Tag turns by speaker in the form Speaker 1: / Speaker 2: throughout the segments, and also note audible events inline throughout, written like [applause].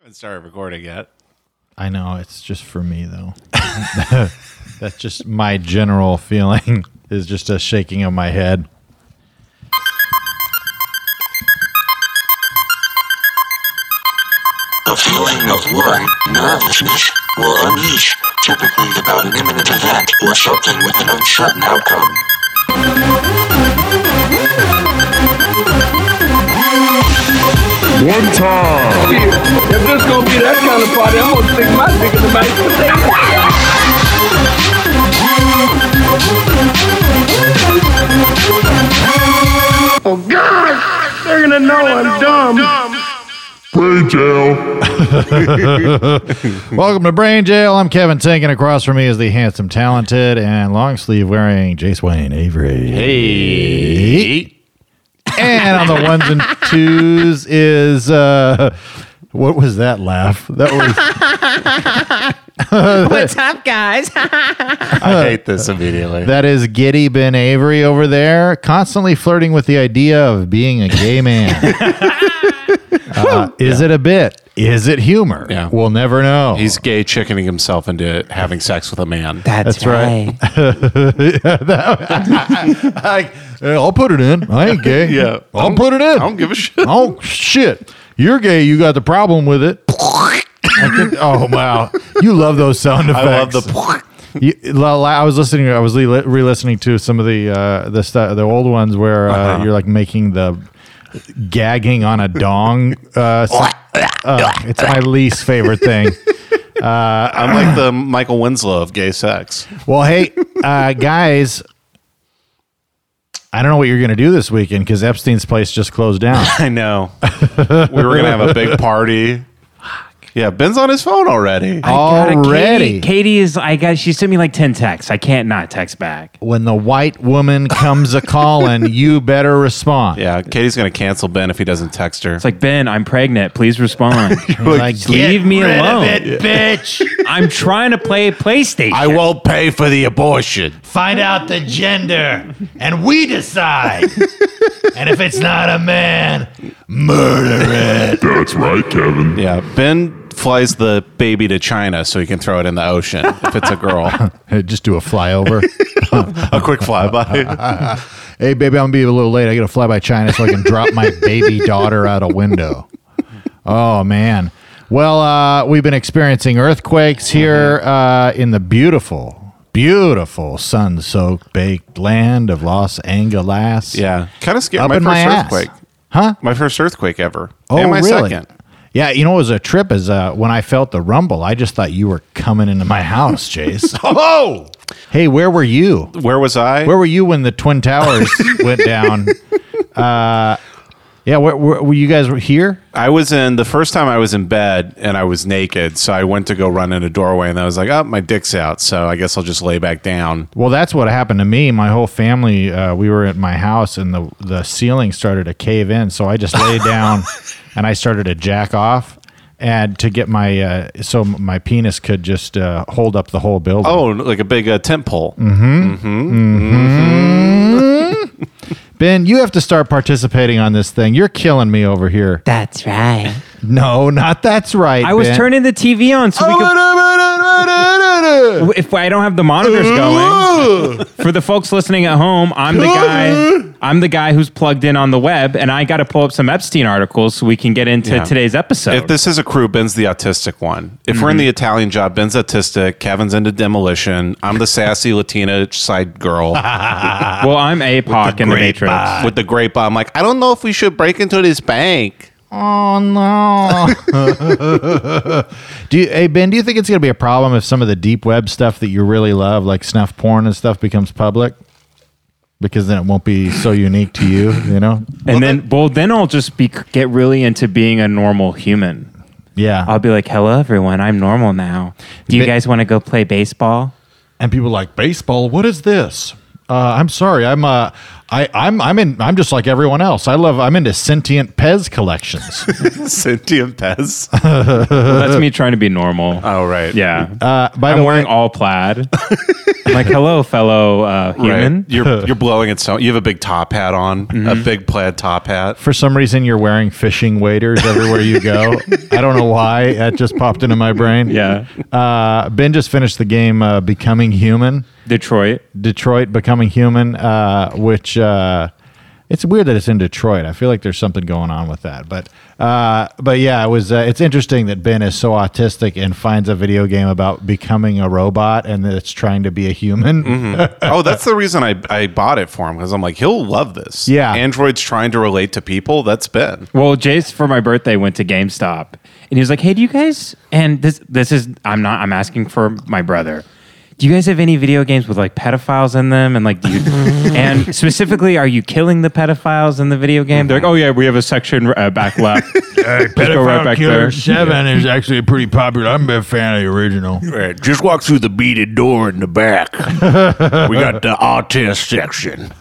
Speaker 1: haven't started recording yet.
Speaker 2: I know it's just for me though. [laughs] That's just my general feeling [laughs] is just a shaking of my head.
Speaker 3: The feeling of worry, nervousness, or unease, typically about an imminent event or something with an uncertain outcome.
Speaker 4: One time.
Speaker 5: If this gonna be that kind of party, I'm gonna stick my dick in the mashed potato. Oh God, they're gonna know I'm dumb.
Speaker 4: Brain jail.
Speaker 2: Welcome to Brain Jail. I'm Kevin Tink, and across from me is the handsome, talented, and long sleeve wearing Jace Wayne Avery. Hey. And on the ones and twos is uh what was that laugh? That was
Speaker 6: What's up, guys? [laughs]
Speaker 1: I hate this immediately.
Speaker 2: that is Giddy Ben Avery over there, constantly flirting with the idea of being a gay man. Uh, is it a bit? Is it humor?
Speaker 1: Yeah.
Speaker 2: We'll never know.
Speaker 1: He's gay chickening himself into having sex with a man.
Speaker 6: That's,
Speaker 2: right. I, will put it in. I ain't gay.
Speaker 1: [laughs] Yeah.
Speaker 2: I'll put it in.
Speaker 1: [laughs] I don't give a shit.
Speaker 2: oh shit! You're gay. You got the problem with it. I think- oh wow! You love those sound effects.
Speaker 1: I love the [laughs]
Speaker 2: You, la- la- I was listening. I was le- re-listening to some of the uh, the stu- the old ones where uh,
Speaker 1: Uh-huh.
Speaker 2: you're like making the gagging on a dong. Uh, so- uh, it's my least favorite thing.
Speaker 1: I'm like the Michael Winslow of gay sex.
Speaker 2: Well, hey, uh, guys, I don't know what you're going to do this weekend because Epstein's place just closed down.
Speaker 1: I [laughs] know. we were gonna have a big party. Yeah, Ben's on his phone already.
Speaker 7: God, Katie-
Speaker 2: Already.
Speaker 7: Katie, is. I got. She sent me like ten texts. I can't not text back.
Speaker 2: When the white woman comes a calling, you better respond.
Speaker 1: Yeah, Katie's gonna cancel Ben if he doesn't text her.
Speaker 7: It's like Ben, I'm pregnant. Please respond.
Speaker 2: Like,
Speaker 7: Leave me alone, bitch. [laughs] I'm trying to play PlayStation.
Speaker 1: I won't pay for the abortion.
Speaker 2: find out the gender, and we decide. and if it's not a man, murder it.
Speaker 4: That's right, Kevin.
Speaker 1: Yeah, Ben flies the baby to China so he can throw it in the ocean if it's a girl.
Speaker 2: Just do a [laughs] flyover.
Speaker 1: [laughs] a quick flyby.
Speaker 2: hey, baby, I'm gonna be a little late. I gotta fly by China so I can drop my baby daughter out a window. Oh man. Well, uh, we've been experiencing earthquakes here uh, in the beautiful, beautiful sun-soaked, baked land of Los Angeles.
Speaker 1: [laughs] Yeah, kind of scared.
Speaker 2: up
Speaker 1: my
Speaker 2: in
Speaker 1: first
Speaker 2: my ass.
Speaker 1: earthquake.
Speaker 2: Huh?
Speaker 1: My first earthquake ever.
Speaker 2: Oh,
Speaker 1: and my
Speaker 2: really?
Speaker 1: second.
Speaker 2: Yeah, you know, it was a trip. Is uh, when I felt the rumble, I just thought you were coming into my house,
Speaker 1: [laughs]
Speaker 2: Chase.
Speaker 1: Oh,
Speaker 2: hey, where
Speaker 1: [laughs]
Speaker 2: were you?
Speaker 1: where was I?
Speaker 2: Where were you when the twin towers went
Speaker 1: [laughs]
Speaker 2: down? Uh, yeah, where, where, were you guys were here?
Speaker 1: I was in the first time I was in bed and I was naked, so I went to go run in a doorway and I was like, "Oh, my dick's out," so I guess I'll just lay back down.
Speaker 2: Well, that's what happened to me. My whole family, uh, we were at my house, and the the ceiling started to cave in. So I just
Speaker 1: [laughs]
Speaker 2: lay down, and I started to jack off, and to get my uh, so my penis could just uh, hold up the whole building.
Speaker 1: Oh, like a big uh, tent pole.
Speaker 2: Ben, you have to start participating on this thing. You're killing me over here.
Speaker 6: That's right.
Speaker 2: No, not that's right.
Speaker 7: I was
Speaker 2: Ben.
Speaker 7: turning the TV on so we could. If I don't have the monitors going, for the folks listening at home, I'm the guy. I'm the guy who's plugged in on the web, and I got to pull up some Epstein articles so we can get into
Speaker 1: Yeah.
Speaker 7: today's episode.
Speaker 1: If this is a crew, Ben's the autistic one. If we're in the Italian job, Ben's autistic. Kevin's into demolition. I'm the [laughs] sassy Latina side [laughs] girl
Speaker 7: well, I'm APOC in the Matrix.
Speaker 1: with the grape. I'm like, I don't know if we should break into this [laughs] bank.
Speaker 2: Oh no. [laughs] do you, hey Ben, do you think it's gonna be a problem if some of the deep web stuff that you really love, like snuff porn and stuff, becomes public? Because then it won't be so unique to you, you know?
Speaker 7: And then, well, then I'll just be get really into being a normal human.
Speaker 2: Yeah.
Speaker 7: I'll be like, "Hello, everyone. I'm normal now. Do you
Speaker 2: Ba-
Speaker 7: guys want to go play baseball?"
Speaker 2: and people are like baseball. What is this? Uh, I'm sorry. I'm uh, I, I'm I'm in I'm just like everyone else. I love I'm into sentient Pez collections.
Speaker 1: Sentient Pez.
Speaker 7: Well,
Speaker 1: [laughs]
Speaker 7: that's me trying to be normal.
Speaker 1: Oh, right.
Speaker 7: yeah.
Speaker 2: Uh, by
Speaker 7: I'm
Speaker 2: the
Speaker 7: wearing
Speaker 2: way,
Speaker 1: [laughs]
Speaker 7: all plaid. I'm like, hello, fellow uh,
Speaker 1: Right.
Speaker 7: human.
Speaker 1: You're you're blowing it so you have a big top hat on, a big plaid top hat.
Speaker 2: for some reason you're wearing fishing waders everywhere you go. I don't know why that just popped into my brain.
Speaker 7: Yeah.
Speaker 2: Uh, ben just finished the game uh, Becoming Human.
Speaker 7: Detroit.
Speaker 2: Detroit Becoming Human, uh, which uh, it's weird that it's in Detroit. I feel like there's something going on with that, but uh, but yeah, it was. Uh, it's interesting that Ben is so autistic and finds a video game about becoming a robot and that it's trying to be a human.
Speaker 1: oh, that's the reason I, I bought it for him because I'm like, he'll love this.
Speaker 2: Yeah.
Speaker 1: Androids trying to relate to people. That's Ben.
Speaker 7: Well, Jace for my birthday went to GameStop and he was like, Hey, do you guys and this this is I'm not I'm asking for my brother. Do you guys have any video games with like pedophiles in them? And like do you and specifically are you killing the pedophiles in the video game? They're like, Oh yeah, we have a section uh, back left. Let's go right back there.
Speaker 2: Seven is actually pretty popular. I'm a fan of the original.
Speaker 8: Right, just walk through the beaded door in
Speaker 2: [laughs]
Speaker 8: the back. we got the artist section.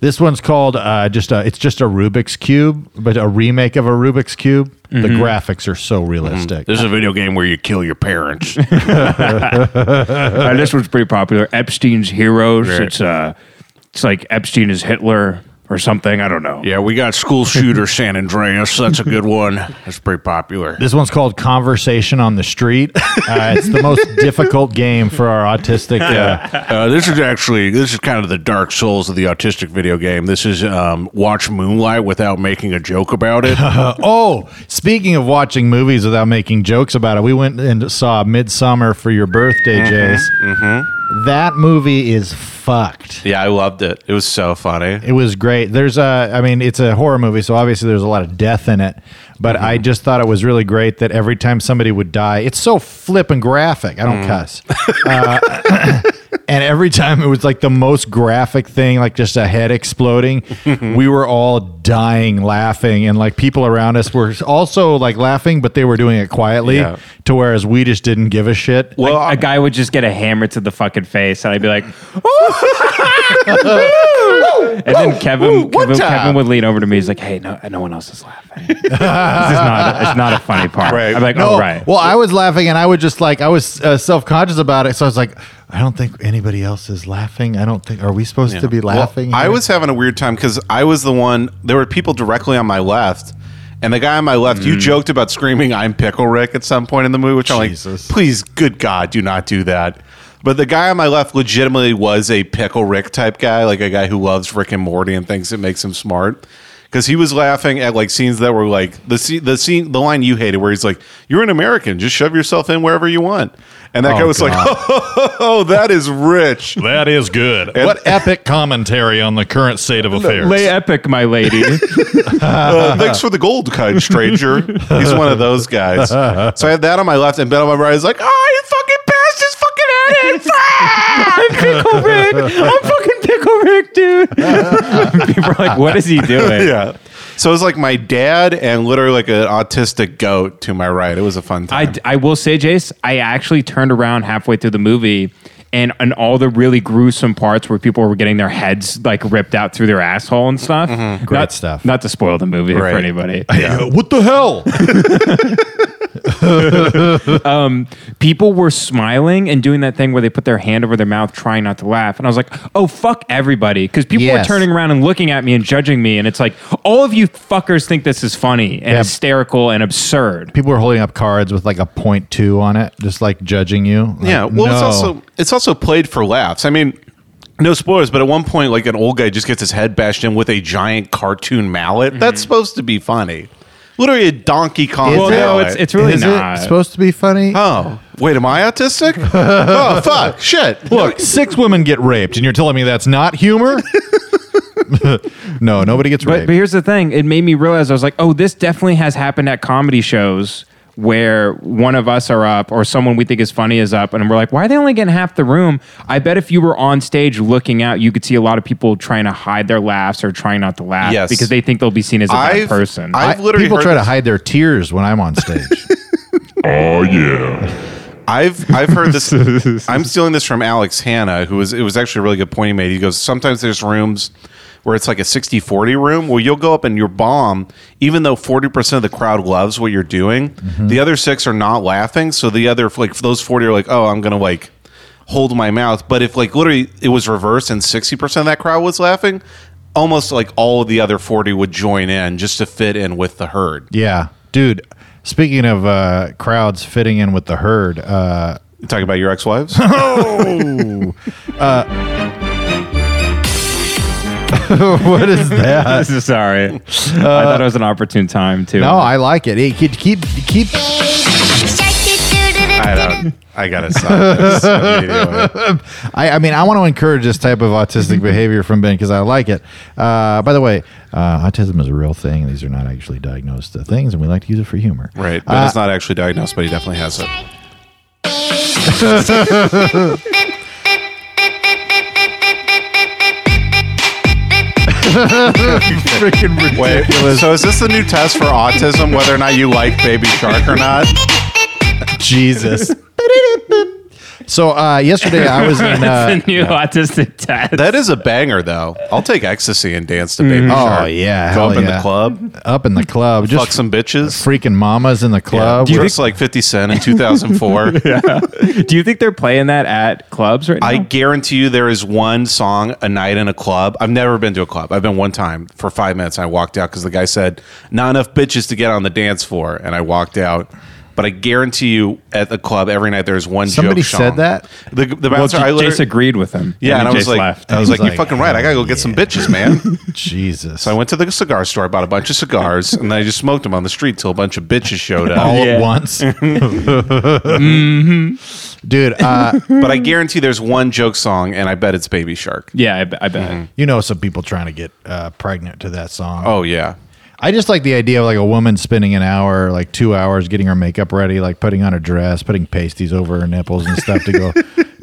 Speaker 2: This one's called uh, just a, it's just a Rubik's cube, but a remake of a Rubik's cube. The graphics are so realistic.
Speaker 8: Mm-hmm. This is a video game where you kill your parents.
Speaker 7: Uh, this one's pretty popular. Epstein's Heroes. It's uh it's like Epstein is Hitler or something. I don't know.
Speaker 8: yeah, we got school shooter San Andreas. That's a good one. That's pretty popular.
Speaker 2: This one's called Conversation on the Street. Uh, it's the
Speaker 8: [laughs]
Speaker 2: most difficult game for our autistic. Uh,
Speaker 8: Uh, this is actually this is kind of the dark souls of the autistic video game. This is um, watch Moonlight without making a joke about it.
Speaker 2: oh, speaking of watching movies without making jokes about it, we went and saw Midsummer for your birthday, Jace. That movie is fucked.
Speaker 1: [laughs] Yeah, I loved it. It was so funny.
Speaker 2: It was great. There's a, I mean, it's a horror movie, so obviously there's a lot of death in it. But I just thought it was really great that every time somebody would die, it's so flippin' graphic. I don't cuss. Uh, and every time it was like the most graphic thing, like just a head exploding. we were all dying laughing, and like people around us were also like laughing, but they were doing it quietly.
Speaker 1: Yeah.
Speaker 2: To whereas we just didn't give a shit.
Speaker 7: Like, a guy would just get a hammer to the fucking face, and I'd be like, and then Kevin, Kevin, Kevin would lean over to me. He's like, "Hey, no, no one else is laughing. this is not, it's not a funny part."
Speaker 1: Right.
Speaker 7: I'm like,
Speaker 2: No,
Speaker 7: "Oh, right."
Speaker 2: Well, I was laughing, and I would just like I was uh, self conscious about it, so I was like, I don't think anybody else is laughing. I don't think. Are we supposed to be laughing?
Speaker 1: I
Speaker 2: here?
Speaker 1: was having a weird time because I was the one. There were people directly on my left, and the guy on my left.
Speaker 2: Mm.
Speaker 1: You joked about screaming "I'm Pickle Rick" at some point in the movie, which
Speaker 2: Jesus.
Speaker 1: I'm like, please, good God, do not do that. But the guy on my left legitimately was a Pickle Rick type guy, like a guy who loves Rick and Morty and thinks it makes him smart. Because he was laughing at like scenes that were like the scene, the scene, the line you hated, where he's like, "You're an American, just shove yourself in wherever you want," and
Speaker 2: Oh,
Speaker 1: that guy was like, [laughs] "Oh, that is rich."
Speaker 2: That is good. what [laughs] epic commentary on the current state of affairs.
Speaker 7: Lay epic, my lady.
Speaker 1: Uh, thanks for the gold, kind stranger. He's one of those guys. So I had that on my left, and Ben on my right is like, oh, you fucking bastard's fucking at it.
Speaker 7: I'm pickle Rick. I'm fucking pickle Rick, dude. [laughs] People are like, "What is he doing?"
Speaker 1: Yeah. So it was like my dad and literally like an autistic goat to my right. It was a fun time.
Speaker 7: I, I will say, Jace, I actually turned around halfway through the movie, and and all the really gruesome parts where people were getting their heads like ripped out through their asshole and stuff.
Speaker 2: Mm-hmm. Great
Speaker 7: not,
Speaker 2: stuff.
Speaker 7: Not to spoil the movie
Speaker 1: Right.
Speaker 7: for anybody.
Speaker 2: [laughs] Yeah, what the hell?
Speaker 7: People were smiling and doing that thing where they put their hand over their mouth, trying not to laugh. And I was like, "Oh fuck everybody!" Because people
Speaker 2: Yes.
Speaker 7: were turning around and looking at me and judging me, and it's like, all of you fuckers think this is funny and
Speaker 2: Yeah.
Speaker 7: hysterical and absurd.
Speaker 2: People were holding up cards with like a point two on it, just like judging you. Like,
Speaker 1: yeah. Well, it's
Speaker 2: no.
Speaker 1: also it's also played for laughs. I mean, no spoilers, but at one point, like an old guy just gets his head bashed in with a giant cartoon mallet. That's supposed to be funny. Literally a Donkey Kong.
Speaker 2: Is
Speaker 7: Well,
Speaker 2: it?
Speaker 7: no,
Speaker 1: mallet.
Speaker 7: it's it's really
Speaker 2: is
Speaker 7: not.
Speaker 2: it supposed to be funny?
Speaker 1: Oh, wait, am I [laughs] autistic? oh, fuck, shit.
Speaker 2: Look, six women get raped, and you're telling me that's
Speaker 1: [laughs]
Speaker 2: not humor? [laughs] no, nobody gets
Speaker 7: But,
Speaker 2: raped.
Speaker 7: but here's the thing: it made me realize I was like, oh, this definitely has happened at comedy shows where one of us are up or someone we think is funny is up, and we're like, why are they only getting half the room? I bet if you were on stage looking out, you could see a lot of people trying to hide their laughs or trying not to laugh
Speaker 1: Yes.
Speaker 7: because they think they'll be seen as a
Speaker 1: I've-
Speaker 7: bad person. [laughs]
Speaker 1: I've
Speaker 2: I-
Speaker 1: literally
Speaker 2: people
Speaker 1: heard
Speaker 2: try to
Speaker 1: this-
Speaker 2: hide their tears when I'm on stage.
Speaker 9: Oh, yeah.
Speaker 1: I've I've heard this. [laughs] I'm stealing this from Alex Hanna, who was it was actually a really good point he made. He goes, sometimes there's rooms where it's like a 60-40 room where you'll go up and you're bomb, even though 40% of the crowd loves what you're doing, the other six are not laughing. So the other like those 40 are like, oh, I'm gonna like hold my mouth. But if like literally it was reversed and 60% of that crowd was laughing, almost like all of the other 40 would join in just to fit in with the herd.
Speaker 2: Yeah, dude. Speaking of uh, crowds fitting in with the herd,
Speaker 1: [laughs]
Speaker 2: uh,
Speaker 1: You talking about your [laughs] ex-wives?
Speaker 2: what is
Speaker 1: [laughs]
Speaker 2: that?
Speaker 7: Sorry, I thought
Speaker 1: Uh,
Speaker 7: it was an opportune time to. [laughs]
Speaker 2: No, I like it. It could keep keep
Speaker 1: I don't. I gotta stop this. immediately.
Speaker 2: I, I mean, I want to encourage this type of autistic
Speaker 1: [laughs]
Speaker 2: behavior from Ben because I like it. Uh, by the way, uh, autism is a real thing. These are not actually diagnosed uh, things, and we like to use it for humor. Uh,
Speaker 1: Right, but it's not actually diagnosed, but he definitely has it.
Speaker 2: [laughs]
Speaker 1: [laughs]
Speaker 2: Freaking
Speaker 1: Wait, so is this the new test for autism, whether or not you like Baby Shark or not? [laughs]
Speaker 2: Jesus. so uh, yesterday I
Speaker 1: [laughs]
Speaker 2: was in. Uh,
Speaker 7: it's a new autistic test.
Speaker 1: That is a banger, though. I'll take ecstasy and dance to Baby Shark.
Speaker 2: Oh yeah,
Speaker 1: Go
Speaker 2: hell
Speaker 1: up in
Speaker 2: yeah.
Speaker 1: the club,
Speaker 2: Up in the club,
Speaker 1: fuck
Speaker 2: just
Speaker 1: some bitches.
Speaker 2: freaking mamas in the club.
Speaker 1: Dress like 50 Cent in 2004.
Speaker 7: Do you think they're playing that at clubs right now?
Speaker 1: I guarantee you there is one song a night in a club. I've never been to a club. I've been one time for five minutes. And I walked out because the guy said, not enough bitches to get on the dance floor. And I walked out. But I guarantee you at the club every night there's one
Speaker 2: Somebody
Speaker 1: joke song.
Speaker 2: said that?
Speaker 1: The, the
Speaker 7: well,
Speaker 1: bouncer, I
Speaker 7: J-
Speaker 1: literally-
Speaker 7: Jace agreed with him.
Speaker 1: Yeah, and I
Speaker 7: Jace
Speaker 1: was like,
Speaker 7: laughed.
Speaker 1: I was
Speaker 2: He's
Speaker 1: like,
Speaker 2: like,
Speaker 1: you're fucking right. I gotta go get some bitches,
Speaker 7: [laughs]
Speaker 1: man.
Speaker 2: Jesus,
Speaker 1: so [laughs] I went to the cigar store. I bought a bunch of cigars, and then I just smoked them on the street till a bunch of bitches showed
Speaker 2: all
Speaker 7: [laughs]
Speaker 1: up.
Speaker 7: Yeah.
Speaker 2: at once, dude. Uh,
Speaker 1: but I guarantee there's one joke song, and I bet it's Baby Shark.
Speaker 7: yeah, I, b- I
Speaker 1: Mm-hmm.
Speaker 7: bet.
Speaker 2: you know, some people trying to get uh, pregnant to that song.
Speaker 1: Oh yeah,
Speaker 2: I just like the idea of like a woman spending an hour, like two hours, getting her makeup ready, like putting on a dress, putting pasties over her nipples and stuff to go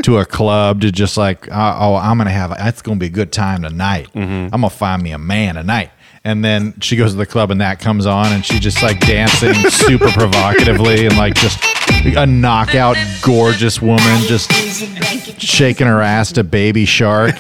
Speaker 2: to a club to just like, uh, oh, I'm gonna have that's gonna be a good time tonight. I'm gonna find me a man tonight. And then she goes to the club and that comes on and she just like dancing super provocatively and like just a knockout gorgeous woman just shaking her ass to
Speaker 1: [laughs]
Speaker 2: baby shark.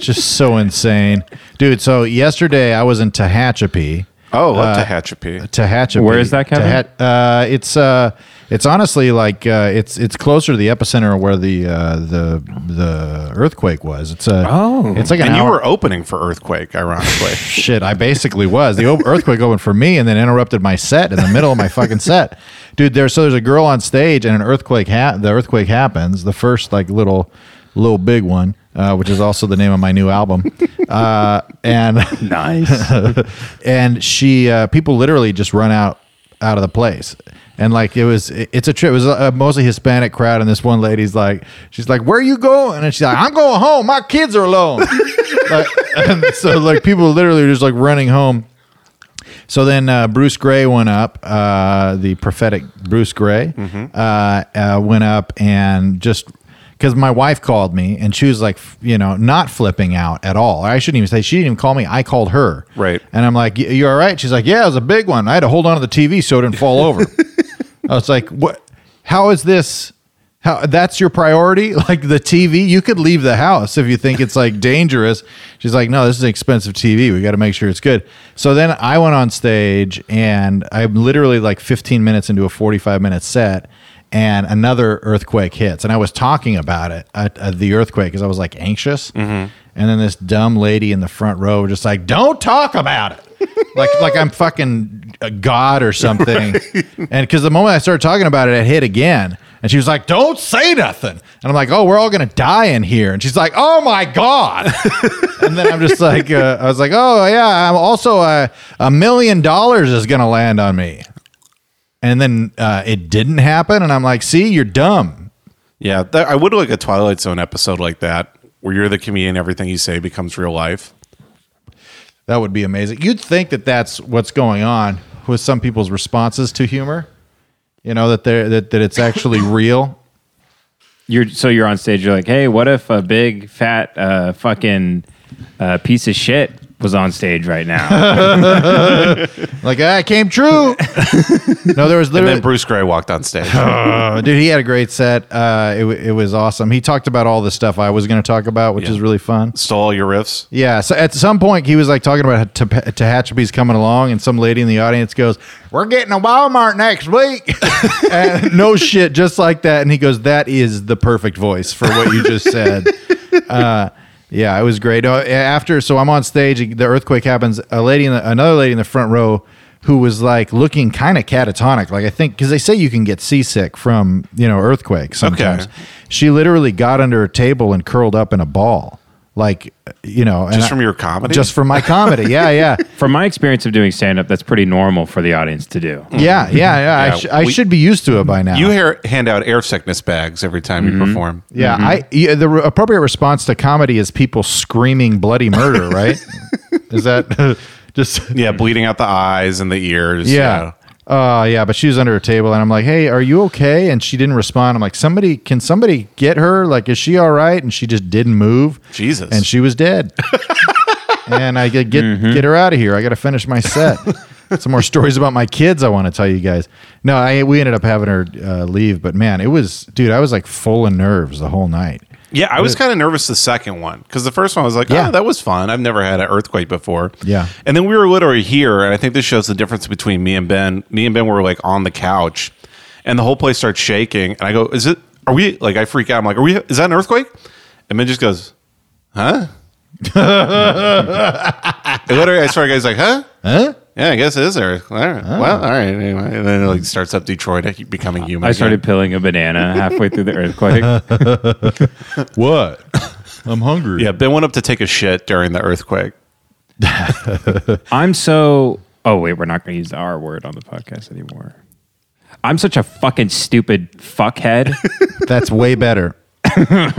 Speaker 2: just so insane. Dude, so yesterday I was in Tehachapi. Uh,
Speaker 1: oh love Tehachapi.
Speaker 2: Tehachapi.
Speaker 7: Where is that, Kevin?
Speaker 2: Teha- uh, it's uh, it's honestly like uh, it's it's closer to the epicenter of where the uh, the the earthquake was. It's a
Speaker 7: Oh.
Speaker 2: it's like an
Speaker 1: And you
Speaker 2: hour-
Speaker 1: were opening for Earthquake, ironically.
Speaker 2: shit. I basically was the o- earthquake opened for me and then interrupted my set in the middle of my fucking set, dude. There's so there's a girl on stage and an earthquake. Ha- the earthquake happens. The first like little little big one, uh, which is also the name of my new album, uh, and
Speaker 7: Nice.
Speaker 2: [laughs] and she uh, people literally just run out out of the place and like it was it- it's a trip it was a, a mostly hispanic crowd and this one lady's like she's like where you going and she's like i'm going home my kids are alone [laughs] like, and so like people literally are just like running home so then uh, Bruce Gray went up, uh, the prophetic Bruce Gray uh, uh, went up and just because my wife called me and she was like, f- you know, not flipping out at all. I shouldn't even say she didn't even call me. I called her.
Speaker 1: Right.
Speaker 2: And I'm like, "Y- you all right? She's like, yeah, it was a big one. I had to hold on to the TV so it didn't fall over. I was like, what? How is this? How that's your priority? [laughs] Like the TV, you could leave the house if you think it's like dangerous. She's like, no, this is an expensive TV. We got to make sure it's good. So then I went on stage, and I'm literally like 15 minutes into a 45 minute set, and another earthquake hits. And I was talking about it at, at the earthquake because I was like anxious. And then this dumb lady in the front row was just like, don't talk about it like like I'm fucking a god or something. And because the moment I started talking about it, it hit again. And she was like, "Don't say nothing." And I'm like, "Oh, we're all gonna die in here." And she's like, "Oh my god." and then I'm just like, uh, I was like, "Oh yeah, I'm also uh, a million dollars is gonna land on me." And then uh, it didn't happen, and I'm like, "See, you're dumb."
Speaker 1: yeah, that, I would like a Twilight Zone episode like that, where you're the comedian, everything you say becomes real life.
Speaker 2: That would be amazing. You'd think that that's what's going on with some people's responses to humor. You know that they're that, that it's actually [laughs] real
Speaker 7: You're so you're on stage. You're like, hey, what if a big fat uh, fucking uh, piece of shit was on stage right now.
Speaker 2: Like, ah, it came true. [laughs] no, there was
Speaker 1: And
Speaker 2: literally.
Speaker 1: then Bruce Gray walked on stage.
Speaker 2: Uh, dude, he had a great set. Uh, it, w- it was awesome. He talked about all the stuff I was going to talk about, which is really fun.
Speaker 1: Stole all your riffs.
Speaker 2: Yeah. So at some point, he was like talking about Te- Tehachapi's coming along, and some lady in the audience goes, "We're getting a Walmart next week." [laughs] and no shit, just like that. And he goes, "That is the perfect voice for what you
Speaker 1: [laughs]
Speaker 2: just said." uh, yeah, it was great. Uh, after, so I'm on stage. The earthquake happens. A lady, in the, another lady in the front row, who was like looking kind of catatonic. Like I think because they say you can get seasick from you know earthquakes sometimes. She literally got under a table and curled up in a ball. Like you know, and
Speaker 1: Just
Speaker 2: I-
Speaker 1: from your comedy?
Speaker 2: just from my comedy.
Speaker 1: [laughs]
Speaker 2: Yeah, yeah,
Speaker 7: From my experience of doing stand up, that's pretty normal for the audience to do.
Speaker 2: yeah, yeah. yeah.
Speaker 1: Yeah,
Speaker 2: I, sh- I
Speaker 1: we-
Speaker 2: should be used to it by now.
Speaker 1: You hair, hand out air sickness bags every time you perform.
Speaker 2: Yeah, I yeah, the re- appropriate response to comedy is people screaming bloody murder, right?
Speaker 1: [laughs]
Speaker 2: is that [laughs] just
Speaker 1: Yeah, bleeding out the eyes and the ears.
Speaker 2: yeah. Uh yeah, but she was under a table and I'm like, "Hey, are you okay?" and she didn't respond. I'm like, "Somebody, can somebody get her? Like is she all right?" and she just didn't move.
Speaker 1: Jesus.
Speaker 2: And she was [laughs] dead. and I get get, get her out of here. I got to finish my [laughs] set. Some more stories about my kids I want to tell you guys. No, I we ended up having her uh, leave, but man, it was dude, I was like full of nerves the whole night.
Speaker 1: Yeah, I was kind of nervous the second one because the first one I was like,
Speaker 2: Yeah.
Speaker 1: oh, that was fun. I've never had an earthquake before.
Speaker 2: Yeah.
Speaker 1: And then we were literally here, and I think this shows the difference between me and Ben. Me and Ben were like on the couch, and the whole place starts shaking. And I go, is it, are we, like, I freak out. I'm like, are we, is that an earthquake? And Ben just goes, huh? [laughs] And literally, I started, guys, like, huh?
Speaker 2: Huh? Oh.
Speaker 1: Yeah, I guess it is there. All right. Well, all right. Anyway, and then it like starts up Detroit becoming human.
Speaker 7: I
Speaker 1: again.
Speaker 7: started peeling a banana halfway through the earthquake.
Speaker 2: What? [laughs] I'm hungry.
Speaker 1: Yeah, Ben went up to take a shit during the earthquake.
Speaker 7: I'm so. Oh wait, we're not going to use the R word on the podcast anymore. I'm such a fucking stupid fuckhead.
Speaker 2: That's way better.
Speaker 1: And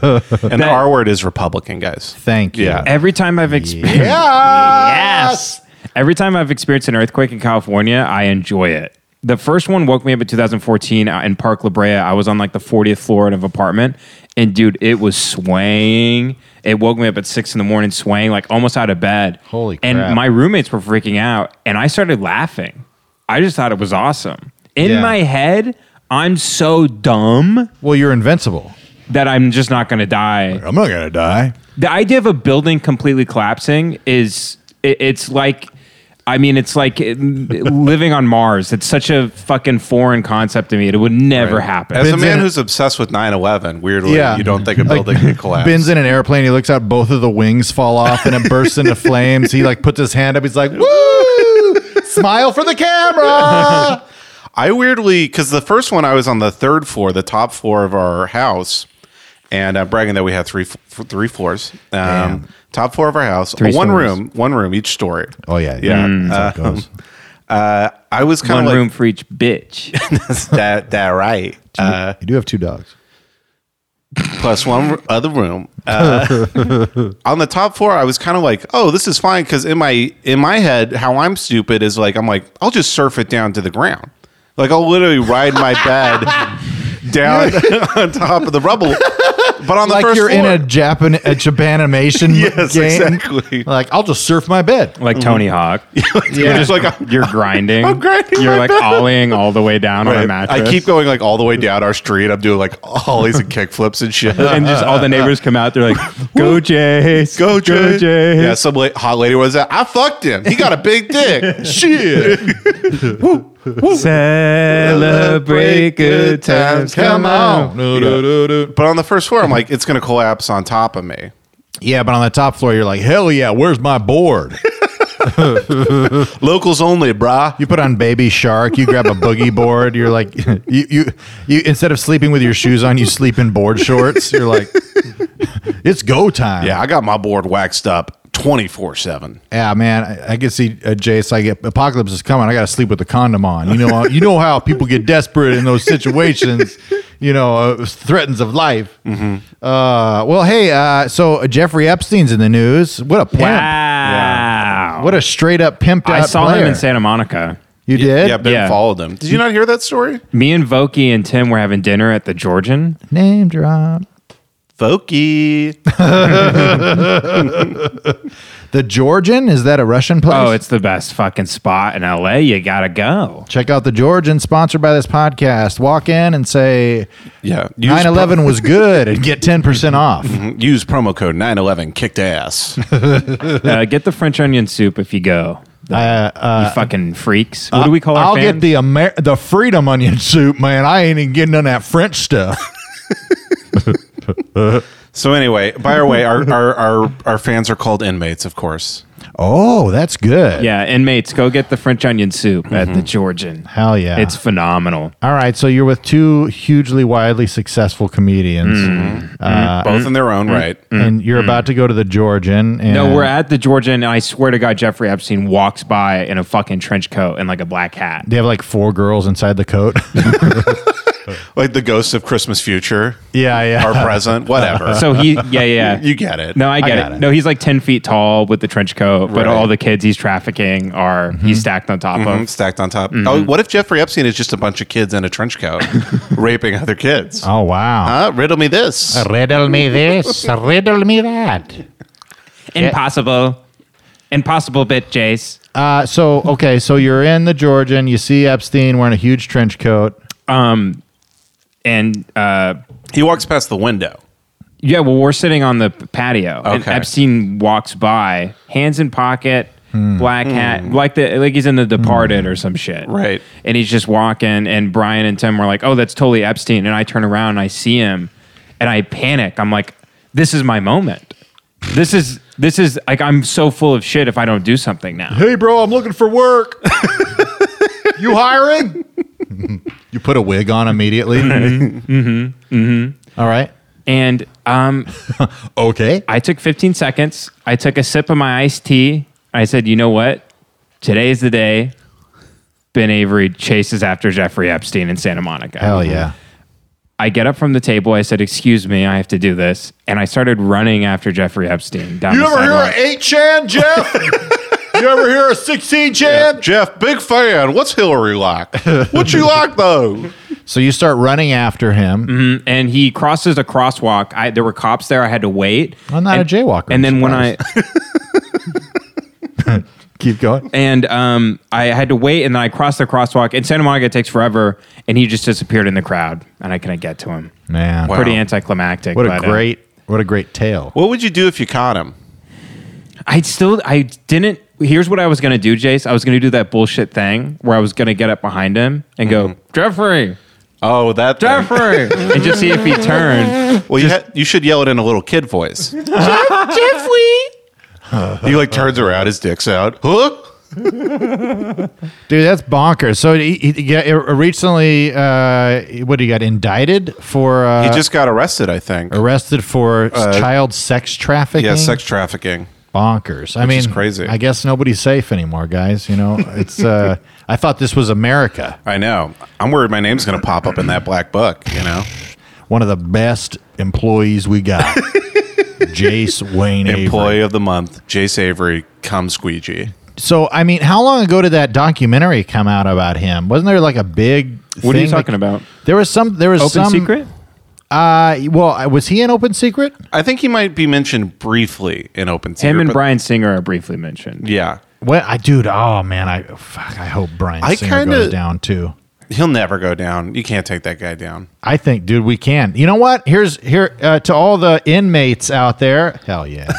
Speaker 1: the R word is Republican, guys.
Speaker 2: Thank you.
Speaker 1: Yeah.
Speaker 7: Every time I've experienced, yes, every time I've experienced an earthquake in California, I enjoy it. The first one woke me up in 2014 out uh, in Park La Brea. I was on like the 40th floor of an apartment, and dude, it was swaying. It woke me up at six in the morning, swaying like almost out of bed.
Speaker 2: Holy crap.
Speaker 7: And my roommates were freaking out, and I started laughing. I just thought it was awesome. In
Speaker 2: Yeah.
Speaker 7: my head, I'm so dumb
Speaker 2: Well, you're invincible.
Speaker 7: that I'm just not going to die
Speaker 2: I'm not gonna die.
Speaker 7: the idea of a building completely collapsing is it, it's like I mean, it's like it- [laughs] living on Mars. It's such a fucking foreign concept to me. It would never happen.
Speaker 1: As a
Speaker 2: Ben's
Speaker 1: man
Speaker 2: in-
Speaker 1: who's obsessed with 9 11, weirdly,
Speaker 2: Yeah.
Speaker 1: you don't think a building
Speaker 2: [laughs]
Speaker 1: could collapse.
Speaker 2: Ben's in an airplane. He looks out. Both of the wings fall off, and it bursts [laughs] into flames. He like puts his hand up. He's like, "Woo! [laughs] Smile for the [laughs] camera."
Speaker 1: Uh, I weirdly, because the first one I was on the third floor, the top floor of our house, and I'm bragging that we had three f- three floors. Um, top floor of our house, one
Speaker 7: stories.
Speaker 1: room, one room each story.
Speaker 2: Oh yeah,
Speaker 1: Yeah.
Speaker 2: That's how it [laughs] goes.
Speaker 1: I was
Speaker 7: One
Speaker 1: kind of like,
Speaker 7: room for each bitch.
Speaker 1: [laughs] that, that right. Uh,
Speaker 2: you do have two dogs.
Speaker 1: plus one r- other room. Uh, [laughs] on the top floor, I was kind of like, "Oh, this is fine," because in my in my head, how I'm stupid is like I'm like, I'll just surf it down to the ground. Like I'll literally ride my
Speaker 2: [laughs]
Speaker 1: bed down [laughs] on top of the rubble. But on the
Speaker 2: Like
Speaker 1: first
Speaker 2: you're
Speaker 1: floor,
Speaker 2: in a Japan a
Speaker 1: [laughs]
Speaker 2: Japanimation
Speaker 1: Yes,
Speaker 2: game.
Speaker 1: exactly.
Speaker 2: Like I'll just surf my bed.
Speaker 7: like Tony Hawk.
Speaker 1: Mhm. [laughs] yeah, just like I'm-
Speaker 7: You're
Speaker 1: [laughs]
Speaker 7: grinding.
Speaker 1: I'm grinding
Speaker 7: You're
Speaker 1: my
Speaker 7: like
Speaker 1: bed.
Speaker 7: ollieing all the way down on a
Speaker 1: I
Speaker 7: mattress.
Speaker 1: keep going like all the way down our street. I'm doing like ollies and kickflips and
Speaker 2: [laughs]
Speaker 1: shit.
Speaker 7: And just
Speaker 1: [laughs]
Speaker 7: all the neighbors come out. They're like, "Go Jays,
Speaker 1: Go Jay.
Speaker 7: Jays."
Speaker 1: Yeah, some la- hot lady was that. I fucked him. He got a big
Speaker 2: [laughs]
Speaker 1: dick. Shit.
Speaker 7: Celebrate good times. Come on.
Speaker 2: No, no, no, no.
Speaker 1: But on the first floor, I'm like, it's gonna collapse on top of me.
Speaker 2: Yeah, but on the top floor, you're like, hell yeah, where's my board?
Speaker 1: Locals only, brah.
Speaker 2: You put on Baby Shark. You grab a boogie board. You're like, [laughs] you you you. Instead of sleeping with your shoes on, you sleep in board shorts. You're like, [laughs] it's go time.
Speaker 1: Yeah, I got my board waxed up 24 7.
Speaker 2: yeah, man. I, I can see uh, Jace. I get apocalypse is coming. I got to sleep with the condom on. You know, you know how people get desperate in those situations. [laughs] You know, uh, threatens of life. Uh, well, hey, uh, so Jeffrey Epstein's in the news. What a pimp!
Speaker 7: Wow.
Speaker 2: What a straight up pimped out
Speaker 7: I saw
Speaker 2: player.
Speaker 7: him in Santa Monica.
Speaker 2: You did?
Speaker 1: Yeah, Ben
Speaker 7: Yeah.
Speaker 1: followed them. Did you not hear that story?
Speaker 7: Me and Voki and Tim were having dinner at the Georgian.
Speaker 2: Name drop.
Speaker 8: Folky.
Speaker 2: [laughs] The Georgian is that a Russian place?
Speaker 7: Oh, it's the best fucking spot in LA. You gotta go.
Speaker 2: Check out the Georgian, sponsored by this podcast. Walk in and say
Speaker 8: Yeah. Use
Speaker 2: 9 11 was good and get 10%
Speaker 7: Mm-hmm.
Speaker 2: off.
Speaker 8: pro- use promo code 911 kicked ass.
Speaker 7: Uh, get the French onion soup if you go. you fucking freaks. What do we call our
Speaker 2: Uh, I'll
Speaker 7: fans?
Speaker 2: get the Amer- the freedom onion soup, man. I ain't even getting none of that French stuff.
Speaker 7: [laughs]
Speaker 8: So anyway, by our way, our, our our our fans are called inmates, of course.
Speaker 2: Oh, that's good.
Speaker 7: yeah, inmates, go get the French onion soup at the Georgian.
Speaker 2: Hell yeah.
Speaker 7: It's phenomenal.
Speaker 2: All right, so you're with two hugely widely successful comedians,
Speaker 7: Mm-hmm.
Speaker 8: Both in their own right.
Speaker 2: and you're about to go to the Georgian. And
Speaker 7: No, we're at the Georgian, and I swear to God, Jeffrey Epstein walks by in a fucking trench coat and like a black hat.
Speaker 2: They have like four girls inside the coat.
Speaker 7: [laughs]
Speaker 2: [laughs]
Speaker 8: Like the ghosts of Christmas future
Speaker 2: yeah, yeah.
Speaker 8: are present,
Speaker 7: [laughs]
Speaker 8: whatever.
Speaker 7: So he, yeah, yeah.
Speaker 8: you get it.
Speaker 7: No, I get
Speaker 2: got
Speaker 7: it.
Speaker 2: it.
Speaker 7: No, he's like 10 feet tall with the trench coat, but
Speaker 8: Right.
Speaker 7: all the kids he's trafficking are he's stacked on top
Speaker 8: Mhm,
Speaker 7: of.
Speaker 8: stacked on top. Oh, what if Jeffrey Epstein is just a bunch of kids in a trench [laughs] coat raping other kids?
Speaker 2: oh wow.
Speaker 8: Huh? Riddle me this.
Speaker 7: Ah.
Speaker 2: Riddle me this, riddle me that.
Speaker 7: Impossible. Impossible bit, Jace.
Speaker 2: Uh, so okay, so you're in the Georgian. You see Epstein wearing a huge trench coat.
Speaker 7: Um, and uh,
Speaker 8: He walks past the window.
Speaker 7: yeah, well, we're sitting on the p- patio, and
Speaker 8: Okay.
Speaker 7: Epstein walks by, hands in pocket, black hat, like the like he's in The Departed or some shit,
Speaker 8: Hmm. Right.
Speaker 7: And he's just walking, and Brian and Tim were like, "Oh, that's totally Epstein," and I turn around and I see him, and I panic. I'm like, "This is my moment. This is this is like I'm so full of shit if I don't do something now."
Speaker 2: Hey, bro, I'm looking for work. you hiring? you put a wig on immediately. mm-hmm. Mm-hmm. All right.
Speaker 7: And um,
Speaker 2: Okay.
Speaker 7: I took 15 seconds. I took a sip of my iced tea. I said, you know what? Today is the day Ben Avery chases after Jeffrey Epstein in Santa Monica.
Speaker 2: Hell yeah.
Speaker 7: I get up from the table. I said, excuse me, I have to do this. And I started running after Jeffrey Epstein down the sidewalk.
Speaker 2: eight chan, Jeff?
Speaker 8: [laughs]
Speaker 2: you ever hear a sixteen chan?
Speaker 8: Jeff, big fan. What's Hillary like? What you like though?
Speaker 2: So you start running after him.
Speaker 7: and he crosses a crosswalk. I, there were cops there. I had to wait.
Speaker 2: I'm not
Speaker 7: And-
Speaker 2: a jaywalker.
Speaker 7: And then when I
Speaker 2: surprised. [laughs] keep going,
Speaker 7: and um, I had to wait, and then I crossed the crosswalk. And Santa Monica it takes forever, and he just disappeared in the crowd, and I couldn't get to him.
Speaker 2: man,
Speaker 8: Wow.
Speaker 7: Pretty anticlimactic.
Speaker 2: what a
Speaker 7: but, uh,
Speaker 2: great, what a great tale.
Speaker 8: What would you do if you caught him?
Speaker 7: I still I didn't here's what I was gonna do, Jace. I was gonna do that bullshit thing where I was gonna get up behind him and go, Jeffrey,
Speaker 8: Oh, that thing.
Speaker 7: Jeffrey and just see if he turned.
Speaker 8: Well, you, ha- you should yell it in a little kid voice.
Speaker 7: Jeffrey
Speaker 8: [laughs] he like turns around, his dick's out. Huh?
Speaker 2: Dude, that's bonkers. So he, he, he got- uh, recently, uh, what he got indicted for?
Speaker 8: He
Speaker 2: Uh,
Speaker 8: just got arrested, I think.
Speaker 2: arrested for child Uh, sex trafficking.
Speaker 8: Yeah, sex trafficking.
Speaker 2: bonkers. I mean,
Speaker 8: is crazy.
Speaker 2: I guess nobody's safe anymore, guys. You
Speaker 7: [laughs]
Speaker 2: know, it's. Uh, I thought this was America,
Speaker 8: I know. I'm worried my name's going to pop up in that black book, you know?
Speaker 2: one of the best employees we
Speaker 7: [laughs]
Speaker 2: got. Jace Wayne Avery.
Speaker 8: Employee of the month, Jace Avery, come squeegee.
Speaker 2: So I mean, how long ago did that documentary come out about him? Wasn't there like a big?
Speaker 7: What are you
Speaker 2: thing?
Speaker 7: talking about?
Speaker 2: There was some. There was
Speaker 7: Open
Speaker 2: some
Speaker 7: secret?
Speaker 2: Uh, well, uh, was he in Open Secret?
Speaker 8: I think he might be mentioned briefly in Open Secret.
Speaker 7: Him and
Speaker 8: but-
Speaker 7: Brian Singer are briefly mentioned.
Speaker 8: Yeah.
Speaker 2: What I dude? Oh man, I fuck. I hope Brian
Speaker 8: I
Speaker 2: Singer
Speaker 8: kinda-
Speaker 2: goes down too.
Speaker 8: He'll never go down. You can't take that guy down.
Speaker 2: I think, dude, we can. You know what? Here's here uh, to all the inmates out there. Hell yeah.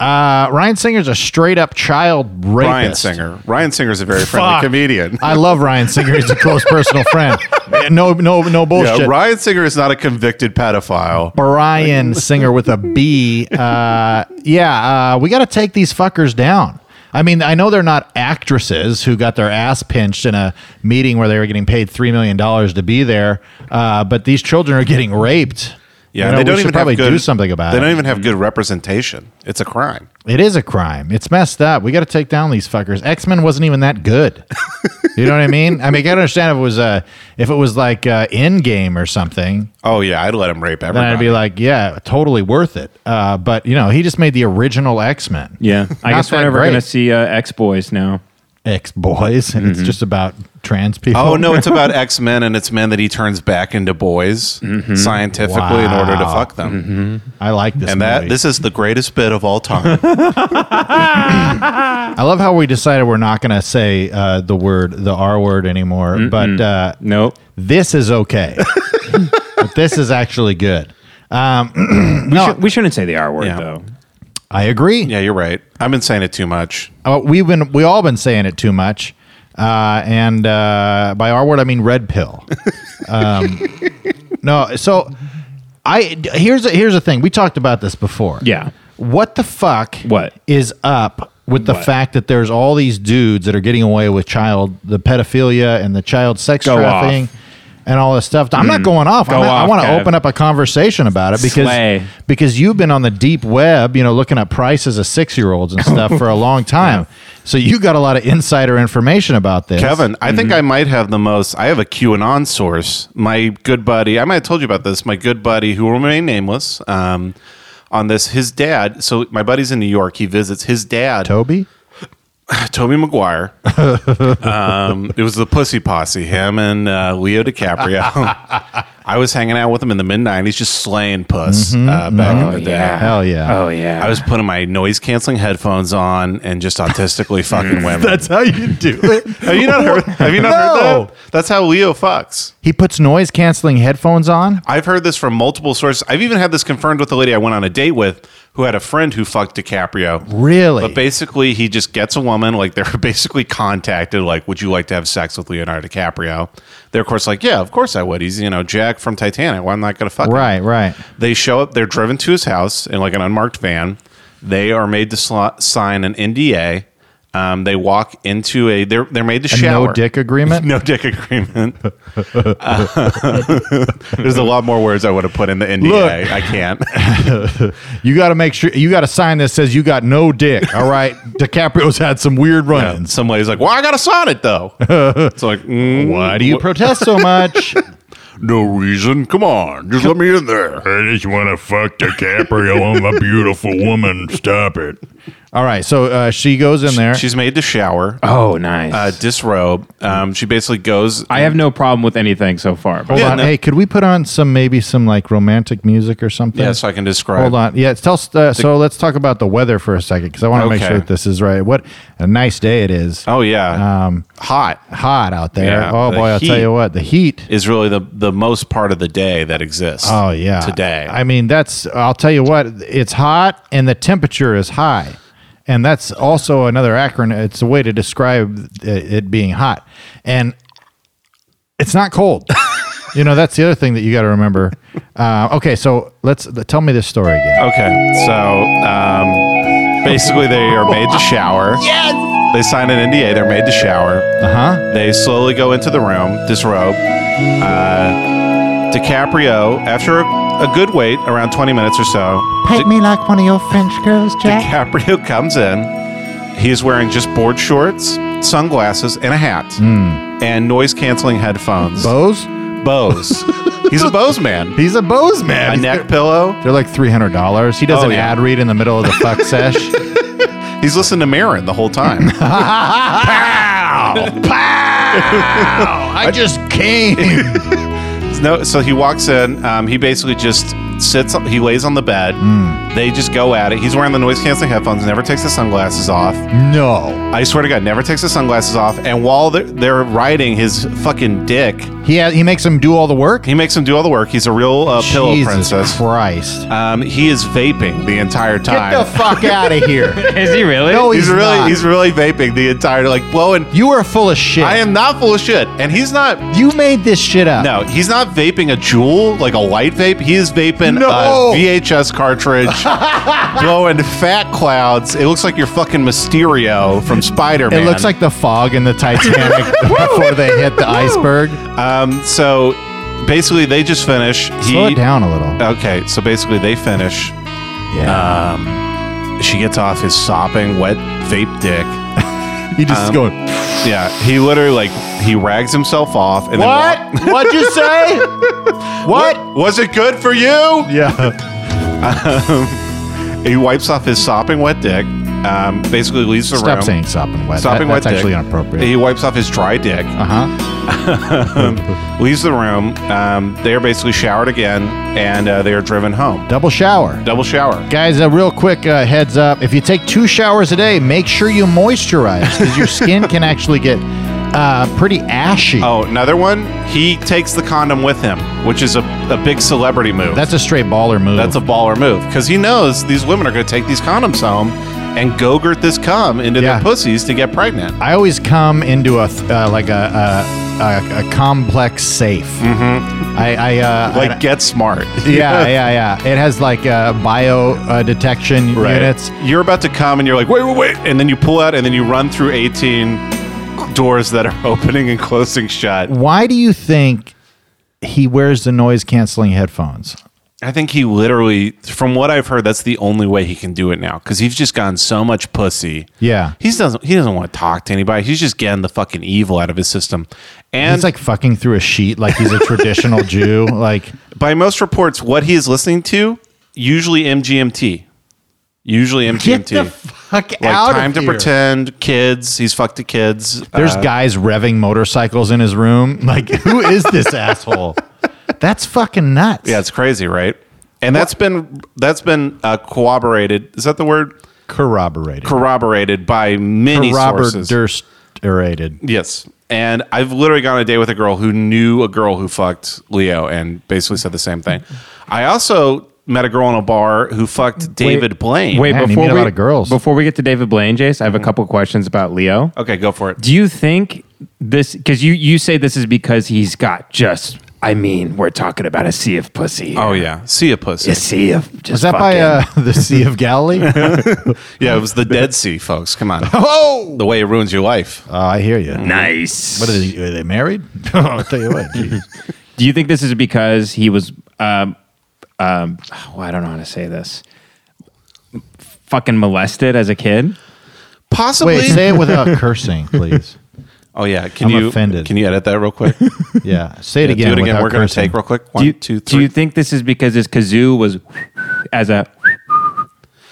Speaker 2: uh, Ryan Singer's a straight up child rapist.
Speaker 8: Ryan Singer. Ryan Singer's a very friendly
Speaker 2: Fuck.
Speaker 8: comedian.
Speaker 2: I love Ryan Singer. He's a close personal
Speaker 8: [laughs]
Speaker 2: friend. Man, No, no, no bullshit.
Speaker 8: Yeah, Ryan Singer is not a convicted pedophile.
Speaker 2: Brian Singer with a
Speaker 8: [laughs]
Speaker 2: B. Uh, yeah, uh, we got to take these fuckers down. I mean, I know they're not actresses who got their ass pinched in a meeting where they were getting paid three million dollars to be there, uh, but these children are getting raped.
Speaker 8: Yeah,
Speaker 2: You know,
Speaker 8: they
Speaker 2: we
Speaker 8: don't
Speaker 2: should
Speaker 8: even
Speaker 2: probably
Speaker 8: have good,
Speaker 2: do something about
Speaker 8: They
Speaker 2: it.
Speaker 8: don't even have good representation. It's a crime.
Speaker 2: it is a crime. It's messed up. We got to take down these fuckers. X Men wasn't even that
Speaker 8: [laughs]
Speaker 2: good. you know what I mean? I mean, I can understand if it was uh, if it was like uh, Endgame or something.
Speaker 8: Oh yeah, I'd let him rape
Speaker 2: then
Speaker 8: everybody.
Speaker 2: I'd be like, yeah, totally worth it. Uh, but you know, he just made the original X Men.
Speaker 7: Yeah. I
Speaker 2: Not
Speaker 7: guess we're
Speaker 2: that
Speaker 7: never
Speaker 2: great.
Speaker 7: gonna see uh, X Boys now.
Speaker 2: X Boys, [laughs] and it's just about trans people?
Speaker 8: Mm-hmm. Oh no, [laughs] it's about X Men and it's men that he turns back into boys scientifically in order to
Speaker 2: Wow.
Speaker 8: fuck them.
Speaker 2: I like this.
Speaker 8: And that
Speaker 2: movie.
Speaker 8: this is the greatest bit of all [laughs] time.
Speaker 2: I love how we decided we're not going to say uh, the word, the R word anymore. But uh,
Speaker 7: Nope.
Speaker 2: this is
Speaker 8: [laughs]
Speaker 2: okay. But this is actually good. Um, [clears throat] no,
Speaker 7: We shouldn't say the R word
Speaker 8: Yeah.
Speaker 7: though.
Speaker 2: I agree.
Speaker 8: yeah, you're right. I've been saying it too much.
Speaker 2: Uh, we've been we all been saying it too much, uh, and uh, by our word I mean red pill. um, no, so I here's a, here's the thing. We talked about this before.
Speaker 7: Yeah.
Speaker 2: What the fuck?
Speaker 7: What?
Speaker 2: is up with the fact that there's all these dudes that are getting away with child the pedophilia and the child sex
Speaker 7: Go
Speaker 2: trafficking?
Speaker 7: off. Mm.
Speaker 2: And all this stuff. I'm not going off. I'm
Speaker 7: Go
Speaker 2: not- I
Speaker 7: off,
Speaker 2: want to
Speaker 7: Kev.
Speaker 2: open up a conversation about it because
Speaker 7: Slay.
Speaker 2: because you've been on the deep web, you know, looking at prices of six year olds and stuff for a
Speaker 8: [laughs]
Speaker 2: long time. So you got a lot of insider information about this.
Speaker 8: Kevin, I think I might have the most. I have a QAnon source. My good buddy, I might have told you about this. My good buddy, who will remain nameless, um, on this, his dad. So my buddy's in New York. He visits his dad,
Speaker 2: Toby?
Speaker 8: Toby Maguire. [laughs] um, it was the Pussy Posse, him and uh, Leo DiCaprio. [laughs] I was hanging out with him in the mid '90s, just slaying puss uh, back in the day.
Speaker 2: Hell Mm-hmm. Oh, yeah.
Speaker 7: Oh yeah.
Speaker 8: I was putting my noise canceling headphones on and just
Speaker 2: [laughs]
Speaker 8: autistically fucking women.
Speaker 2: how you
Speaker 8: [laughs]
Speaker 2: do it.
Speaker 8: have you not heard? Have you not
Speaker 2: No.
Speaker 8: heard that? That's how Leo fucks.
Speaker 2: he puts noise canceling headphones on.
Speaker 8: I've heard this from multiple sources. I've even had this confirmed with a lady I went on a date with who had a friend who fucked DiCaprio.
Speaker 2: Really?
Speaker 8: But basically, he just gets a woman. Like they're [laughs] basically contacted. Like, would you like to have sex with Leonardo DiCaprio? They're of course like, yeah, of course I would. He's you know Jack from Titanic. Why am I going to fuck? him?
Speaker 2: Right, right.
Speaker 8: They show up. They're driven to his house in like an unmarked van. They are made to sli- sign an NDA. Um, they walk into a. They're they're made to
Speaker 2: A
Speaker 8: shower.
Speaker 2: no dick agreement.
Speaker 8: [laughs] No dick agreement. [laughs] Uh, there's a lot more words I would have put in the NDA.
Speaker 2: Look.
Speaker 8: I
Speaker 2: [laughs]
Speaker 8: can't.
Speaker 2: You got to make sure you got a sign that says you got no dick. All right. [laughs] DiCaprio's had some weird
Speaker 8: And
Speaker 2: run-ins.
Speaker 8: some lady's like, "Well, I got to sign
Speaker 2: [laughs]
Speaker 8: it though." It's like, mm,
Speaker 2: Why do you protest
Speaker 8: [laughs]
Speaker 2: so much?
Speaker 8: No reason. Come on, just let me in there.
Speaker 4: I just want to fuck DiCaprio. I'm a beautiful woman. Stop it.
Speaker 2: All right. So uh, she goes in there.
Speaker 8: She's made to shower,
Speaker 7: oh nice.
Speaker 8: uh, disrobe. Um, she basically goes.
Speaker 7: I have no problem with anything so far. but-
Speaker 2: Hold
Speaker 8: Yeah,
Speaker 2: on.
Speaker 8: no-
Speaker 2: Hey, could we put on some maybe some like romantic music or something?
Speaker 8: yeah, so I can describe.
Speaker 2: Hold on. Yeah, tell. us, Uh, so let's talk about the weather for a second because I want to make
Speaker 8: Okay.
Speaker 2: sure that this is right. What a nice day it is.
Speaker 8: Oh yeah,
Speaker 2: Um,
Speaker 8: hot
Speaker 2: hot out there.
Speaker 8: Yeah,
Speaker 2: oh
Speaker 8: the
Speaker 2: boy, I'll tell
Speaker 8: heat.
Speaker 2: you what. The heat.
Speaker 8: is really the the most part of the day that exists.
Speaker 2: Oh yeah.
Speaker 8: today.
Speaker 2: I mean, that's. I'll tell you what. It's hot and the temperature is high, and that's also another acronym. It's a way to describe it, it being hot, and it's not
Speaker 8: [laughs]
Speaker 2: cold. you know, that's the other thing that you got to remember. Uh, okay, so let's tell me this story again.
Speaker 8: Okay, so um, basically they are made to shower. Yes. They sign an NDA. They're made to shower.
Speaker 2: Uh huh.
Speaker 8: They slowly go into the room, disrobe. Uh, DiCaprio, after a, a good wait, around 20 minutes or so,
Speaker 2: Paint me like one of your French girls, Jack.
Speaker 8: DiCaprio comes in. He is wearing just board shorts, sunglasses, and a hat, and noise canceling headphones.
Speaker 2: Bose?
Speaker 8: Bose. He's a Bose man.
Speaker 2: He's a Bose man.
Speaker 8: A
Speaker 2: He's-
Speaker 8: neck pillow.
Speaker 2: They're like three hundred dollars. He does
Speaker 8: Oh,
Speaker 2: an
Speaker 8: yeah.
Speaker 2: ad read in the middle of the
Speaker 8: [laughs]
Speaker 2: fuck sesh.
Speaker 8: He's listening to Marin the whole time.
Speaker 2: [laughs] I just came.
Speaker 8: No, so he walks in. Um, he basically just sits. He lays on the bed. They just go at it. He's wearing the noise canceling headphones. Never takes the sunglasses off.
Speaker 2: [laughs] no,
Speaker 8: I swear to God, never takes the sunglasses off. And while they're, they're riding his fucking dick,
Speaker 2: he ha- he makes him do all the work.
Speaker 8: he makes him do all the work. He's a real uh, pillow
Speaker 2: Jesus
Speaker 8: princess.
Speaker 2: Christ!
Speaker 8: Um, he is vaping the entire time.
Speaker 2: Get the fuck out of here.
Speaker 7: [laughs]
Speaker 8: [laughs]
Speaker 7: Is he really?
Speaker 2: No,
Speaker 8: he's,
Speaker 2: he's
Speaker 8: really
Speaker 2: not.
Speaker 8: he's really vaping the entire like blowing.
Speaker 2: You are full of shit.
Speaker 8: I am not full of shit, and he's not.
Speaker 2: You made this shit up.
Speaker 8: No, he's not vaping a jewel like a light vape. He is vaping
Speaker 2: No.
Speaker 8: a VHS cartridge,
Speaker 2: [laughs]
Speaker 8: blowing fat clouds. It looks like you're fucking Mysterio from Spider
Speaker 2: It
Speaker 8: Man.
Speaker 2: looks like the fog in the Titanic
Speaker 8: [laughs]
Speaker 2: before they hit the iceberg.
Speaker 8: Um, so basically, they just finish.
Speaker 2: Slow it down a little.
Speaker 8: Okay, so basically, they finish. Um,
Speaker 2: Yeah.
Speaker 8: She gets off his sopping, wet vape dick.
Speaker 2: he just
Speaker 8: Um,
Speaker 2: is going.
Speaker 8: Yeah, he literally like he rags himself off. And
Speaker 2: What?
Speaker 8: Then,
Speaker 2: What'd you
Speaker 8: [laughs]
Speaker 2: say? what?
Speaker 8: was it good for you? [laughs]
Speaker 2: Yeah.
Speaker 8: He wipes off his sopping wet dick. Um, basically leaves the
Speaker 2: Stop
Speaker 8: room.
Speaker 2: saying sopping wet.
Speaker 8: Stopping
Speaker 2: That- that's
Speaker 8: wet
Speaker 2: actually
Speaker 8: dick. Mm-hmm.
Speaker 2: inappropriate.
Speaker 8: He wipes off his dry dick,
Speaker 2: Uh huh.
Speaker 8: leaves the room. Um, they are basically showered again, and uh, they are driven home.
Speaker 2: Double shower.
Speaker 8: Double shower.
Speaker 2: Guys, a real quick uh, heads up. If you take two showers a day, make sure you moisturize because your skin can actually get uh, pretty ashy.
Speaker 8: Oh, another one. He takes the condom with him, which is a, a big celebrity move.
Speaker 2: That's a straight baller move.
Speaker 8: That's a baller move because he knows these women are going to take these condoms home and gogurt this cum into
Speaker 2: Yeah.
Speaker 8: their pussies to get pregnant.
Speaker 2: I always come into a th- uh, like a a, a, a complex safe. Mm-hmm. I, I uh,
Speaker 8: Like,
Speaker 2: I-
Speaker 8: get
Speaker 2: [laughs]
Speaker 8: smart. [laughs]
Speaker 2: yeah, yeah, yeah. It has like uh, bio uh, detection units.
Speaker 8: You're about to come and you're like, wait, wait, wait. And then you pull out and then you run through 18 doors that are [laughs] opening and closing shut.
Speaker 2: Why do you think he wears the noise canceling headphones?
Speaker 8: I think he literally, from what I've heard, that's the only way he can do it now because he's just gotten so much pussy.
Speaker 2: Yeah.
Speaker 8: He doesn't. He doesn't want to talk to anybody. He's just getting the fucking evil out of his system, and
Speaker 2: He's like fucking through a sheet like he's a traditional Jew. Like
Speaker 8: by most reports, what he is listening to usually MGMT, usually MGMT,
Speaker 2: fuck
Speaker 8: like Time to Pretend, Uh, Kids. He's fucked to kids.
Speaker 2: There's guys revving motorcycles in his room. Like, who is
Speaker 8: [laughs]
Speaker 2: this asshole? That's fucking nuts.
Speaker 8: yeah, it's crazy, right? And that's been that's been uh, corroborated. Is that the word?
Speaker 2: corroborated.
Speaker 8: Corroborated by many sources.
Speaker 2: Durst-erated.
Speaker 8: Yes. And I've literally gone on a date with a girl who knew a girl who fucked Leo and basically said the same thing. I also met a girl in a bar who fucked David Blaine.
Speaker 7: Wait,
Speaker 2: Man, you
Speaker 7: before
Speaker 2: meet a
Speaker 7: we
Speaker 2: lot of girls.
Speaker 7: before we get to David Blaine, Jace, I have a couple questions about Leo.
Speaker 8: Okay, go for it.
Speaker 7: Do you think this? Because you you say this is because he's got just. I mean, we're talking about a sea of pussy.
Speaker 8: Oh, yeah. See a pussy.
Speaker 7: a sea of just.
Speaker 2: Is that by uh, the Sea of
Speaker 8: [laughs]
Speaker 2: Galilee?
Speaker 8: Yeah, it was the Dead Sea, folks. Come on.
Speaker 2: [laughs] oh,
Speaker 8: The way it ruins your life.
Speaker 2: Oh, I hear you.
Speaker 7: nice?
Speaker 2: What are they, are they
Speaker 8: [laughs]
Speaker 2: married? [laughs] Oh, I'll tell you what. geez.
Speaker 7: Do you think this is because he was? Um, um, oh, I don't know how to say this. Fucking molested as a kid.
Speaker 8: Possibly.
Speaker 2: Wait, say it without cursing, please.
Speaker 8: oh, yeah. Can
Speaker 2: I'm
Speaker 8: you
Speaker 2: offended.
Speaker 8: Can you edit that real quick?
Speaker 2: Yeah, [laughs] say it
Speaker 8: Yeah,
Speaker 2: again.
Speaker 8: do it again.
Speaker 2: without
Speaker 8: We're going to
Speaker 2: cursing.
Speaker 8: take real quick.
Speaker 7: Do you,
Speaker 8: One, two, three.
Speaker 7: do you think this is because his kazoo was as a?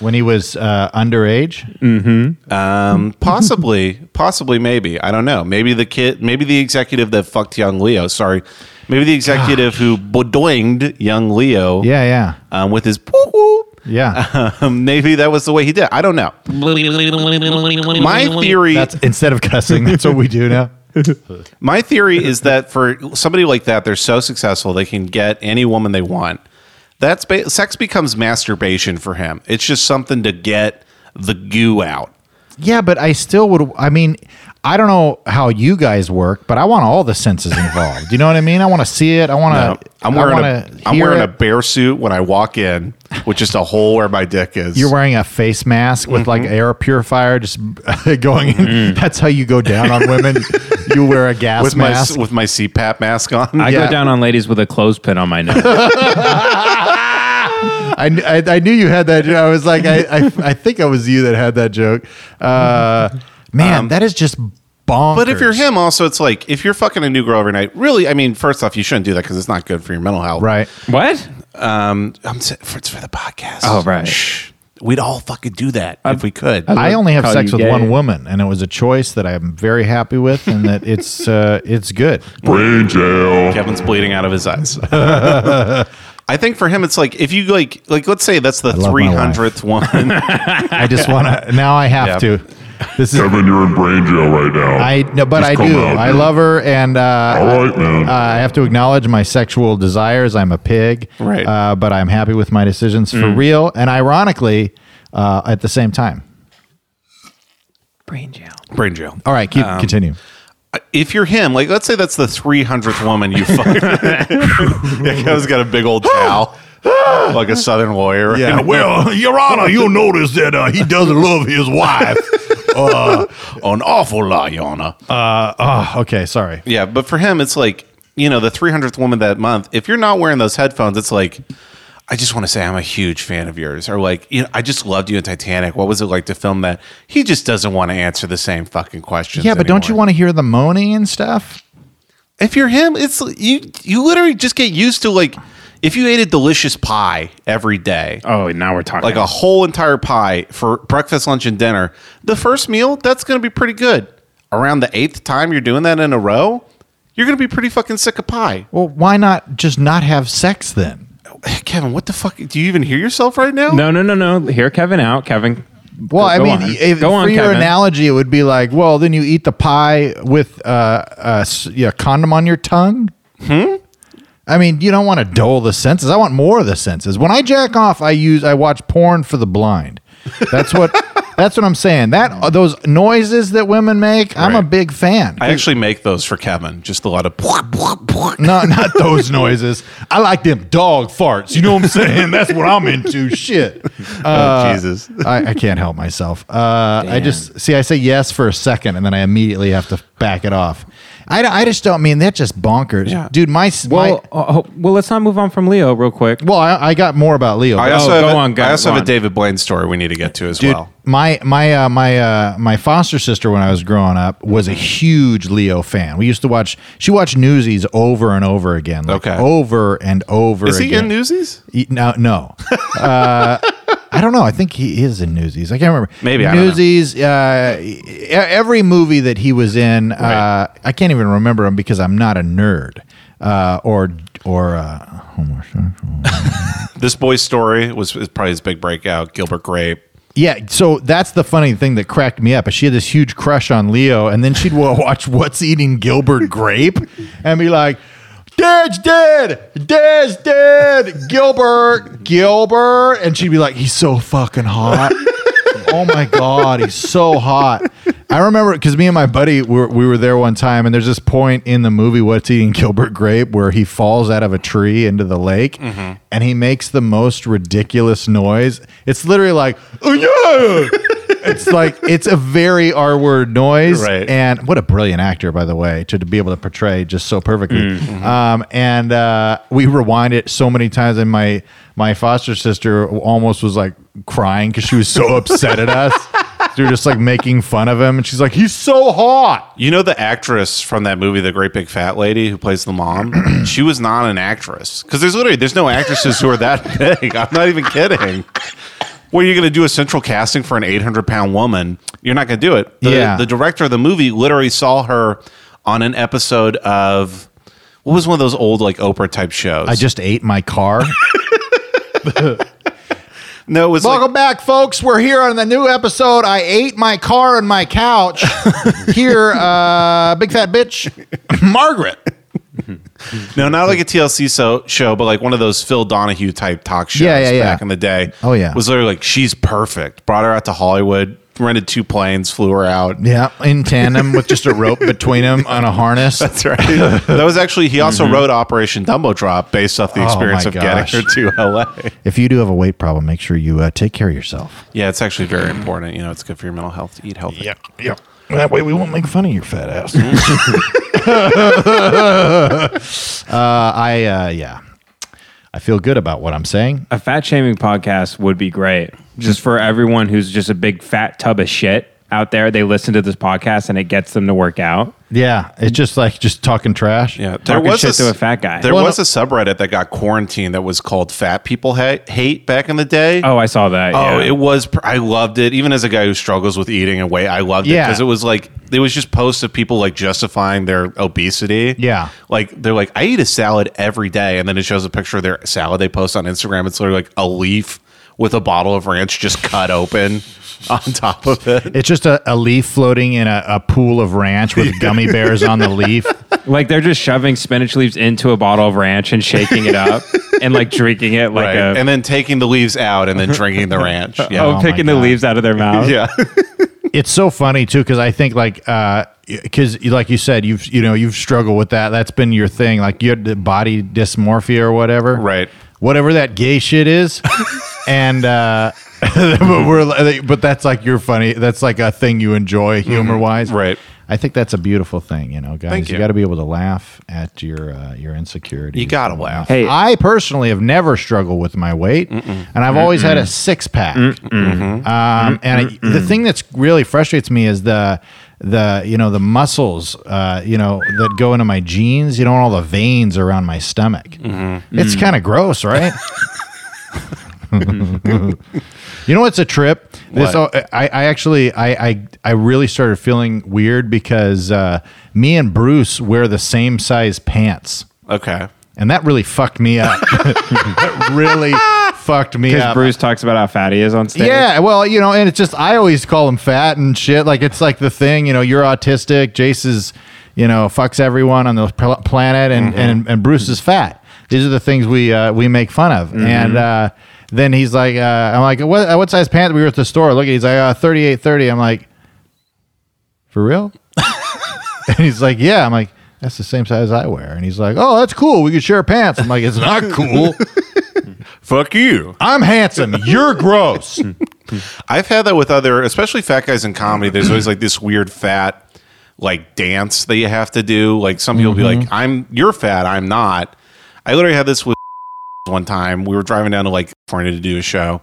Speaker 2: When he was uh, underage,
Speaker 8: Mm-hmm. Um, possibly, possibly, maybe. I don't know. Maybe the kid, maybe the executive that fucked young Leo. Sorry, maybe the executive who bodoinged young Leo.
Speaker 2: yeah, yeah,
Speaker 8: Um, with his poo poo.
Speaker 2: yeah.
Speaker 8: Um, maybe that was the way he did. it. I don't know. My theory,
Speaker 2: That's instead of cussing, that's what we [laughs] do now.
Speaker 8: my theory is that for somebody like that, they're so successful they can get any woman they want. That's ba- sex becomes masturbation for him. It's just something to get the goo out.
Speaker 2: Yeah, but I still would. I mean, I don't know how you guys work, but I want all the senses involved. You know what I mean? I want to see it. I want
Speaker 8: No,
Speaker 2: to.
Speaker 8: I'm
Speaker 2: I
Speaker 8: wearing
Speaker 2: wanna
Speaker 8: a I'm
Speaker 2: hear
Speaker 8: wearing a
Speaker 2: it.
Speaker 8: bear suit when I walk in, with just a hole where my dick is.
Speaker 2: You're wearing a face mask with like
Speaker 8: Mm-hmm.
Speaker 2: air purifier, just [laughs] going in. That's how you go down on
Speaker 8: [laughs]
Speaker 2: women. you wear a gas
Speaker 8: Mm. with my
Speaker 2: mask.
Speaker 8: with my CPAP mask on.
Speaker 7: I
Speaker 2: Yeah.
Speaker 7: go down on ladies with a clothespin on my nose.
Speaker 2: I, kn- I, I knew you had that. jo- I was like, I, I, I think I was you that had that joke.
Speaker 8: [laughs]
Speaker 2: Uh, man, that is just bonkers.
Speaker 8: Um, but if you're him, also it's like if you're fucking a new girl every night. Really, I mean, first off, you shouldn't do that because it's not good for your mental health.
Speaker 2: right?
Speaker 7: what?
Speaker 8: Um, I'm sa- for, it's for the podcast.
Speaker 7: Oh, right.
Speaker 8: Shh. We'd all fucking do that if we could.
Speaker 2: I only have
Speaker 7: call
Speaker 2: sex
Speaker 7: you
Speaker 2: with
Speaker 7: gay.
Speaker 2: one woman, and it was a choice that I'm very happy with, and that it's uh, it's good.
Speaker 4: Brain jail.
Speaker 8: Kevin's bleeding out of
Speaker 2: [laughs]
Speaker 8: his eyes. I think for him, it's like if you like, like let's say that's the
Speaker 2: love my
Speaker 8: three
Speaker 2: wife.
Speaker 8: hundredth one.
Speaker 2: [laughs] I just want to. Now I have
Speaker 8: Yeah.
Speaker 2: to. This is.
Speaker 4: Kevin, you're in brain jail right now.
Speaker 2: I no, but
Speaker 4: Just
Speaker 2: I
Speaker 4: come
Speaker 2: do.
Speaker 4: out,
Speaker 2: I
Speaker 4: dude.
Speaker 2: love her, and uh,
Speaker 4: All right, man.
Speaker 2: uh, I have to acknowledge my sexual desires. I'm a pig,
Speaker 8: Right.
Speaker 2: Uh, but I'm happy with my decisions for real, and ironically, uh, at the same time.
Speaker 7: Brain jail.
Speaker 8: Brain jail.
Speaker 2: All right, keep continue.
Speaker 8: if you're him, like let's say that's the 300th woman
Speaker 2: [laughs]
Speaker 8: you fuck. yeah, Kevin's got a big old
Speaker 2: [gasps]
Speaker 8: towel, like a Southern lawyer.
Speaker 2: Yeah.
Speaker 4: Well, Your Honor, you'll notice that uh, he doesn't love his wife.
Speaker 8: an awful lot, Your Honor.
Speaker 2: [laughs] Oh, okay, sorry.
Speaker 8: yeah, but for him, it's like you know the 300th woman that month. If you're not wearing those headphones, it's like. I just want to say I'm a huge fan of yours, or like, you know, I just loved you in Titanic. What was it like to film that? He just doesn't want to answer the same fucking questions.
Speaker 2: Yeah, but don't you
Speaker 8: anymore.
Speaker 2: want to hear the moaning and stuff?
Speaker 8: If you're him, it's you. You literally just get used to like. if you ate a delicious pie every day,
Speaker 7: Oh, now we're talking.
Speaker 8: like a whole entire pie for breakfast, lunch, and dinner, the first meal, that's going to be pretty good. Around the eighth time you're doing that in a row, you're going to be pretty fucking sick of pie.
Speaker 2: Well, why not just not have sex then?
Speaker 8: [sighs] Kevin, what the fuck? Do you even hear yourself right now?
Speaker 7: no, no, no, no. Hear Kevin out, Kevin.
Speaker 2: Well, I
Speaker 7: go
Speaker 2: mean,
Speaker 7: on.
Speaker 2: if,
Speaker 7: Go
Speaker 2: for
Speaker 7: on,
Speaker 2: your
Speaker 7: Kevin.
Speaker 2: analogy, it would be like, well, then you eat the pie with uh, a s- yeah, condom on your tongue. Hmm. I mean, you don't want to dull the senses. I want more of the senses. When I jack off, I use I watch porn for the blind. That's
Speaker 7: [laughs]
Speaker 2: what. that's what I'm saying. That those noises that women make, I'm a big fan.
Speaker 8: I actually make those for Kevin. Just a lot of. [laughs]
Speaker 2: No, not those [laughs] noises. I like them dog farts. You know what I'm saying? [laughs] That's what I'm into.
Speaker 8: [laughs]
Speaker 2: Shit. Uh,
Speaker 8: Oh, Jesus.
Speaker 2: [laughs] I, I can't help myself. Uh, I just see. I say yes for a second, and then I immediately have to back it off. I, d- I just don't mean that. Just bonkers, dude. My s- my-
Speaker 7: Well, uh, oh, well, let's not move on from Leo real quick.
Speaker 2: well, I, I got more about Leo.
Speaker 8: I
Speaker 2: but-
Speaker 8: also,
Speaker 7: Oh,
Speaker 8: have,
Speaker 7: go
Speaker 8: a-
Speaker 7: on, go
Speaker 8: I also have
Speaker 7: on.
Speaker 8: a David Blaine story we need to get to as well.
Speaker 2: my my uh, my uh, my foster sister when I was growing up was a huge Leo fan. We used to watch. She watched Newsies over and over again. like,
Speaker 8: Okay.
Speaker 2: over and over.
Speaker 8: Is he
Speaker 2: again.
Speaker 8: in Newsies?
Speaker 2: He- No,
Speaker 8: [laughs]
Speaker 2: no. Uh, I don't know. I think he is in Newsies. I can't remember.
Speaker 8: Maybe, I don't know.
Speaker 2: Newsies. Uh, e- every movie that he was in, uh, I can't even remember him because I'm not a nerd uh, or or uh, homosexual.
Speaker 8: This boy's story was is probably his big breakout. Gilbert Grape.
Speaker 2: Yeah, so that's the funny thing that cracked me up. Is she had this huge crush on Leo, and then she'd wa- watch What's Eating Gilbert Grape and be like, Dad's dead! Dad's dead! Gilbert! Gilbert! And she'd be like, He's so fucking
Speaker 8: [laughs]
Speaker 2: hot. oh my God, he's so hot. I remember because me and my buddy were, we were there one time, and there's this point in the movie What's Eating Gilbert Grape where he falls out of a tree into the lake, and he makes the most ridiculous noise. It's literally like, oh yeah. It's like it's a very R word noise,
Speaker 8: Right.
Speaker 2: and what a brilliant actor, by the way, to, to be able to portray just so perfectly. Um, and uh, we rewind it so many times, and my my foster sister almost was like crying because she was so upset at [laughs] us. They were just like making fun of him, and she's like, "He's so hot."
Speaker 8: You know the actress from that movie, The Great Big Fat Lady, who plays
Speaker 2: [clears throat]
Speaker 8: the mom? she was not an actress. Because there's literally there's no actresses who are that [laughs] big. I'm not even kidding. What are you going to do a central casting for an 800 pound woman? You're not going to do it. The,
Speaker 2: Yeah.
Speaker 8: the director of the movie literally saw her on an episode of what was one of those old like Oprah type shows.
Speaker 2: I just ate my [laughs] car.
Speaker 8: no, it was like,
Speaker 2: Welcome back, folks. We're here on the new episode. I ate my car and my couch. [laughs] here, uh, big fat [laughs] bitch, Margaret.
Speaker 8: No, not like a TLC so, show, but like one of those Phil Donahue type talk shows
Speaker 2: Yeah, yeah,
Speaker 8: back
Speaker 2: yeah.
Speaker 8: in the day.
Speaker 2: Oh, yeah.
Speaker 8: Was literally like, she's perfect. Brought her out to Hollywood, rented two planes, flew
Speaker 2: [laughs]
Speaker 8: her out.
Speaker 2: Yeah, in tandem with just a [laughs] rope between them on a harness.
Speaker 8: That's right. that was actually, he also wrote Operation Dumbo Drop based off the
Speaker 2: Mm-hmm. Oh,
Speaker 8: experience
Speaker 2: my
Speaker 8: of getting her
Speaker 2: gosh.
Speaker 8: to LA.
Speaker 2: If you do have a weight problem, make sure you uh, take care of yourself.
Speaker 8: Yeah, it's actually very important. You know, it's good for your mental health to eat healthy. Yeah.
Speaker 2: yeah. That way we won't make fun of your fat ass. [laughs] uh, I uh, yeah, I feel good about what I'm saying.
Speaker 7: A fat shaming podcast would be great, just for everyone who's just a big fat tub of shit out there. They listen to this podcast and it gets them to work out.
Speaker 2: Yeah, it's just like just talking trash.
Speaker 8: Yeah, there
Speaker 7: Talking
Speaker 8: was
Speaker 7: shit
Speaker 8: a,
Speaker 7: to a fat guy.
Speaker 8: There
Speaker 2: Well,
Speaker 8: was a subreddit that got quarantined that was called "Fat People Ha- Hate" back in the day.
Speaker 7: oh, I saw that.
Speaker 8: Oh,
Speaker 7: yeah.
Speaker 8: it was. pr- I loved it. Even as a guy who struggles with eating and weight, I loved it
Speaker 2: Yeah.
Speaker 8: because it was like it was just posts of people like justifying their obesity.
Speaker 2: Yeah.
Speaker 8: like they're like, I eat a salad every day, and then it shows a picture of their salad they post on Instagram. It's literally like a leaf with a bottle of ranch just cut open [laughs] on top of it.
Speaker 2: It's just a, a leaf floating in a, a pool of ranch with gummy bears on the leaf.
Speaker 7: like they're just shoving spinach leaves into a bottle of ranch and shaking it up and like drinking it like
Speaker 8: Right.
Speaker 7: a.
Speaker 8: and then taking the leaves out and then drinking the ranch. Yeah.
Speaker 7: Oh,
Speaker 2: my
Speaker 7: picking the
Speaker 2: God.
Speaker 7: leaves out of their mouth.
Speaker 8: [laughs] Yeah.
Speaker 2: it's so funny too because I think like uh 'cause because like you said you've you know you've struggled with that that's been your thing like you had the body dysmorphia or whatever
Speaker 8: Right.
Speaker 2: whatever that gay shit
Speaker 8: [laughs]
Speaker 2: is and uh [laughs] but we're like- but that's like your funny that's like a thing you enjoy humor wise
Speaker 8: Mm-hmm. Right.
Speaker 2: I think that's a beautiful thing you know guys
Speaker 8: Thank
Speaker 2: you,
Speaker 8: you.
Speaker 2: got to be able to laugh at your uh, your insecurities
Speaker 8: You gotta laugh.
Speaker 7: Hey.
Speaker 2: I personally have never struggled with my weight, and I've always had a six pack. Um, and it- the thing that's really frustrates me is the the you know the muscles uh, you know that go into my jeans. You know all the veins around my stomach. It's kind of gross, right? you know what's a trip? This oh, I, I actually I, I I really started feeling weird because uh, me and Bruce wear the same size pants,
Speaker 8: Okay.
Speaker 2: and that really fucked me up. [laughs] That really fucked me
Speaker 7: Because
Speaker 2: up.
Speaker 7: Bruce talks about how fat he is on stage.
Speaker 2: Yeah, well, you know, and it's just I always call him fat and shit. Like it's like the thing, you know, you're autistic. Jace is, you know, fucks everyone on the pl- planet, and and and Bruce is fat. These are the things we uh, we make fun of, and. uh then he's like, uh, I'm like, what, uh, what size pants we were at the store? Look, at he's like, uh, 38, 30. I'm like, for real? and he's like, yeah. I'm like, that's the same size I wear. And he's like, oh, that's cool. We could share pants. I'm like, it's not cool.
Speaker 8: Fuck you.
Speaker 2: I'm handsome. You're gross.
Speaker 8: I've had that with other, especially fat guys in comedy. There's always like this weird fat like dance that you have to do. Like some people be like, "I'm you're fat, I'm not." I literally had this with [laughs] one time. We were driving down to like California to do a show,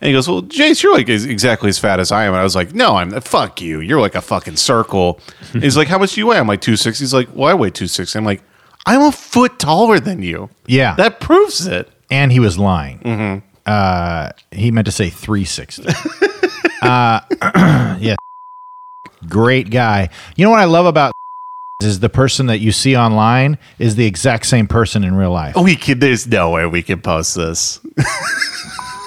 Speaker 8: and he goes, "Well, Jace, you're like as- exactly as fat as I am." And I was like, "No, I'm fuck you. You're like a fucking [laughs] circle." And he's like, "How much do you weigh?" I'm like two sixty. He's like, "Well, I weigh two sixty. I'm like, "I'm a foot taller than you."
Speaker 2: Yeah.
Speaker 8: that proves it.
Speaker 2: and he was lying. Uh, he meant to say 360. [laughs] uh, [clears throat] yeah. Great guy. You know what I love about [laughs] is the person that you see online is the exact same person in real life.
Speaker 8: We could. There's no way we can post this.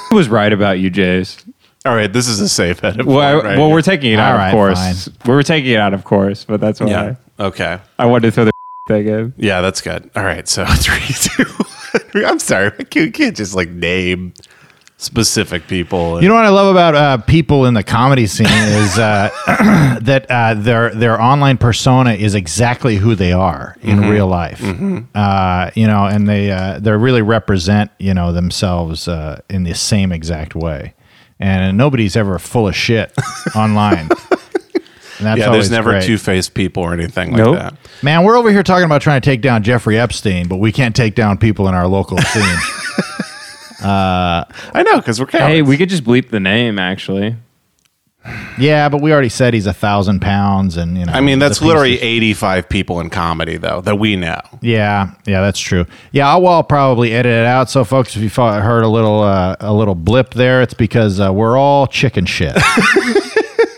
Speaker 7: He was right about you, Jace.
Speaker 8: All right, this is a safe edit.
Speaker 7: Well, I,
Speaker 8: point right
Speaker 7: well
Speaker 8: here.
Speaker 7: we're taking it out,
Speaker 2: All
Speaker 7: of
Speaker 2: right,
Speaker 7: course. We were taking it out, of course, but that's why
Speaker 8: Yeah. Okay.
Speaker 7: I wanted to throw the [laughs] thing in.
Speaker 8: Yeah, that's good. All right. So [laughs] three, two, one. I'm sorry. I can't, can't just like name specific people.
Speaker 2: You know what I love about uh, people in the comedy scene is uh, [clears throat] that uh, their their online persona is exactly who they are in
Speaker 8: Mm-hmm.
Speaker 2: real life. Uh, you know, and they uh, they really represent you know themselves uh, in the same exact way. And nobody's ever full of
Speaker 8: [laughs]
Speaker 2: shit online. And that's
Speaker 8: yeah,
Speaker 2: always
Speaker 8: there's never
Speaker 2: great.
Speaker 8: two faced people or anything like
Speaker 7: Nope.
Speaker 8: that.
Speaker 2: Man, we're over here talking about trying to take down Jeffrey Epstein, but we can't take down people in our local scene.
Speaker 8: [laughs] I know because we're cowards.
Speaker 7: Hey, we could just bleep the name, actually.
Speaker 2: yeah, but we already said he's a thousand pounds, and you know.
Speaker 8: I mean,
Speaker 2: the
Speaker 8: that's
Speaker 2: piece of
Speaker 8: literally 85 people in comedy though that we know.
Speaker 2: Yeah, yeah, that's true. Yeah, I'll, well, I'll probably edit it out. So, folks, if you fo- heard a little uh, a little blip there, it's because uh, we're all chicken
Speaker 8: [laughs]
Speaker 2: shit.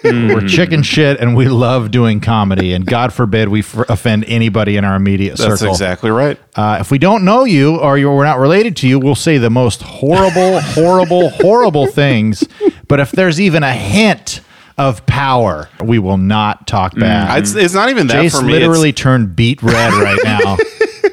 Speaker 8: Mm.
Speaker 2: we're chicken shit, and we love doing comedy. And God forbid we f- offend anybody in our immediate
Speaker 8: That's
Speaker 2: circle.
Speaker 8: exactly right.
Speaker 2: Uh, if we don't know you or you're, we're not related to you, we'll say the most
Speaker 8: [laughs]
Speaker 2: horrible, horrible, horrible things. But if there's even a hint of power, we will not talk back.
Speaker 8: I- It's, it's not even Mm, that
Speaker 2: Uh-huh. Jace
Speaker 8: for me.
Speaker 2: literally turned beat red right now.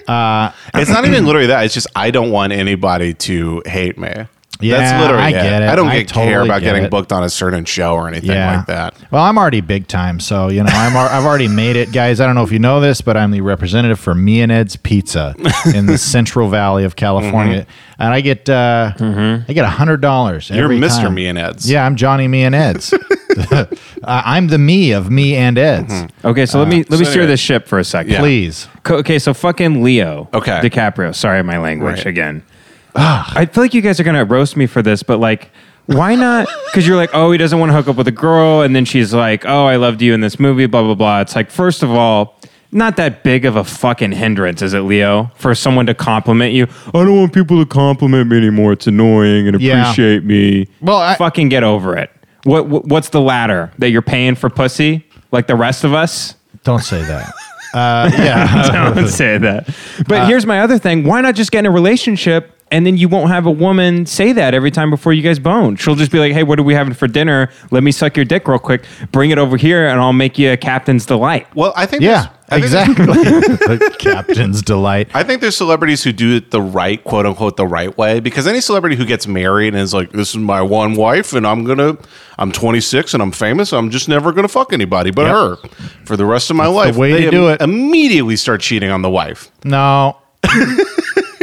Speaker 8: It's, it's not even literally that. It's just I don't want anybody to hate me.
Speaker 2: Yeah,
Speaker 8: that's literally
Speaker 2: I get it.
Speaker 8: I don't
Speaker 2: I
Speaker 8: get- care
Speaker 2: totally
Speaker 8: about
Speaker 2: get
Speaker 8: getting
Speaker 2: it.
Speaker 8: booked on a certain show or anything like that.
Speaker 2: Well, I'm already big time, so you know I'm al- I've already made it, guys. I don't know if you know this, but I'm the representative for Me and Ed's Pizza in
Speaker 8: [laughs]
Speaker 2: the Central Valley of California, and I get uh, I get hundred dollars.
Speaker 8: Mm-hmm. You're Mr. Me and Ed's.
Speaker 2: Yeah, I'm Johnny Me and
Speaker 8: [laughs]
Speaker 2: Ed's. [laughs] uh, I'm the me of Me and Ed's.
Speaker 7: Okay, Uh, so let me let me steer
Speaker 8: anyway.
Speaker 7: this ship for a second.
Speaker 8: Mm-hmm. Yeah.
Speaker 2: Please,
Speaker 7: Co- okay, so fucking Leo.
Speaker 8: Okay.
Speaker 7: DiCaprio. Sorry, my language
Speaker 8: Right.
Speaker 7: again. I feel like you guys are gonna roast me for this, but like, why [laughs] not? Because you're like, oh, he doesn't want to hook up with a girl, and then she's like, oh, I loved you in this movie, blah blah blah. It's like, first of all. Not that big of a fucking hindrance, is it, Leo? For someone to compliment you, I don't want people to compliment me anymore. It's annoying and
Speaker 2: Yeah.
Speaker 7: appreciate me.
Speaker 2: Well, I-
Speaker 7: fucking get over it. What, what what's the ladder that you're paying for pussy, like the rest of us?
Speaker 2: don't say
Speaker 8: [laughs]
Speaker 2: that. Uh, yeah,
Speaker 7: don't say that. But here's my other thing. Why not just get in a relationship and then you won't have a woman say that every time before you guys bone? She'll just be like, hey, what are we having for dinner? Let me suck your dick real quick. Bring it over here and I'll make you a captain's delight.
Speaker 8: Well, I think
Speaker 2: yeah,
Speaker 8: there's- I think there's-
Speaker 2: exactly.
Speaker 8: [laughs]
Speaker 2: Captain's delight.
Speaker 8: I think there's celebrities who do it the right, quote unquote, the right way. Because any celebrity who gets married and is like, "This is my one wife, and I'm gonna, I'm 26 and I'm famous. I'm just never gonna fuck anybody but her for the rest of my life."
Speaker 2: way to
Speaker 8: they
Speaker 2: do it.
Speaker 8: Immediately start cheating on the wife.
Speaker 2: No. [laughs]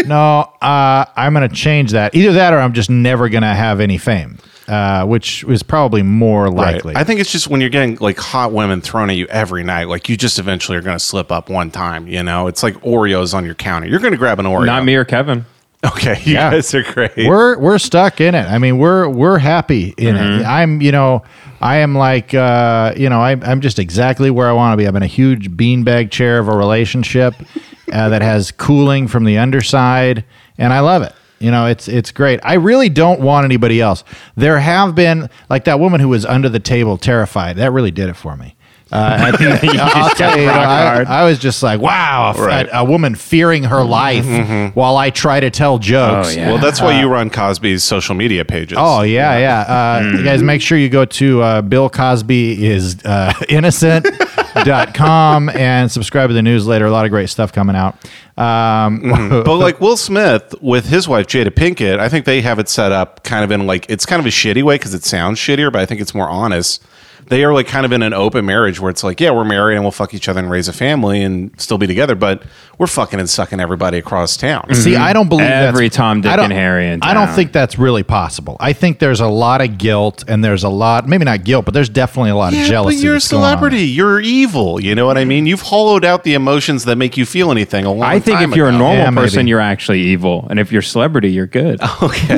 Speaker 2: no, uh, I'm going to change that. Either that or I'm just never going to have any fame, uh, which is probably more likely.
Speaker 8: I think it's just when you're getting like hot women thrown at you every night, like you just eventually are gonna slip up one time. You know, it's like Oreos on your counter. You're gonna grab an Oreo.
Speaker 7: Not me or Kevin.
Speaker 8: [laughs] Okay, you
Speaker 2: Yeah.
Speaker 8: guys are great.
Speaker 2: we're we're stuck in it. I mean, we're we're happy in it. I'm, you know, I am like, uh, you know, I, I'm just exactly where I want to be. I'm in a huge beanbag chair of a relationship [laughs] uh, that has cooling from the underside, and I love it. You know, it's it's great. I really don't want anybody else. There have been like that woman who was under the table, terrified. That really did it for me. Uh, at the- I'll tell you, I, I was just like, wow, a,
Speaker 8: Right.
Speaker 2: a woman fearing her life while I try to tell jokes.
Speaker 7: yeah.
Speaker 8: Well, that's why you run Cosby's social media pages.
Speaker 2: Oh yeah, yeah. Uh,
Speaker 7: Hmm.
Speaker 2: you guys, make sure you go to uh, Bill Cosby is uh, [laughs] innocent.com and subscribe to the newsletter. A lot of great stuff coming out. Um,
Speaker 7: Hmm.
Speaker 8: But like Will Smith with his wife Jada Pinkett, I think they have it set up kind of in like it's kind of a shitty way because it sounds shittier, but I think it's more honest. They are like kind of in an open marriage where it's like, yeah, we're married and we'll fuck each other and raise a family and still be together, but we're fucking and sucking everybody across town.
Speaker 2: [laughs]
Speaker 7: Mm-hmm.
Speaker 2: See, I don't believe
Speaker 7: Every
Speaker 2: that's,
Speaker 7: Tom, Dick,
Speaker 2: I don't-
Speaker 7: and Harry in
Speaker 2: I don't
Speaker 7: town.
Speaker 2: think that's really possible. I think there's a lot of guilt, and there's a lot, maybe not guilt, but there's definitely a lot of jealousy.
Speaker 8: but you're a
Speaker 2: that's going on.
Speaker 8: celebrity. You're evil. You know what I mean? You've hollowed out the emotions that make you feel anything. A long
Speaker 7: I think
Speaker 8: time
Speaker 7: if you're a
Speaker 8: ago.
Speaker 7: normal
Speaker 2: Yeah,
Speaker 7: person,
Speaker 2: maybe.
Speaker 7: you're actually evil, and if you're a celebrity, you're good.
Speaker 8: [laughs]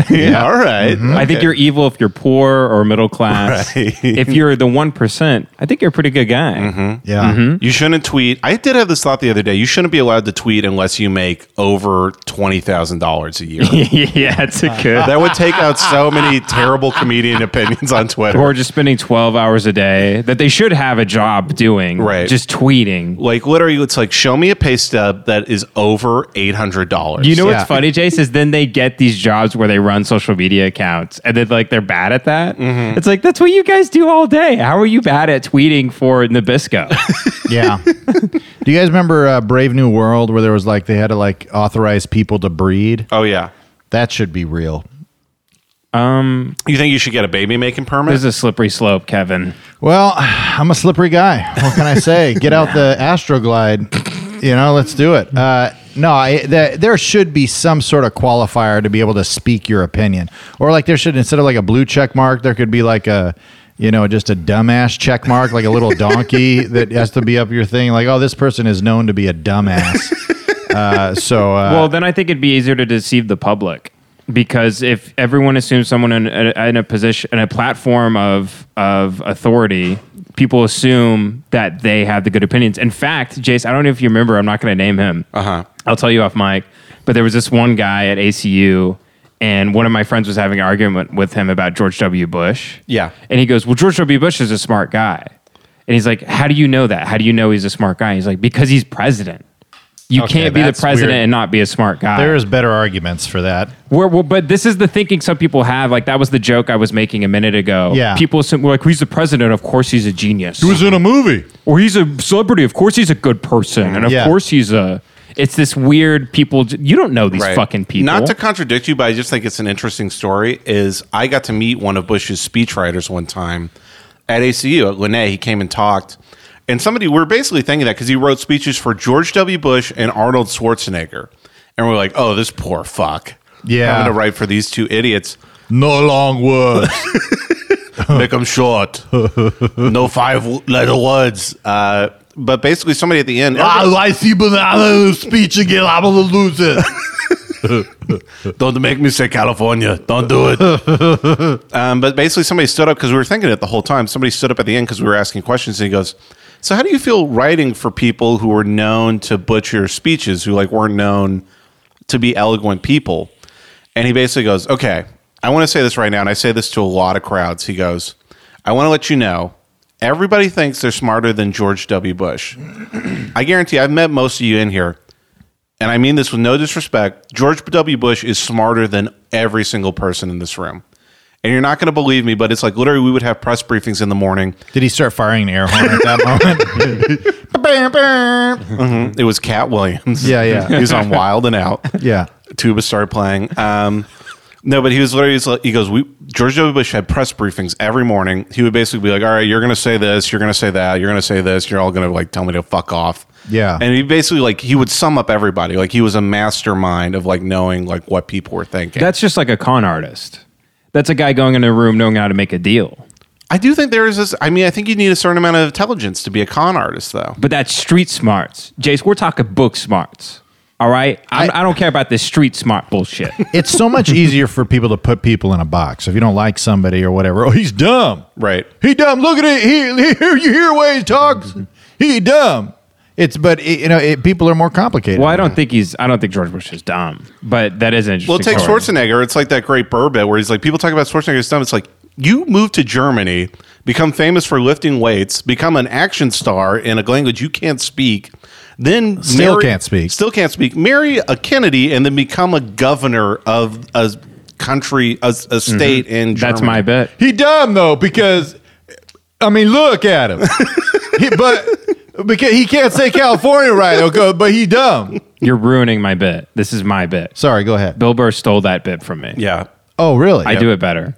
Speaker 8: yeah, all right.
Speaker 7: I think you're evil if you're poor or middle class.
Speaker 8: Right.
Speaker 7: if you're the one percent, I think you're a pretty good guy.
Speaker 2: Yeah.
Speaker 7: Mm-hmm.
Speaker 8: You shouldn't tweet. I did have this thought the other day. You shouldn't be allowed to tweet unless you make over twenty thousand dollars a year.
Speaker 7: [laughs] [laughs] yeah, it's a good.
Speaker 8: that would take out so many terrible comedian opinions on Twitter.
Speaker 7: or just spending 12 hours a day that they should have a job doing
Speaker 8: Right.
Speaker 7: just tweeting
Speaker 8: like literally, it's like show me a pay stub that is over eight hundred dollars.
Speaker 7: you know
Speaker 2: Yeah.
Speaker 7: what's funny jace is then they get these jobs where they run social media accounts and then like they're bad at that it's like that's what you guys do all day how are you bad at tweeting for nabisco
Speaker 2: [laughs] Yeah. Do you guys remember uh, Brave New World where there was like they had to like authorize people to breed?
Speaker 8: Oh yeah.
Speaker 2: That should be real.
Speaker 8: You think you should get a baby making permit?
Speaker 7: there's Um, a slippery slope kevin
Speaker 2: Well, I'm a slippery guy. What can I [laughs] say? Get out the Astroglide. You know, let's do it. Uh, no, I, th- there should be some sort of qualifier to be able to speak your opinion, or like there should instead of like a blue check mark, there could be like a, you know, just a dumbass check mark, like a [laughs] little donkey that has to be up your thing. Like, oh, this person is known to be a dumbass. Uh, so, uh,
Speaker 7: well then i think it'd be easier to deceive the public because if everyone assumes someone in, in, a position in a platform of of authority people assume that they have the good opinions in fact jace i don't know if you remember i'm not going to name him uh-huh i'll tell you off mic but there was this one guy at acu and one of my friends was having an argument with him about george w bush
Speaker 8: Yeah.
Speaker 7: and he goes, Well, George W. Bush is a smart guy. And he's like, How do you know that? How do you know he's a smart guy? He's like, Because he's president. You can't be the
Speaker 2: that's
Speaker 7: president
Speaker 2: weird.
Speaker 7: and not be a smart guy.
Speaker 2: there is better arguments for that.
Speaker 7: We're- we're- but this is the thinking some people have. Like, that was the joke I was making a minute ago.
Speaker 2: Yeah.
Speaker 7: People assume, were like, Who's the president? Of course he's a genius.
Speaker 2: in a movie.
Speaker 7: or he's a celebrity. Of course he's a good person. And of
Speaker 2: Yeah.
Speaker 7: course he's a. It's this weird people. You don't know these
Speaker 8: Right.
Speaker 7: fucking people.
Speaker 8: Not to contradict you, but I just think it's an interesting story. Is I got to meet one of Bush's speechwriters one time at ACU at Lene. He came and talked, and somebody we are basically thinking that because he wrote speeches for George W. Bush and Arnold Schwarzenegger, and we're like, oh, this poor fuck.
Speaker 2: Yeah.
Speaker 8: having to write for these two idiots,
Speaker 2: No long words.
Speaker 8: make them short, no five letter words. Uh, but basically, somebody at the end,
Speaker 2: I see banana speech again. I'm gonna lose it.
Speaker 8: Don't make me say California. Don't do it. [laughs] um, but basically, somebody stood up because we were thinking it the whole time. Somebody stood up at the end because we were asking questions, and he goes, "So, how do you feel writing for people who were known to butcher speeches, who like weren't known to be eloquent people?" And he basically goes, "Okay, I want to say this right now, and I say this to a lot of crowds." He goes, "I want to let you know." Everybody thinks they're smarter than George W. Bush. [clears throat] I guarantee I've met most of you in here and I mean this with no disrespect, George W. Bush is smarter than every single person in this room. And you're not going to believe me, but it's like literally we would have press briefings in the morning.
Speaker 2: [laughs] Did he start firing an air horn at that moment?
Speaker 8: It was Cat Williams.
Speaker 2: Yeah, yeah.
Speaker 8: [laughs] he was on Wild and Out.
Speaker 2: [laughs] yeah.
Speaker 8: Tuba started playing. Um, no, but he was literally, he's like- he goes, we, George W. Bush had press briefings every morning. He would basically be like, all right, you're going to say this, you're going to say that, you're going to say this, you're all going to like tell me to fuck off.
Speaker 2: Yeah.
Speaker 8: And he basically like, he would sum up everybody. Like he was a mastermind of like knowing like what people were thinking.
Speaker 7: That's just like a con artist. That's a guy going in a room knowing how to make a deal.
Speaker 8: I do think there is this. I mean, I think you need a certain amount of intelligence to be a con artist, though.
Speaker 7: But that's street smarts. Jace, we're talking book smarts. All right, I'm, I, I don't care about this street smart bullshit.
Speaker 2: It's so [laughs] much easier for people to put people in a box. If you don't like somebody or whatever, oh, he's dumb.
Speaker 8: Right.
Speaker 2: He dumb. Look at it. He, he you hear the way he talks. He dumb. It's but it, you know it, people are more complicated.
Speaker 7: Well, I don't think he's. I don't think George Bush is dumb, but that is an interesting.
Speaker 8: Well, take
Speaker 7: story.
Speaker 8: Schwarzenegger. It's like that great Burr bit where he's like, people talk about Schwarzenegger's dumb. It's like, you moved to Germany, become famous for lifting weights, become an action star in a language you can't speak, then
Speaker 2: Still can't speak.
Speaker 8: still can't speak, marry a Kennedy, and then become a governor of a country, a,
Speaker 2: Mm-hmm.
Speaker 8: a state in Germany.
Speaker 7: That's my bet.
Speaker 2: He dumb though because I mean look at [laughs] him. he, but because he can't say California right, okay, but he dumb.
Speaker 7: You're ruining my bit. This is my bit.
Speaker 2: Sorry, go ahead.
Speaker 7: Bill Burr stole that bit from me.
Speaker 8: Yeah.
Speaker 2: Oh really?
Speaker 7: I do it better.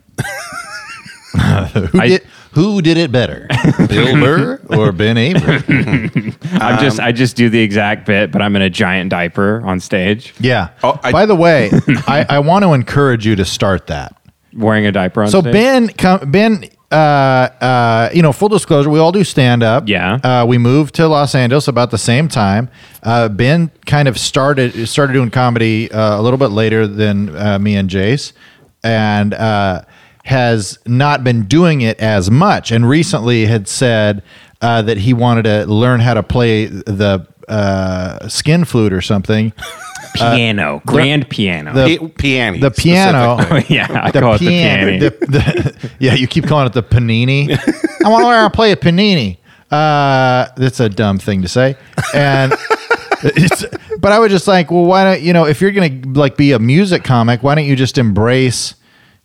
Speaker 2: Who did who did it
Speaker 7: [laughs]
Speaker 2: better, Bill Burr or Ben Avery?
Speaker 7: I'm
Speaker 2: Um,
Speaker 7: just I just do the exact bit, but I'm in a giant diaper on stage
Speaker 2: Yeah.
Speaker 8: Oh, I-
Speaker 2: By the
Speaker 7: [laughs]
Speaker 2: way, I, I want to encourage you to start that.
Speaker 7: wearing a diaper on
Speaker 2: So
Speaker 7: stage.
Speaker 2: Ben, com- Ben, uh, uh, you know, full disclosure, we all do stand up.
Speaker 7: Yeah.
Speaker 2: uh, we moved to Los Angeles about the same time. Uh, ben kind of started started doing comedy uh, a little bit later than uh, me and Jace, and uh, has not been doing it as much. And recently had said uh, that he wanted to learn how to play the uh, skin flute or something.
Speaker 7: piano, Uh, grand piano.
Speaker 2: The
Speaker 8: Pi- piano.
Speaker 2: the piano.
Speaker 7: [laughs] yeah, [laughs] I call it the piano.
Speaker 2: the- the- [laughs] yeah, you keep calling it the
Speaker 7: [laughs]
Speaker 2: panini. I want to learn how to play a panini. Uh, that's a dumb thing to say, and [laughs] it's, but I was just like, well, why don't you know if you're gonna like be a music comic, why don't you just embrace,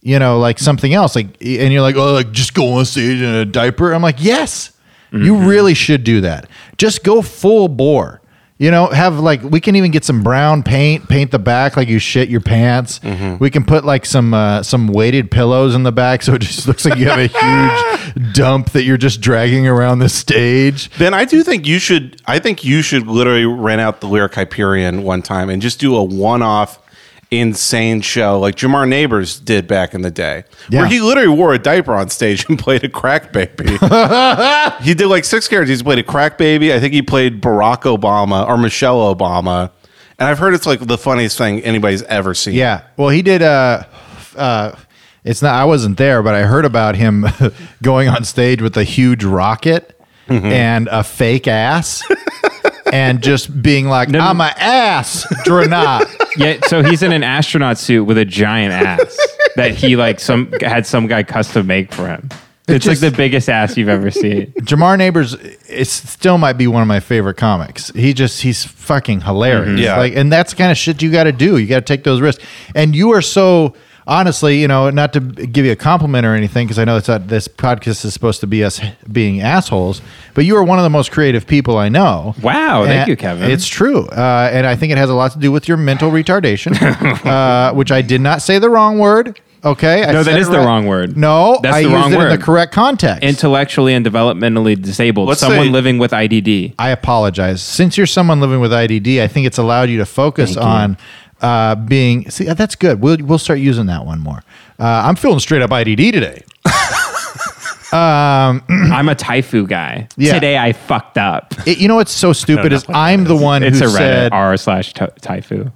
Speaker 2: you know, like something else? Like, and you're like, oh, like just go on stage in a diaper. I'm like, yes, you really should do that. Just go full bore. You know, have like we can even get some brown paint, paint the back like you shit your pants. We can put like some uh, some weighted pillows in the back, so it just [laughs] looks like you have a huge dump that you're just dragging around the stage.
Speaker 8: Then I do think you should. I think you should literally rent out the Lyric Hyperion one time and just do a one-off insane show like Jamar Neighbors did back in the day,
Speaker 2: Yeah.
Speaker 8: where he literally wore a diaper on stage and [laughs] played a
Speaker 2: [laughs]
Speaker 8: crack baby. he did like six characters. He played a crack baby. I think he played Barack Obama or Michelle Obama. And I've heard it's like the funniest thing anybody's ever seen.
Speaker 2: Yeah. Well, he did. Uh, uh, it's not. I wasn't there, but I heard about him [laughs] going on stage with a huge rocket and a fake ass, and just being like,
Speaker 7: No, no.
Speaker 2: "I'm a ass, Drenat."
Speaker 7: yeah, so he's in an astronaut suit with a giant ass that he like some had some guy custom make for him. It's
Speaker 2: just-
Speaker 7: like the biggest ass you've
Speaker 2: [laughs]
Speaker 7: ever seen.
Speaker 2: Jamar Neighbors is still might be one of my favorite comics. He just he's fucking hilarious.
Speaker 7: Mm-hmm.
Speaker 8: Yeah.
Speaker 2: Like and that's the kind of shit you got to do. You got to take those risks. And you are so honestly, you know, not to give you a compliment or anything because I know it's not this podcast is supposed to be us being assholes, but you are one of the most creative people I know.
Speaker 7: Wow, thank
Speaker 2: And
Speaker 7: you, Kevin.
Speaker 2: It's true, uh, and I think it has a lot to do with your mental
Speaker 7: [laughs]
Speaker 2: retardation, uh, which I did not say the wrong word. Okay, I
Speaker 7: No, that
Speaker 2: said
Speaker 7: is
Speaker 2: it
Speaker 7: the
Speaker 2: right.
Speaker 7: wrong word.
Speaker 2: No,
Speaker 7: That's
Speaker 2: I
Speaker 7: the
Speaker 2: used
Speaker 7: wrong
Speaker 2: it in
Speaker 7: word.
Speaker 2: the correct context.
Speaker 7: Intellectually and developmentally disabled.
Speaker 8: Let's
Speaker 7: someone
Speaker 8: say-
Speaker 7: living with IDD.
Speaker 2: I apologize. Since you're someone living with IDD, I think it's allowed you to focus on uh, being. See, that's good. We'll we'll start using that one more. Uh, I'm feeling straight up IDD today.
Speaker 7: I'm a Taifu guy.
Speaker 2: Yeah.
Speaker 7: Today I fucked up.
Speaker 2: It- you know what's
Speaker 7: [laughs]
Speaker 2: so stupid is I'm the one
Speaker 7: It's
Speaker 2: who
Speaker 7: a Reddit
Speaker 2: said.
Speaker 7: r slash to- Taifu.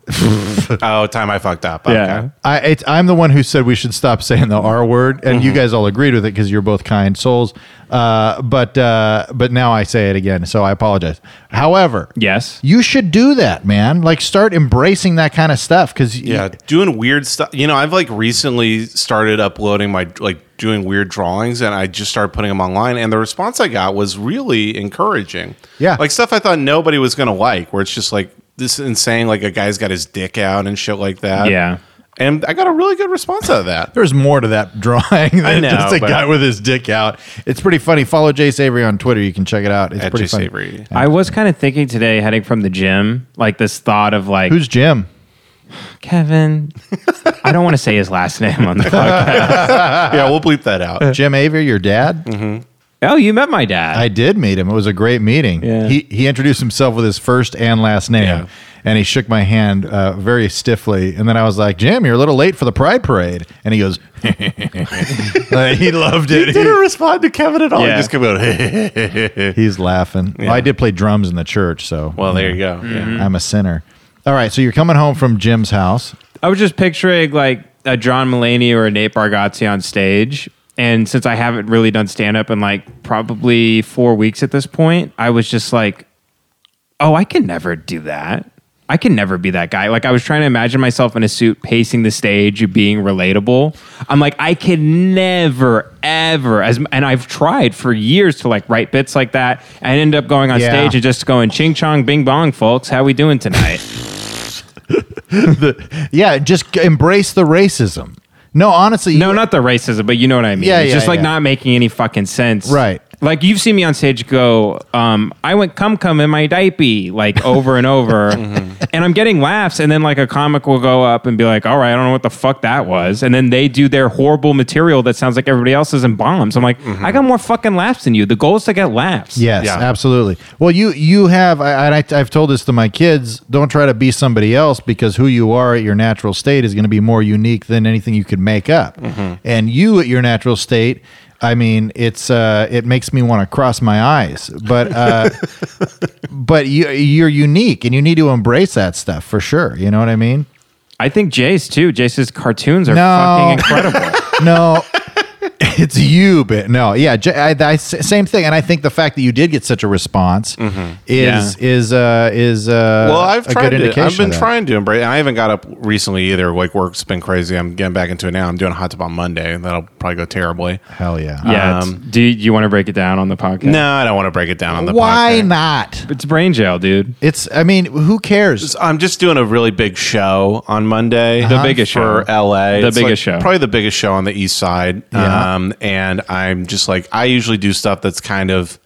Speaker 8: Oh, time I fucked up.
Speaker 7: Yeah.
Speaker 2: I, it's, I'm the one who said we should stop saying the R word, and
Speaker 7: Mm-hmm.
Speaker 2: you guys all agreed with it because you're both kind souls. Uh, but uh, but now I say it again, so I apologize. However,
Speaker 7: Yes.
Speaker 2: you should do that, man. Like start embracing that kind of stuff because
Speaker 8: yeah doing weird stuff you know i've like recently started uploading my like doing weird drawings and i just started putting them online and the response i got was really encouraging
Speaker 2: Yeah.
Speaker 8: like stuff i thought nobody was gonna like where it's just like this insane like a guy's got his dick out and shit like that
Speaker 7: Yeah.
Speaker 8: and i got a really good response out
Speaker 2: [laughs]
Speaker 8: of that
Speaker 2: There's more to that drawing than
Speaker 7: know,
Speaker 2: just a
Speaker 7: but-
Speaker 2: guy with his dick out. It's pretty funny. Follow Jay Savory on Twitter. You can check it out. It's
Speaker 8: at
Speaker 2: pretty
Speaker 8: Jay
Speaker 2: funny.
Speaker 8: Savory.
Speaker 7: I was kind of thinking today, heading from the gym, like this thought of like
Speaker 2: Who's Jim?
Speaker 7: Kevin. I don't want to say his last name [laughs] on the podcast.
Speaker 8: yeah we'll bleep that out
Speaker 2: Jim Avery, your dad?
Speaker 8: Mm-hmm.
Speaker 7: oh, you met my dad.
Speaker 2: I did meet him. It was a great meeting.
Speaker 7: Yeah.
Speaker 2: He he introduced himself with his first and last name,
Speaker 8: Yeah.
Speaker 2: and he shook my hand uh, very stiffly. And then I was like, Jim, you're a little late for the Pride Parade. And he goes, [laughs] Like, he loved it.
Speaker 8: didn't respond to kevin at all
Speaker 7: Yeah.
Speaker 8: he just kept going
Speaker 2: He- he's laughing. Well, I did play drums in the church, so
Speaker 8: well there you go yeah.
Speaker 2: I'm a sinner. All right, so you're coming home from Jim's house.
Speaker 7: I was just picturing like a John Mulaney or a Nate Bargatze on stage. And since I haven't really done stand up in like probably four weeks at this point, I was just like, oh, I can never do that. I can never be that guy. Like I was trying to imagine myself in a suit pacing the stage, being relatable. I'm like, I can never, ever. As and I've tried for years to like write bits like that, and end up going on
Speaker 2: Yeah.
Speaker 7: stage and just going ching chong, bing bong, folks. How we doing tonight?
Speaker 2: Yeah, just embrace the racism. No, honestly,
Speaker 7: No, not the racism, but you know what I mean.
Speaker 2: Yeah,
Speaker 7: it's
Speaker 2: yeah,
Speaker 7: just like
Speaker 2: yeah.
Speaker 7: not making any fucking sense.
Speaker 2: Right.
Speaker 7: Like you've seen me on stage go, um, I went cum cum in my diaper, like over and over. And I'm getting laughs, and then like a comic will go up and be like, All right, I don't know what the fuck that was. And then they do their horrible material that sounds like everybody else's and bombs. I'm like, I got more fucking laughs than you. The goal is to get laughs.
Speaker 2: Yes,
Speaker 8: Yeah.
Speaker 2: absolutely. Well, you you have, I, and I, I've told this to my kids. Don't try to be somebody else because who you are at your natural state is going to be more unique than anything you could make up.
Speaker 7: Mm-hmm.
Speaker 2: And you at your natural state, I mean, it's uh, it makes me want to cross my eyes. But
Speaker 7: [laughs]
Speaker 2: uh, but you you're unique, and you need to embrace that stuff for sure. You know what I mean?
Speaker 7: I think Jace too. Jace's cartoons are
Speaker 2: No.
Speaker 7: fucking incredible.
Speaker 2: no it's you but no yeah J- I, I- s- same thing and i think the fact that you did get such a response is is uh is uh
Speaker 8: Well, I've
Speaker 2: a good
Speaker 8: tried to.
Speaker 2: indication
Speaker 8: I've been
Speaker 2: of that.
Speaker 8: trying to embrace. I haven't got up recently either. Like work's been crazy. I'm getting back into it now. I'm doing hot tub on Monday, and that'll probably go terribly.
Speaker 2: hell [laughs] yeah, Uh,
Speaker 7: Yeah.
Speaker 8: Um,
Speaker 7: it's- do you, you want to break it down on the podcast?
Speaker 8: No, I don't want to break it down on the
Speaker 2: why
Speaker 8: podcast.
Speaker 2: not
Speaker 7: It's brain jail, dude.
Speaker 2: it's i mean who cares
Speaker 8: I'm just doing a really big show on Monday.
Speaker 2: Uh-huh.
Speaker 7: The biggest
Speaker 8: for
Speaker 7: show.
Speaker 8: LA.
Speaker 7: The
Speaker 8: It's,
Speaker 7: biggest
Speaker 8: like,
Speaker 7: show.
Speaker 8: Probably the biggest show on the east side.
Speaker 2: Yeah.
Speaker 8: Um, and I'm just like, I usually do stuff that's kind of,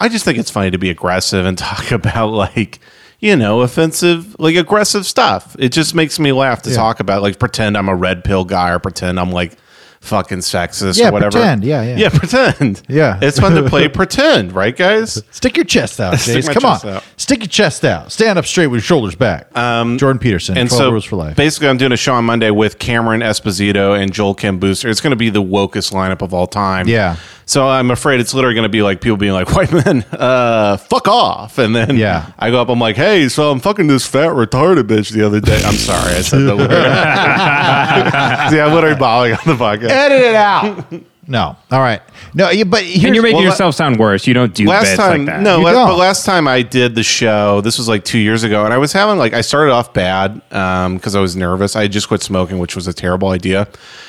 Speaker 8: I just think it's funny to be aggressive and [laughs] talk about like, you know, offensive, like aggressive stuff. It just makes me laugh to talk about, like, pretend I'm a red pill guy or pretend I'm like fucking sexist
Speaker 2: Yeah,
Speaker 8: or whatever.
Speaker 2: pretend. Yeah, yeah.
Speaker 8: Yeah, pretend.
Speaker 2: Yeah.
Speaker 8: It's fun
Speaker 2: [laughs]
Speaker 8: to play pretend, right, guys?
Speaker 2: stick your chest out
Speaker 8: [laughs] Stick
Speaker 2: Jace.
Speaker 8: my
Speaker 2: come on
Speaker 8: chest out.
Speaker 2: stick your chest out stand up straight with your shoulders back um jordan peterson
Speaker 8: and
Speaker 2: 12
Speaker 8: so
Speaker 2: rules for life
Speaker 8: basically i'm doing a show on monday with cameron esposito and joel kim booster it's going to be the wokest lineup of all time
Speaker 2: Yeah.
Speaker 8: so i'm afraid it's literally going to be like people being like [laughs] white men uh fuck off and then
Speaker 2: Yeah.
Speaker 8: i go up i'm like hey so i'm fucking this fat retarded bitch the other day i'm sorry i said the word
Speaker 2: [laughs]
Speaker 8: [laughs] yeah i'm literally bawling on the podcast
Speaker 2: edit it out
Speaker 8: [laughs]
Speaker 2: no all right no yeah, but here's,
Speaker 7: And you're making
Speaker 8: well, la-
Speaker 7: yourself sound worse. You don't do
Speaker 8: last
Speaker 7: bits
Speaker 8: time
Speaker 7: like that.
Speaker 8: no
Speaker 2: You
Speaker 8: la-
Speaker 2: don't.
Speaker 8: but last time i did the show this was like two years ago and i was having like i started off bad um because i was nervous i had just quit smoking which was a terrible idea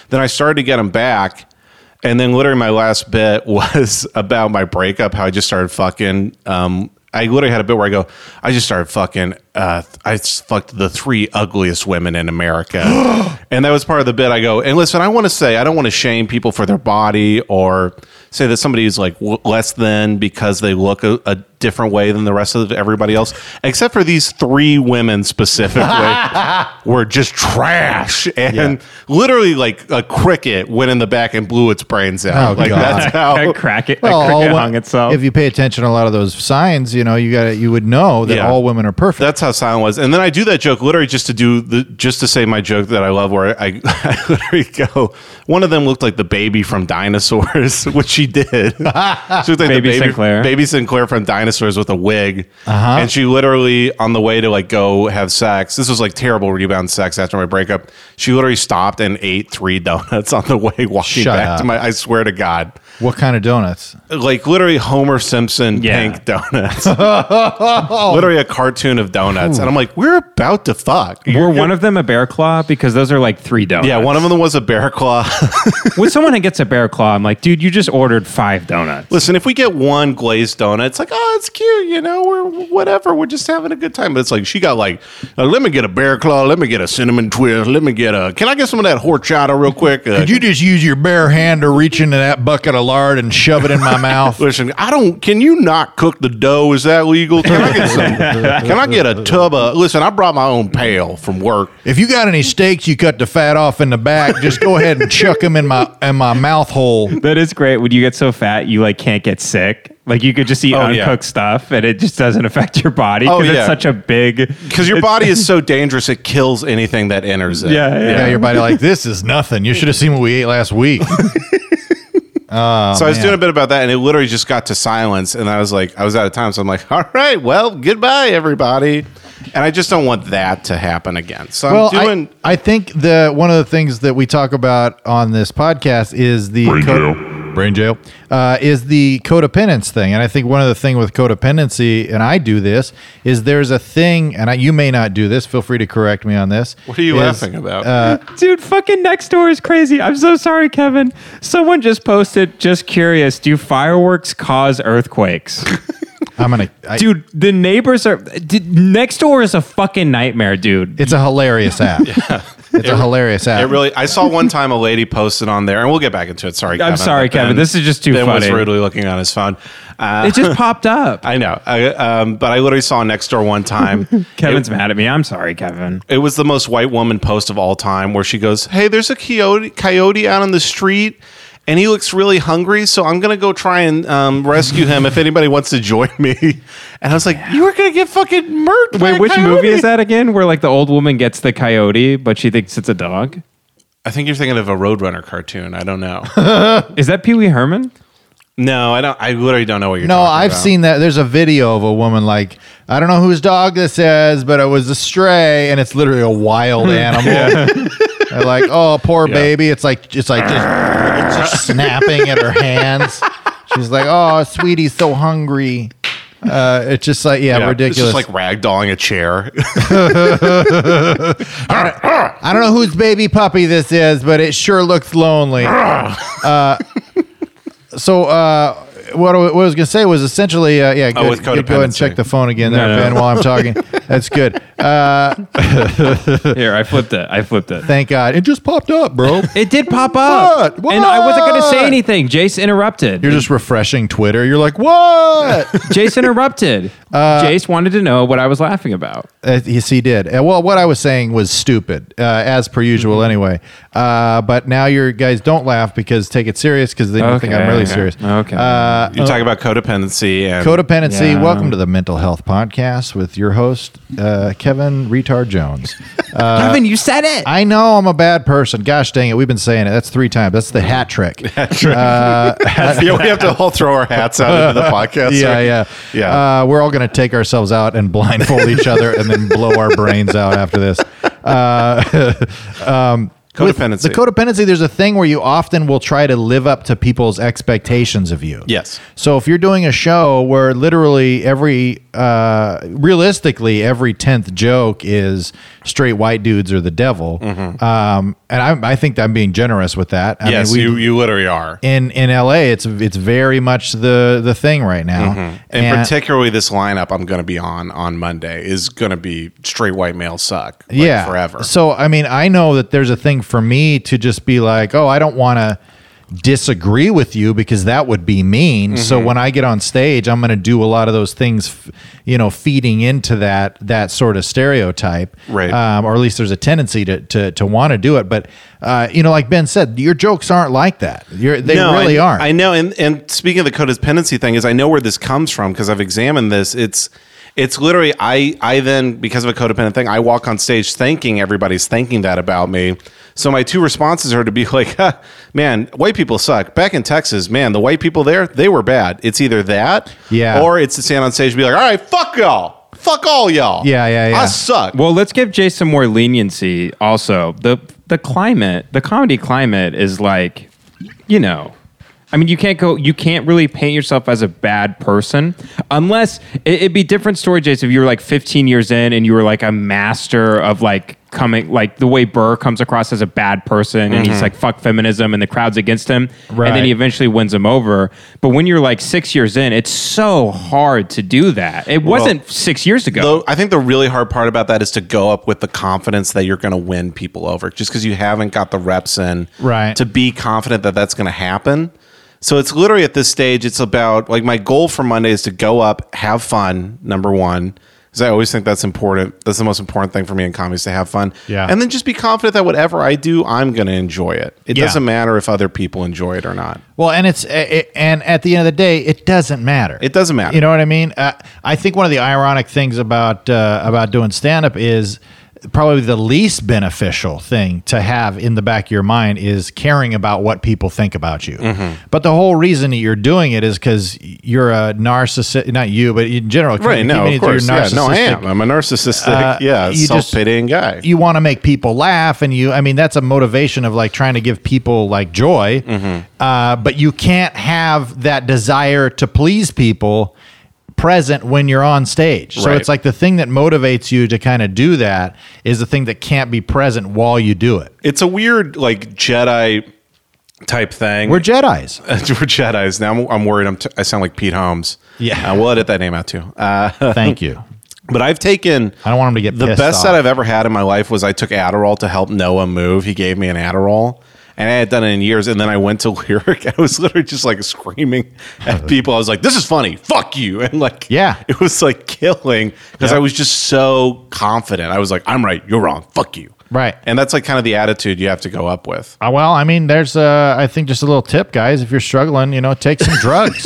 Speaker 8: then i started to get them back and then literally my last bit [laughs] was about my breakup how i just started fucking um I literally had a bit where I go, I just started fucking, uh, I s- fucked the three ugliest women in America. and that was part of the bit. I go, and listen, I want to say, I don't want to shame people for their body or say that somebody is like w- less than because they look a, a different way than the rest of everybody else, except for these three women specifically were just trash. [laughs] And literally, like a cricket went in the back and blew its brains out.
Speaker 2: Oh,
Speaker 8: like,
Speaker 2: God.
Speaker 8: that's
Speaker 7: I
Speaker 8: how.
Speaker 7: crack it.
Speaker 2: Well,
Speaker 7: I cricket
Speaker 2: all wo-
Speaker 7: hung itself.
Speaker 2: if you pay attention to a lot of those signs, you know, you got you would know that
Speaker 8: Yeah.
Speaker 2: all women are perfect.
Speaker 8: That's how silent was. And then I do that joke literally just to do the just to say my joke that I love where I, [laughs] I literally go one of them looked like the baby from Dinosaurs, [laughs] which she did. she looked like the
Speaker 7: Baby Sinclair.
Speaker 8: Baby Sinclair from Dinosaurs with a wig. And she literally on the way to like go have sex. This was like terrible rebound sex after my breakup. She literally stopped and ate three donuts on the way walking
Speaker 2: Shut
Speaker 8: back
Speaker 2: up.
Speaker 8: to my I swear to God.
Speaker 2: what kind of donuts?
Speaker 8: Like literally Homer Simpson
Speaker 7: Yeah.
Speaker 8: pink [laughs] donuts. literally a cartoon of donuts. And I'm like, we're about to fuck.
Speaker 7: Were one of them a bear claw? Because those are like three donuts.
Speaker 8: Yeah, one of them was a bear claw. [laughs]
Speaker 7: With someone that gets a bear claw, I'm like, dude, you just ordered five donuts.
Speaker 8: Listen, if we get one glazed donut, it's like, oh, it's cute, you know, we're whatever, we're just having a good time. But it's like she got like, uh, let me get a bear claw, let me get a cinnamon twist, let me get a. Can I get some of that horchata real quick? Uh,
Speaker 2: Could you just use your bare hand to reach into that bucket of lard and shove it in my
Speaker 7: [laughs]
Speaker 2: mouth?
Speaker 8: Uh, Listen, I don't. Can you not cook the dough? Is that legal? Can I get some? can I get a tub of? Listen, I brought my own pail from work.
Speaker 2: If you got any steaks you cut the fat off in the back, just go ahead and chuck them in my in my mouth hole.
Speaker 7: That is great. When you get so fat, you like can't get sick. Like you could just eat
Speaker 8: Oh,
Speaker 7: uncooked
Speaker 8: yeah.
Speaker 7: stuff, and it just doesn't affect your body
Speaker 8: Oh,
Speaker 7: because
Speaker 8: yeah.
Speaker 7: it's such a big.
Speaker 8: Because your body [laughs] is so dangerous, it kills anything that enters it.
Speaker 7: Yeah, yeah.
Speaker 2: Yeah, your body like this is nothing. You should have seen what we ate last week. [laughs]
Speaker 8: so I was
Speaker 2: man.
Speaker 8: doing a bit about that, and it literally [laughs] just got to silence, and I was like, I was out of time, so I'm like, all right, well, goodbye, everybody. And I just don't want that to happen again. So
Speaker 2: Well,
Speaker 8: I'm doing.
Speaker 2: I, I think the one of the things that we talk about on this podcast is the
Speaker 4: Brain
Speaker 2: jail. Brain jail uh, is the codependence thing, and I think one of the thing with codependency, and I do this, is there's a thing, and I, you may not do this. Feel free to correct me on this.
Speaker 8: what are you
Speaker 2: is- uh,
Speaker 8: laughing about?
Speaker 7: Dude, fucking next door is crazy. I'm so sorry, Kevin. Someone just posted, just curious, do fireworks cause
Speaker 8: [laughs]
Speaker 7: earthquakes?
Speaker 2: I'm gonna, I,
Speaker 7: dude, the neighbors are. Dude, next door is a fucking nightmare, dude.
Speaker 2: It's a hilarious
Speaker 8: [laughs]
Speaker 2: app. It's a hilarious app.
Speaker 8: it really. I saw one time a lady posted on there, and we'll get back into it. Sorry,
Speaker 7: I'm
Speaker 8: Kevin,
Speaker 7: sorry,
Speaker 8: but
Speaker 7: Kevin.
Speaker 8: Ben-
Speaker 7: This is just too
Speaker 8: ben was
Speaker 7: funny.
Speaker 8: rudely looking on his phone. Uh,
Speaker 7: It [laughs] just popped up.
Speaker 8: I know, I, um, but I literally saw next door one [laughs] time.
Speaker 7: Kevin's mad at me. I'm sorry, Kevin.
Speaker 8: It was the most white woman post of all time, where she goes, "Hey, there's a coyote, coyote out on the street, and he looks really hungry, so I'm gonna go try and um, rescue him if anybody wants to join me." [laughs] And I was like, "You were gonna get fucking murdered." by
Speaker 7: Wait,
Speaker 8: a
Speaker 7: which
Speaker 8: coyote."
Speaker 7: movie is that again? Where like the old woman gets the coyote, but she thinks it's a dog.
Speaker 8: I think you're thinking of a Roadrunner cartoon. I
Speaker 2: [laughs]
Speaker 8: don't know.
Speaker 7: Is that Pee Wee Herman?
Speaker 8: no, I don't. I literally don't know what you're.
Speaker 2: No,
Speaker 8: talking
Speaker 2: I've
Speaker 8: about.
Speaker 2: seen that. There's a video of a woman like I don't know whose dog this is, but it was a stray, and it's literally a
Speaker 8: [laughs]
Speaker 2: wild animal. They're like, oh, poor baby. It's like it's like just, it's
Speaker 8: [laughs]
Speaker 2: just snapping at her hands. She's like, oh, sweetie's so hungry. Uh, it's just like yeah,
Speaker 8: Yeah,
Speaker 2: ridiculous.
Speaker 8: It's just like ragdolling a chair. [laughs]
Speaker 2: I don't know whose baby puppy this is, but it sure looks lonely. uh, so uh, what, I, what I was going to say was essentially, uh,
Speaker 7: Oh,
Speaker 2: yeah,
Speaker 8: with
Speaker 2: go ahead and
Speaker 8: codependency.
Speaker 2: check the phone again there,
Speaker 7: No, no.
Speaker 2: Ben, while I'm
Speaker 7: [laughs]
Speaker 2: talking. That's good. Uh,
Speaker 7: [laughs] Here, I flipped it. I flipped it.
Speaker 2: thank God. It just popped up,
Speaker 7: [laughs]
Speaker 2: bro.
Speaker 7: It did pop up,
Speaker 2: What?
Speaker 7: and I wasn't going to
Speaker 2: What?
Speaker 7: say anything. Jace interrupted.
Speaker 2: You're just refreshing Twitter. You're like, what?
Speaker 7: [laughs]
Speaker 2: [laughs]
Speaker 7: Jace interrupted. Jace wanted to know what I was laughing about.
Speaker 2: Uh, yes, he did. Uh, well, what I was saying was stupid, uh, as per usual,
Speaker 7: Mm-hmm.
Speaker 2: anyway. Uh, but now your guys don't laugh because take it serious because they don't think I'm
Speaker 7: Okay,
Speaker 2: really
Speaker 7: okay,
Speaker 2: serious.
Speaker 7: okay.
Speaker 2: Uh,
Speaker 8: you talk about codependency and
Speaker 2: Codependency.
Speaker 7: Yeah.
Speaker 2: Welcome to the Mental Health Podcast with your host, uh, Kevin Retard Jones.
Speaker 7: Kevin, you said it.
Speaker 2: I know I'm a bad person. Gosh dang it. We've been saying it. That's three times. That's the hat trick.
Speaker 8: yeah, [laughs] we have to all throw our hats
Speaker 2: [laughs]
Speaker 8: out into the podcast.
Speaker 2: yeah, yeah.
Speaker 8: Yeah.
Speaker 2: Uh, we're all going to take ourselves out and blindfold each other and then blow our brains out after this. With
Speaker 8: Codependency.
Speaker 2: The codependency, there's a thing where you often will try to live up to people's expectations of you.
Speaker 8: Yes.
Speaker 2: So if you're doing a show where literally every, uh, realistically, every 10th joke is straight white dudes are the devil. Um, and I, I think I'm being generous with that. I
Speaker 8: Mm-hmm. yes,
Speaker 2: we-
Speaker 8: you, you literally are.
Speaker 2: in, in LA, it's it's very much the the thing right now.
Speaker 8: And,
Speaker 2: And-
Speaker 8: particularly this lineup I'm going to be on on Monday is going to be straight white male suck. like,
Speaker 2: yeah
Speaker 8: forever.
Speaker 2: so i mean i know that there's a thing for me to just be like oh i don't want to disagree with you because that would be mean
Speaker 8: Mm-hmm.
Speaker 2: so when i get on stage i'm going to do a lot of those things f- you know feeding into that that sort of stereotype
Speaker 8: Right.
Speaker 2: um, or at least there's a tendency to to to want to do it but uh, you know like ben said your jokes aren't like that You're, they
Speaker 8: No,
Speaker 2: really
Speaker 8: I,
Speaker 2: aren't
Speaker 8: I know. And and speaking of the codependency thing, is I know where this comes from because I've examined this. It's it's literally I I then because of a codependent thing, I walk on stage thinking everybody's thinking that about me. So my two responses are to be [laughs] like, huh, man, white people suck. Back in Texas, man, the white people there, they were bad. It's either that,
Speaker 2: Yeah.
Speaker 8: or it's to stand on stage and be like, all right, fuck y'all, fuck all y'all,
Speaker 2: Yeah, yeah, yeah.
Speaker 8: I suck.
Speaker 7: Well, let's give Jace some more leniency. Also, the the climate, the comedy climate is like, you know, I mean, you can't go, you can't really paint yourself as a bad person unless it, it'd be different story, Jace. If you were like 15 years in and you were like a master of like coming, like the way Burr comes across as a bad person and he's like fuck feminism and the crowd's against him, and
Speaker 2: Right.
Speaker 7: then he eventually wins him over. But when you're like six years in, it's so hard to do that. It wasn't six years ago.
Speaker 8: Though I think the really hard part about that is to go up with the confidence that you're going to win people over, just because you haven't got the reps in,
Speaker 2: Right.
Speaker 8: To be confident that that's going to happen. So it's literally at this stage, it's about like my goal for Monday is to go up, have fun. Number one, because I always think that's important. That's the most important thing for me in comedy is to have fun.
Speaker 2: Yeah.
Speaker 8: and then just be confident that whatever I do, I'm going to enjoy it. It
Speaker 2: Yeah.
Speaker 8: doesn't matter if other people enjoy it or not.
Speaker 2: Well, and it's it, and at the end of the day, it doesn't matter.
Speaker 8: It doesn't matter.
Speaker 2: You know what I mean? Uh, I think one of the ironic things about uh, about doing stand up is probably the least beneficial thing to have in the back of your mind is caring about what people think about you.
Speaker 8: Mm-hmm.
Speaker 2: But the whole reason that you're doing it is because you're a narcissist. Not you, but in general,
Speaker 8: Right.
Speaker 2: even
Speaker 8: No, of
Speaker 2: if you're
Speaker 8: course. Yeah, no, I am.
Speaker 2: narcissistic,
Speaker 8: I'm a narcissistic,
Speaker 2: uh,
Speaker 8: [laughs] yeah,
Speaker 2: you just-
Speaker 8: self pitying guy.
Speaker 2: you want to make people laugh and you i mean that's a motivation of like trying to give people like joy
Speaker 8: Mm-hmm.
Speaker 2: uh, but you can't have that desire to please people present when you're on stage so
Speaker 8: Right.
Speaker 2: it's like the thing that motivates you to kind of do that is the thing that can't be present while you do it
Speaker 8: it's a weird, like, Jedi type thing. [laughs]
Speaker 2: we're jedis
Speaker 8: we're Jedi's now. I'm, I'm worried. I'm t- I sound like Pete Holmes.
Speaker 2: Yeah.
Speaker 8: Uh, we'll edit that name out too. Uh,
Speaker 2: thank you
Speaker 8: but I've taken.
Speaker 2: i don't want them to get
Speaker 8: the
Speaker 2: pissed
Speaker 8: best
Speaker 2: off.
Speaker 8: that I've ever had in my life was I took Adderall to help Noah move. He gave me an Adderall, and I had done it in years. And then I went to [laughs] Lyric. I was literally just like screaming
Speaker 2: [laughs]
Speaker 8: at people. I was like, "This is funny, fuck you!" [laughs] And like,
Speaker 2: Yeah.
Speaker 8: it was like killing because I was just so confident. I was like, "I'm right, you're wrong, fuck you."
Speaker 2: Right.
Speaker 8: and that's like kind of the attitude you have to go up with.
Speaker 2: Uh, well, I mean, there's uh, I think just a little tip, guys. If you're struggling, you know, take some
Speaker 8: [laughs]
Speaker 2: drugs.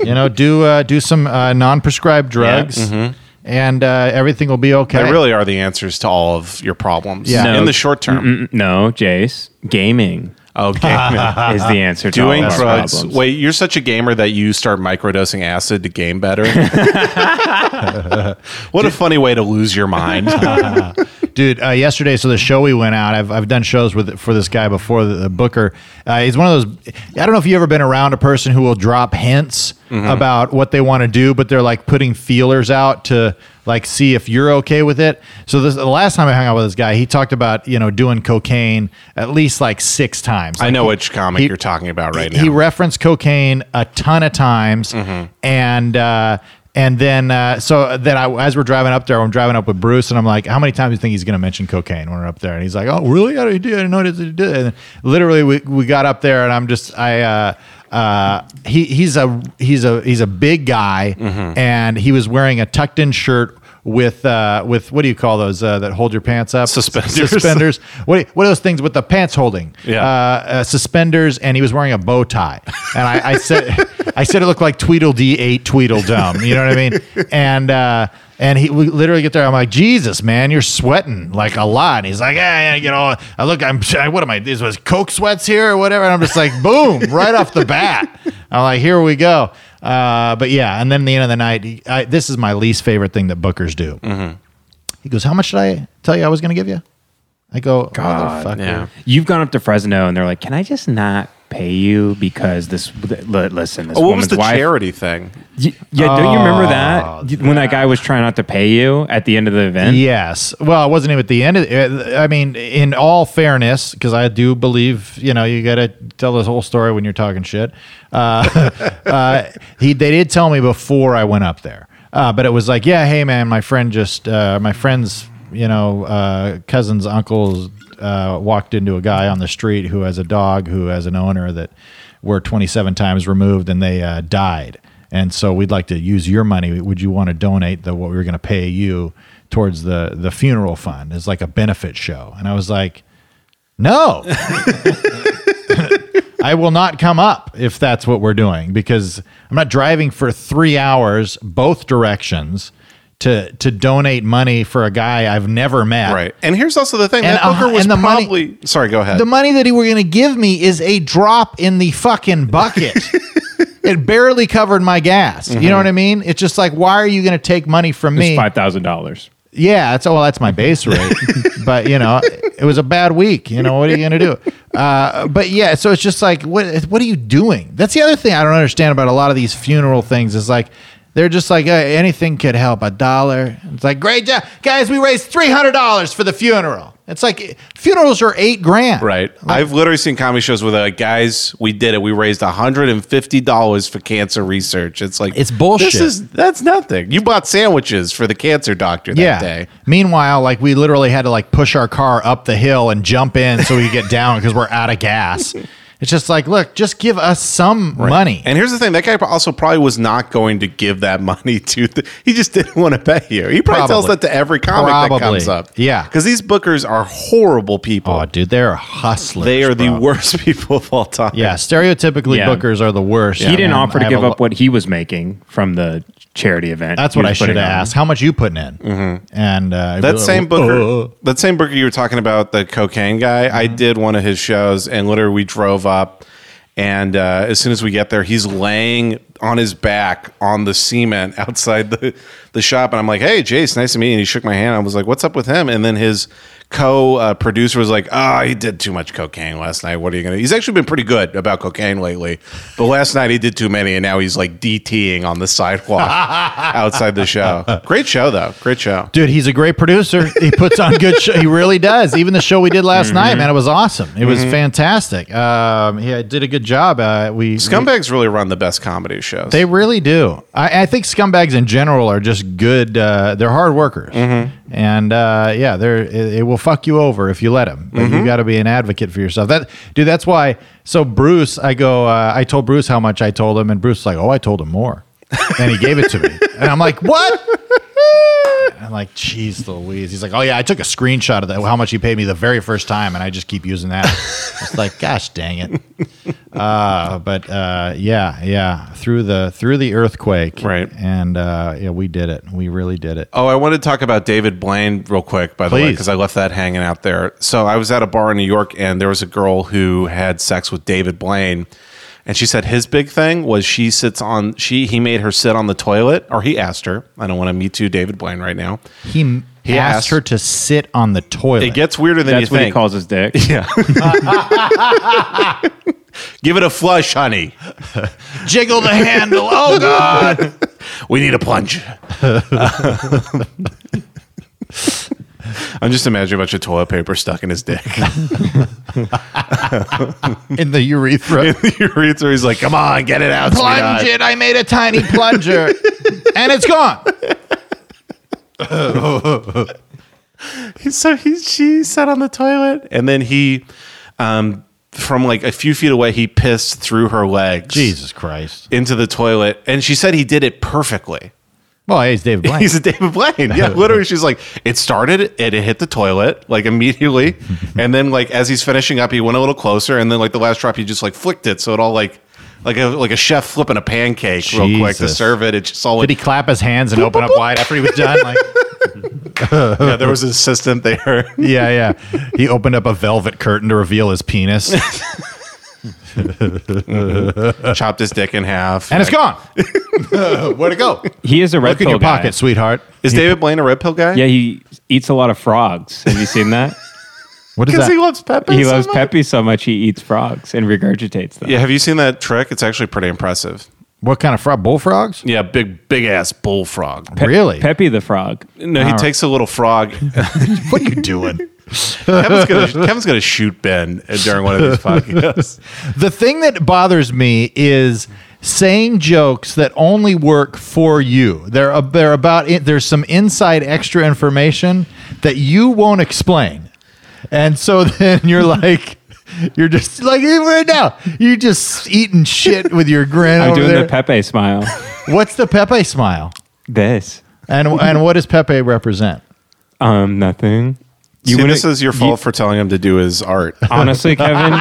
Speaker 2: you know, do uh, do some uh, non-prescribed drugs, and uh, everything will be okay.
Speaker 8: mm-hmm. They really are the answers to all of your problems.
Speaker 2: Yeah.
Speaker 8: in
Speaker 7: No.
Speaker 8: the short term.
Speaker 7: Mm, No, Jace, gaming [laughs]
Speaker 8: Okay.
Speaker 7: is the answer to
Speaker 8: Doing
Speaker 7: all of our
Speaker 8: drugs.
Speaker 7: problems.
Speaker 8: Wait, you're such a gamer that you start microdosing acid to
Speaker 7: [laughs]
Speaker 8: game better. what a funny way to lose
Speaker 7: [laughs]
Speaker 8: your mind.
Speaker 2: dude. Uh, yesterday, so the show we went out. I've, I've done shows with for this guy before, the, the Booker. Uh, he's one of those. I don't know if you have ever been around a person who will drop hints about what they want to do, but they're like putting feelers out to like see if you're okay with it. So this, the last time I hung out with this guy, he talked about you know doing cocaine at least like six times.
Speaker 8: I know which comic
Speaker 2: He-
Speaker 8: you're talking about right
Speaker 2: He
Speaker 8: now. Mm-hmm.
Speaker 2: referenced cocaine a ton of times, and uh, and then uh, so then I, as we're driving up there, I'm driving up with Bruce, and I'm like, how many times do you think he's going to mention cocaine when we're up there? And he's like, oh, really? I didn't do. I didn't know it. did- did." And literally, we, we got up there, and I'm just I. Uh, uh, he he's a he's a he's a big guy,
Speaker 8: Mm-hmm.
Speaker 2: and he was wearing a tucked in shirt with uh with what do you call those uh, that hold your pants up
Speaker 8: Suspenders.
Speaker 2: suspenders [laughs] what what are those things with the pants holding
Speaker 8: Yeah.
Speaker 2: uh, uh, suspenders and he was wearing a bow tie. And I, I said, [laughs] I said it looked like Tweedledee ate Tweedledum. You know what I mean? And uh, and he we literally get there. I'm like, Jesus, man, you're sweating like a lot. And he's like, yeah, yeah, you know, I look, I'm, [laughs] what am I? This was coke sweats here or whatever. And I'm just like, boom, right off the bat. I'm like, here we go. Uh, but yeah, and then the end of the night, I, this is my least favorite thing that bookers do. He goes, how much did I tell you I was going to give you? I go, motherfucker.
Speaker 8: yeah.
Speaker 7: You've gone up to Fresno and they're like, "Can I just not pay you because this? L- listen, this
Speaker 8: Oh, what was
Speaker 7: woman's
Speaker 8: the
Speaker 7: wife.
Speaker 8: charity thing?
Speaker 7: Y- yeah, don't you remember that when that guy was trying not to pay you at the end of the event?
Speaker 2: Yes. Well, it wasn't even at the end of. uh, I mean, in all fairness, because I do believe you know you got to tell this whole story when you're talking shit. Uh, uh, he they did tell me before I went up there, uh, but it was like, yeah, hey man, my friend just uh, my friend's you know uh, cousin's uncle's uh, walked into a guy on the street who has a dog who has an owner that were 27 times removed and they uh, died. And so we'd like to use your money. Would you want to donate the what we were going to pay you towards the the funeral fund as like a benefit show? And I was like, no, [laughs] I will not come up if that's what we're doing because I'm not driving for three hours both directions to to donate money for a guy I've never met.
Speaker 8: Right. And here's also the thing.
Speaker 2: And,
Speaker 8: that Booker
Speaker 2: uh,
Speaker 8: was
Speaker 2: and the money-
Speaker 8: probably. sorry, go ahead.
Speaker 2: The money that he were going to give me is a drop in the fucking bucket. it barely covered my gas. You know what I mean? It's just like, why are you going to take money from
Speaker 7: It's
Speaker 2: me?
Speaker 7: five thousand dollars.
Speaker 2: Yeah, that's well, that's my base rate.
Speaker 8: [laughs]
Speaker 2: but you know, it was a bad week. You know, what are you gonna
Speaker 8: [laughs]
Speaker 2: do? Uh, but yeah, so it's just like, what what are you doing? That's the other thing I don't understand about a lot of these funeral things is like. They're just like uh, anything could help. A dollar. It's like great job, guys. We raised three hundred dollars for the funeral. It's like funerals are eight grand.
Speaker 8: Right. I've literally seen comedy shows where they're like, guys, we did it. We raised $150 for cancer research. It's like,
Speaker 2: It's bullshit.
Speaker 8: This is, that's nothing. You bought sandwiches for the cancer doctor that
Speaker 2: yeah.
Speaker 8: day.
Speaker 2: Meanwhile, like we literally had to like push our car up the hill and jump in so we could get down because we're out of gas.
Speaker 8: [laughs]
Speaker 2: It's just like, look, just give us some money.
Speaker 8: And here's the thing: that guy also probably was not going to give that [laughs] money to. The, he just didn't want to pay you. He probably, tells
Speaker 2: Probably.
Speaker 8: that to every comic
Speaker 2: Probably.
Speaker 8: that comes up.
Speaker 2: Yeah.
Speaker 8: because these bookers are horrible people.
Speaker 2: Oh, dude, they're hustlers.
Speaker 8: they are the
Speaker 2: bro.
Speaker 8: worst [laughs] people of all time.
Speaker 2: Yeah, stereotypically,
Speaker 7: Yeah.
Speaker 2: bookers are the worst.
Speaker 7: he didn't
Speaker 2: And
Speaker 7: offer
Speaker 2: I
Speaker 7: to
Speaker 2: have
Speaker 7: give
Speaker 2: a
Speaker 7: up
Speaker 2: lo-
Speaker 7: what he was making from the charity event.
Speaker 2: That's
Speaker 7: he
Speaker 2: what I
Speaker 7: was
Speaker 2: should have
Speaker 7: putting on.
Speaker 2: asked. How much you putting in? And uh, I'd be
Speaker 8: Mm-hmm. That
Speaker 2: like,
Speaker 8: same
Speaker 2: "Uh, Mm-hmm.
Speaker 8: booker, that same booker you were talking about, the cocaine guy. I did one of his shows, and literally we drove up, and uh, as soon as we get there, he's laying on his back on the cement [laughs] outside the the shop, and I'm like, "Hey, Jace, nice to meet you." And he shook my hand. I was like, "What's up with him?" And then his co uh, producer was like, "Ah, he did too much cocaine last night. What are you gonna?" He's actually been pretty good about cocaine lately, but last night he did too many, and now he's like DTing on
Speaker 2: [laughs]
Speaker 8: the sidewalk outside the show. Great show though. Great show.
Speaker 2: [laughs] Dude, he's a great producer. He puts on good show. He really does. Even the show we did
Speaker 7: Mm-hmm.
Speaker 2: last night, man, it was awesome. It
Speaker 8: Mm-hmm.
Speaker 2: was fantastic. Um, he did a good job. Uh, we
Speaker 8: Scumbags really run the best comedy shows.
Speaker 2: They really do. I, I think scumbags in general are just good. Uh, they're hard workers, and uh, yeah, they're it, it will fuck you over if you let them. But you got to be an advocate for yourself. That dude. That's why. So Bruce, I go. Uh, I told Bruce how much I told him, and Bruce's like, "Oh, I told him more," and he gave it to me, and I'm like, "What?" I'm like, "Jeez, Louise." He's like, "Oh yeah, I took a screenshot of that. How much he paid me the very first time, and I just keep using [laughs] that." It's like, "Gosh, dang it." Uh, but uh, yeah, yeah, through the through the earthquake,
Speaker 8: Right.
Speaker 2: And uh, yeah, we did it. We really did it.
Speaker 8: oh, I wanted to talk about David Blaine real quick, by the way,
Speaker 2: Please.
Speaker 8: because I left that hanging out there. So I was at a bar in New York, and there was a girl who had sex with David Blaine, and she said his big thing was she sits on she he made her sit on the toilet, or he asked her. I don't want to meet you, David Blaine, right now.
Speaker 2: He,
Speaker 8: He
Speaker 2: asked,
Speaker 8: asked-
Speaker 2: her to sit on the toilet.
Speaker 8: It gets weirder than
Speaker 7: That's
Speaker 8: you
Speaker 7: what
Speaker 8: think.
Speaker 7: he calls his dick.
Speaker 8: [laughs] Give it a flush, honey.
Speaker 2: Jiggle the handle. Oh god!
Speaker 8: We need a plunge. [laughs] I'm just imagining a bunch of toilet paper stuck in his dick.
Speaker 2: [laughs] In the urethra.
Speaker 8: [laughs] he reads her, he's like, "Come on, get it out, sweetheart."
Speaker 2: Plunge it. I made a tiny [laughs] plunger, and it's gone.
Speaker 8: so he she sat on the toilet and then he um from like a few feet away he pissed through her legs
Speaker 2: Jesus Christ!
Speaker 8: into the toilet and she said he did it perfectly
Speaker 2: Well, hey, it's David Blaine.
Speaker 8: he's a david blaine
Speaker 2: [laughs]
Speaker 8: yeah literally she's like it started and it hit the toilet
Speaker 2: [laughs]
Speaker 8: like immediately and then like as he's finishing up he went a little closer and then like the last drop he just like flicked it so it all like like a like a chef flipping a pancake real quick to
Speaker 2: Jesus.
Speaker 8: serve it it just all
Speaker 2: Did
Speaker 8: like
Speaker 2: he clap his hands and [laughs] open up wide after he was done? Like,
Speaker 8: yeah, there was an assistant there [laughs]
Speaker 2: yeah, yeah. He opened up a velvet curtain to reveal his
Speaker 7: [laughs]
Speaker 2: penis,
Speaker 8: chopped his dick in half
Speaker 2: Uh. and it's gone. Where'd it go?
Speaker 7: He is a red
Speaker 2: Look in
Speaker 7: pill
Speaker 2: your
Speaker 7: guy.
Speaker 2: pocket, sweetheart.
Speaker 8: is david blaine a red pill guy
Speaker 7: Yeah, he eats a lot of frogs. Have you seen that?
Speaker 2: What is
Speaker 8: because
Speaker 2: that?
Speaker 8: he loves Pepe.
Speaker 7: he
Speaker 8: so
Speaker 7: loves
Speaker 8: much.
Speaker 7: Pepe so much he eats frogs and regurgitates them.
Speaker 8: Yeah, have you seen that trick? It's actually pretty impressive.
Speaker 2: What kind of frog? Bullfrogs?
Speaker 8: Yeah, big big ass bullfrog.
Speaker 2: really?
Speaker 7: Pepe the frog.
Speaker 8: No, he takes a little
Speaker 2: [laughs]
Speaker 8: frog. [laughs]
Speaker 2: what are you doing?
Speaker 8: Kevin's gonna Kevin's gonna shoot Ben during one of these podcasts.
Speaker 2: the thing that bothers me is saying jokes that only work for you. They're a, they're about it. There's some inside extra information that you won't explain, and so [laughs] then you're like. You're just like even right now. You're just eating shit with your grin.
Speaker 7: I'm
Speaker 2: over
Speaker 7: doing
Speaker 2: there.
Speaker 7: the Pepe smile.
Speaker 2: What's the Pepe smile?
Speaker 7: [laughs] this.
Speaker 2: And and what does Pepe represent?
Speaker 7: Um, nothing.
Speaker 8: [laughs] You See,
Speaker 7: wouldn't-
Speaker 8: this is your fault for telling him to do his art.
Speaker 7: [laughs] Honestly, Kevin,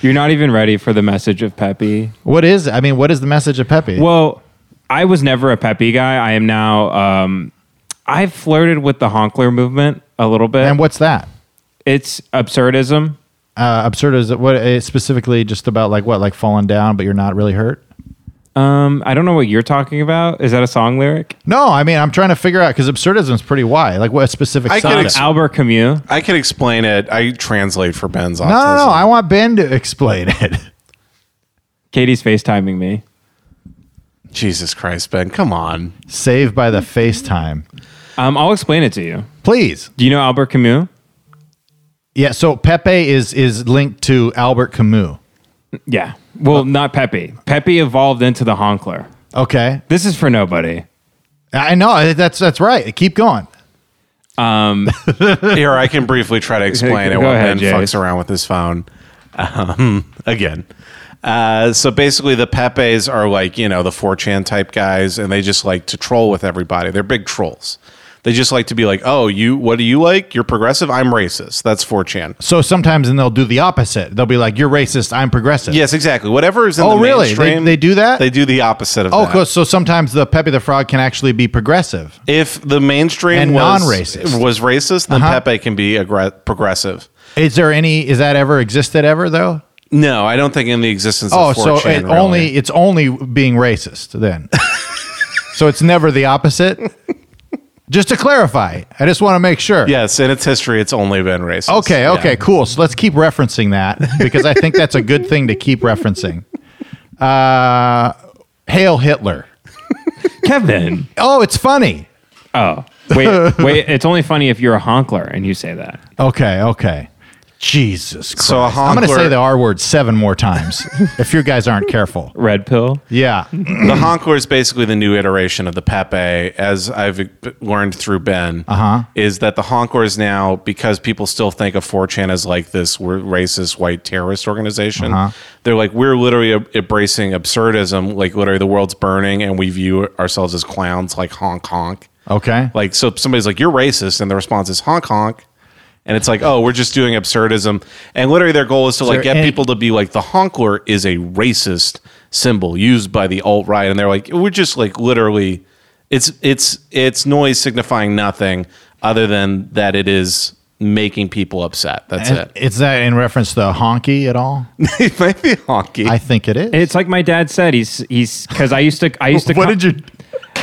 Speaker 7: you're not even ready for the message of Pepe.
Speaker 2: What is? I mean, what is the message of Pepe?
Speaker 7: Well, I was never a Pepe guy. I am now. Um, I've flirted with the honkler movement a little bit.
Speaker 2: and what's that?
Speaker 7: it's absurdism.
Speaker 2: uh, absurd is it what it's specifically just about like what like falling down but you're not really hurt
Speaker 7: Um, I don't know what you're talking about. Is that a song lyric?
Speaker 2: no i mean i'm trying to figure out because absurdism is pretty wide like what specific
Speaker 8: I
Speaker 2: I
Speaker 8: can
Speaker 2: no
Speaker 8: ex-
Speaker 7: Albert Camus.
Speaker 8: I can explain it. I translate for Ben's autism.
Speaker 2: no no i want ben to explain it [laughs]
Speaker 7: Katie's FaceTiming me.
Speaker 8: Jesus Christ, Ben, come on.
Speaker 2: saved by the facetime
Speaker 7: Um, I'll explain it to you.
Speaker 2: please
Speaker 7: Do you know Albert Camus?
Speaker 2: yeah so pepe is is linked to albert camus
Speaker 7: Yeah. Well, not Pepe. Pepe evolved into the honkler.
Speaker 2: okay
Speaker 7: This is for nobody.
Speaker 2: i know I- that's that's right keep going
Speaker 7: Um,
Speaker 8: Here, I can
Speaker 2: [laughs]
Speaker 8: briefly try to explain
Speaker 7: Go
Speaker 8: it while
Speaker 7: ahead,
Speaker 8: Ben fucks
Speaker 7: Jace.
Speaker 8: around with his phone um, again. Uh, so basically, the Pepes are like you know the 4chan type guys, and they just like to troll with everybody. They're big trolls. They just like to be like, oh, you, what do you like? You're progressive. I'm racist. That's 4chan.
Speaker 2: So sometimes, and they'll do the opposite. They'll be like, "You're racist. I'm progressive."
Speaker 8: Yes, exactly. Whatever is in
Speaker 2: Oh,
Speaker 8: the
Speaker 2: really? They-
Speaker 8: mainstream,
Speaker 2: they do that?
Speaker 8: They do the opposite of
Speaker 2: Oh,
Speaker 8: that.
Speaker 2: 'cause- so sometimes the Pepe the Frog can actually be progressive.
Speaker 8: If the mainstream
Speaker 2: And
Speaker 8: was
Speaker 2: non-racist.
Speaker 8: was racist, then
Speaker 2: Uh-huh.
Speaker 8: Pepe can be aggr- progressive.
Speaker 2: Is there any? Is that ever existed ever though?
Speaker 8: No, I don't think in the existence.
Speaker 2: Oh,
Speaker 8: of 4chan,
Speaker 2: so it
Speaker 8: really.
Speaker 2: only it's only being racist
Speaker 8: [laughs]
Speaker 2: then. so it's never the opposite. Just to clarify, I just want to make sure.
Speaker 8: yes, in its history, it's only been racist.
Speaker 2: Okay. um,
Speaker 8: Yeah.
Speaker 2: Okay. Cool. So let's keep referencing that because I think that's a good thing to keep referencing. Uh, Hail Hitler!
Speaker 7: [laughs] Kevin.
Speaker 2: Oh, it's funny.
Speaker 7: Oh, wait, wait. It's only funny if you're a honkler and you say that.
Speaker 2: Okay. Okay. Jesus Christ!
Speaker 8: So a
Speaker 2: I'm going to
Speaker 8: honkler-
Speaker 2: say the R word seven more times [laughs] if you guys aren't careful.
Speaker 7: Red pill.
Speaker 2: Yeah.
Speaker 8: the honkler is basically the new iteration of the Pepe, as I've learned through Ben.
Speaker 2: Uh-huh.
Speaker 8: Is that the honkler is now because people still think of 4chan as like this we're racist white terrorist organization.
Speaker 2: Uh-huh.
Speaker 8: They're like we're literally ab- embracing absurdism, like literally the world's burning, and we view ourselves as clowns, like honk honk.
Speaker 2: Okay.
Speaker 8: Like so, somebody's like you're racist, and the response is honk honk. And it's like, oh, we're just doing absurdism. And literally, their goal is to like
Speaker 2: there
Speaker 8: get
Speaker 2: any-
Speaker 8: people to be like, the honkler is a racist symbol used by the alt right, and they're like, we're just like literally, it's it's it's noise signifying nothing other than that it is making people upset. That's
Speaker 2: And
Speaker 8: it. [laughs]
Speaker 2: Is that in reference to honky at all?
Speaker 8: it might be honky.
Speaker 2: I think it is.
Speaker 7: It's like my dad said. He's he's because I used to I used to
Speaker 2: what
Speaker 7: com-
Speaker 2: did you?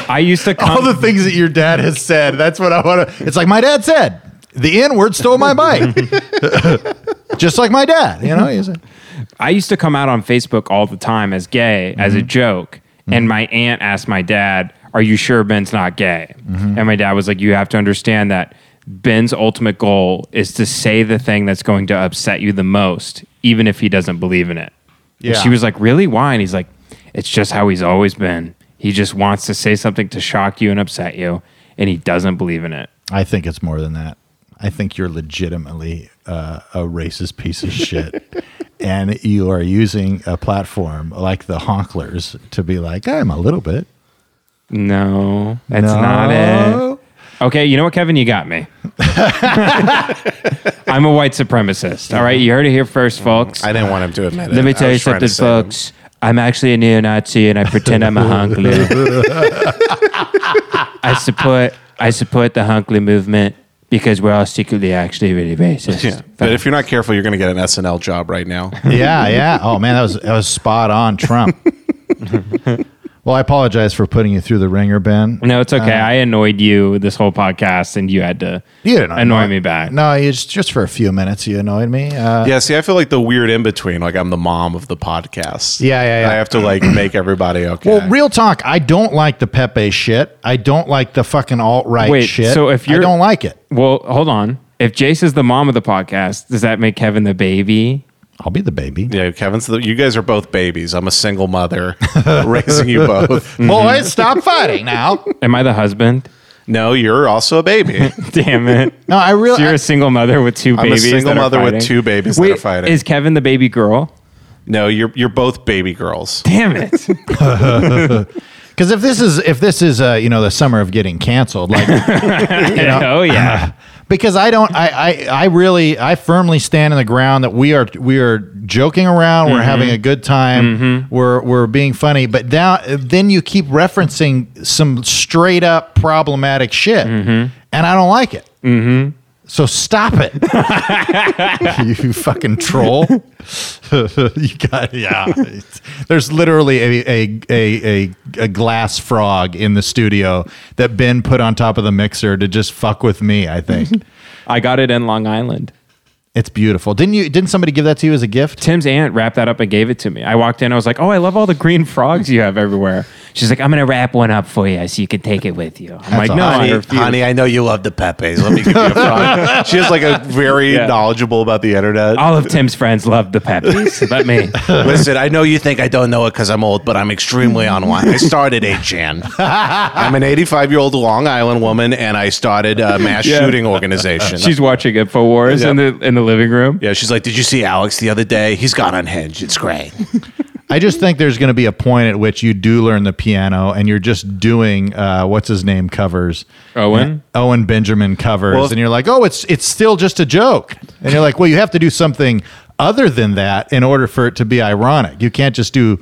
Speaker 7: I used to come,
Speaker 2: [laughs] All the things that your dad has said. That's what I want to. It's like my dad said. The N word stole my bike. [laughs] Just like my dad, you know. He's a,
Speaker 7: I used to come out on Facebook all the time as gay as a joke, and my aunt asked my dad, "Are you sure Ben's not gay?" And my dad was like, "You have to understand that Ben's ultimate goal is to say the thing that's going to upset you the most, even if he doesn't believe in it." And
Speaker 2: Yeah.
Speaker 7: she was like, "Really? Why?" And he's like, "It's just how he's always been. He just wants to say something to shock you and upset you, and he doesn't believe in it."
Speaker 2: I think it's more than that. I think you're legitimately uh, a racist piece of shit, and you are using a platform like the Honklers to be like, I'm a little bit.
Speaker 7: No, that's not it. Okay, you know what, Kevin? You got
Speaker 8: [laughs]
Speaker 7: me. I'm a white supremacist. All right, you heard it here first, folks.
Speaker 8: I didn't want him to admit it.
Speaker 7: Let me
Speaker 8: Mm. I
Speaker 7: tell you
Speaker 8: was
Speaker 7: something,
Speaker 8: trying to save him.
Speaker 7: folks. I'm actually a neo-Nazi, and I pretend I'm a
Speaker 8: [laughs]
Speaker 7: hunkler. I support I support the hunkler movement because we're all secretly actually really racist.
Speaker 8: Yeah. But if you're not careful, you're going to get an SNL job right now.
Speaker 2: Yeah, yeah. Oh man, that was that was spot on,
Speaker 7: [laughs]
Speaker 2: Trump. well, I apologize for putting you through the ringer, Ben.
Speaker 7: no, it's okay. I annoyed you this whole podcast, and you had to
Speaker 2: You didn't
Speaker 7: annoy me back.
Speaker 2: No, you just, just for a few minutes, you annoyed me. Uh,
Speaker 8: Yeah, see, I feel like the weird in between. Like I'm the mom of the podcast.
Speaker 2: Yeah, yeah, yeah.
Speaker 8: I have to like make everybody okay.
Speaker 2: Well, real talk, I don't like the Pepe shit. I don't like the fucking alt right
Speaker 7: Wait,
Speaker 2: shit.
Speaker 7: so if
Speaker 2: I
Speaker 7: you're-
Speaker 2: don't like it,
Speaker 7: Well, hold on. If Jace is the mom of the podcast, does that make Kevin the baby?
Speaker 2: I'll be the baby.
Speaker 8: yeah, Kevin's. The, you guys are both babies. I'm a
Speaker 2: [laughs]
Speaker 8: single mother raising you both. Mhm.
Speaker 2: Boys, stop fighting now.
Speaker 7: Am I the husband? [laughs]
Speaker 8: No, you're also a baby. [laughs]
Speaker 7: Damn it.
Speaker 2: [laughs] No, I
Speaker 7: So
Speaker 2: really.
Speaker 7: you're a single mother with two
Speaker 8: I'm a
Speaker 7: babies.
Speaker 8: single
Speaker 7: that are
Speaker 8: mother with
Speaker 7: fighting?
Speaker 8: two babies that
Speaker 7: Wait,
Speaker 8: are fighting.
Speaker 7: Is Kevin the baby girl?
Speaker 8: No, you're you're both
Speaker 2: [laughs]
Speaker 8: baby girls.
Speaker 7: Damn
Speaker 8: [laughs]
Speaker 7: it.
Speaker 2: Because if this is if this is uh, you know the summer of getting canceled, like
Speaker 7: [laughs]
Speaker 2: uh,
Speaker 7: oh, yeah.
Speaker 2: because I don't I, I I really I firmly stand in the ground that we are we are joking around, we're having a good time, we're we're being funny, but now then you keep referencing some straight up problematic shit, and I don't like it. Mm-hmm. So stop it, [laughs] you fucking troll. [laughs] you got yeah. There's literally a a, a a a glass frog in the studio that Ben put on top of the mixer to just fuck with me. I think
Speaker 7: I got it in Long Island.
Speaker 2: it's beautiful. Didn't you? Didn't somebody give that to you as a gift?
Speaker 7: Tim's aunt wrapped that up and gave it to me. I walked in. I was like, oh, I love all the green frogs you have everywhere. She's like, I'm going to wrap one up for you so you can take it with you. I'm like, no, I refuse.
Speaker 8: I know you love the Pepe's. Let me give you a frog. she is like a very
Speaker 7: Yeah. Oh.
Speaker 8: knowledgeable about the internet.
Speaker 7: All of Tim's friends love the Peppies. Let
Speaker 8: [laughs]
Speaker 7: me.
Speaker 8: Listen, I know you think I don't know it because I'm old, but I'm extremely online. I started 8chan. I'm an 85 year old Long Island woman, and I started uh, a mass
Speaker 7: Yeah.
Speaker 8: shooting organization.
Speaker 7: She's watching Infowars Wars in the in the living room.
Speaker 8: yeah, she's like, Did you see Alex the other day? He's got unhinged. It's great.
Speaker 2: I just think there's going to be a point at which you do learn the piano and you're just doing uh, what's his name covers.
Speaker 7: Owen?
Speaker 2: Owen Benjamin covers,
Speaker 8: Well-
Speaker 2: and you're like, oh, it's it's still just a joke, and you're like, well, you have to do something other than that in order for it to be ironic. You can't just do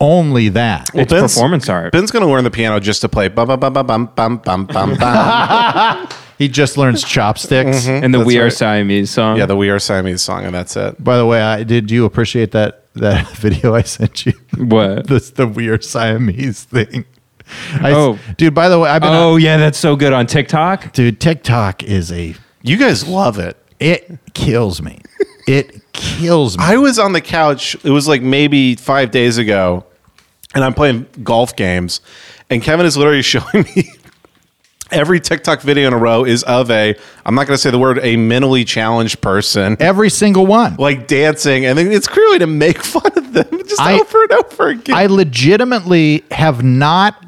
Speaker 2: only that.
Speaker 7: It's performance art.
Speaker 8: Ben's going to learn the piano just to play bum bum bum bum bum bum bum bum.
Speaker 2: [laughs] He just learns chopsticks.
Speaker 10: and the We Are
Speaker 8: right.
Speaker 10: Siamese song.
Speaker 8: yeah, the We Are Siamese song, and that's it.
Speaker 2: By the way, I did you appreciate that that [laughs] video I sent you? [laughs]
Speaker 10: what?
Speaker 2: This the weird Siamese thing. I,
Speaker 10: Oh.
Speaker 2: oh, dude. By the way, I've been on-
Speaker 10: oh yeah, that's so good on TikTok.
Speaker 2: dude. TikTok is a
Speaker 8: You guys love it.
Speaker 2: it kills me. It kills me.
Speaker 8: I was on the couch. It was like maybe five days ago, and I'm playing golf games, and Kevin is literally [laughs] showing me every TikTok video in a row is of a I'm not going to say the word a mentally challenged person
Speaker 2: Every single one.
Speaker 8: like dancing, and then it's clearly to make [laughs] fun of them just
Speaker 2: I-
Speaker 8: over and over again.
Speaker 2: I legitimately have not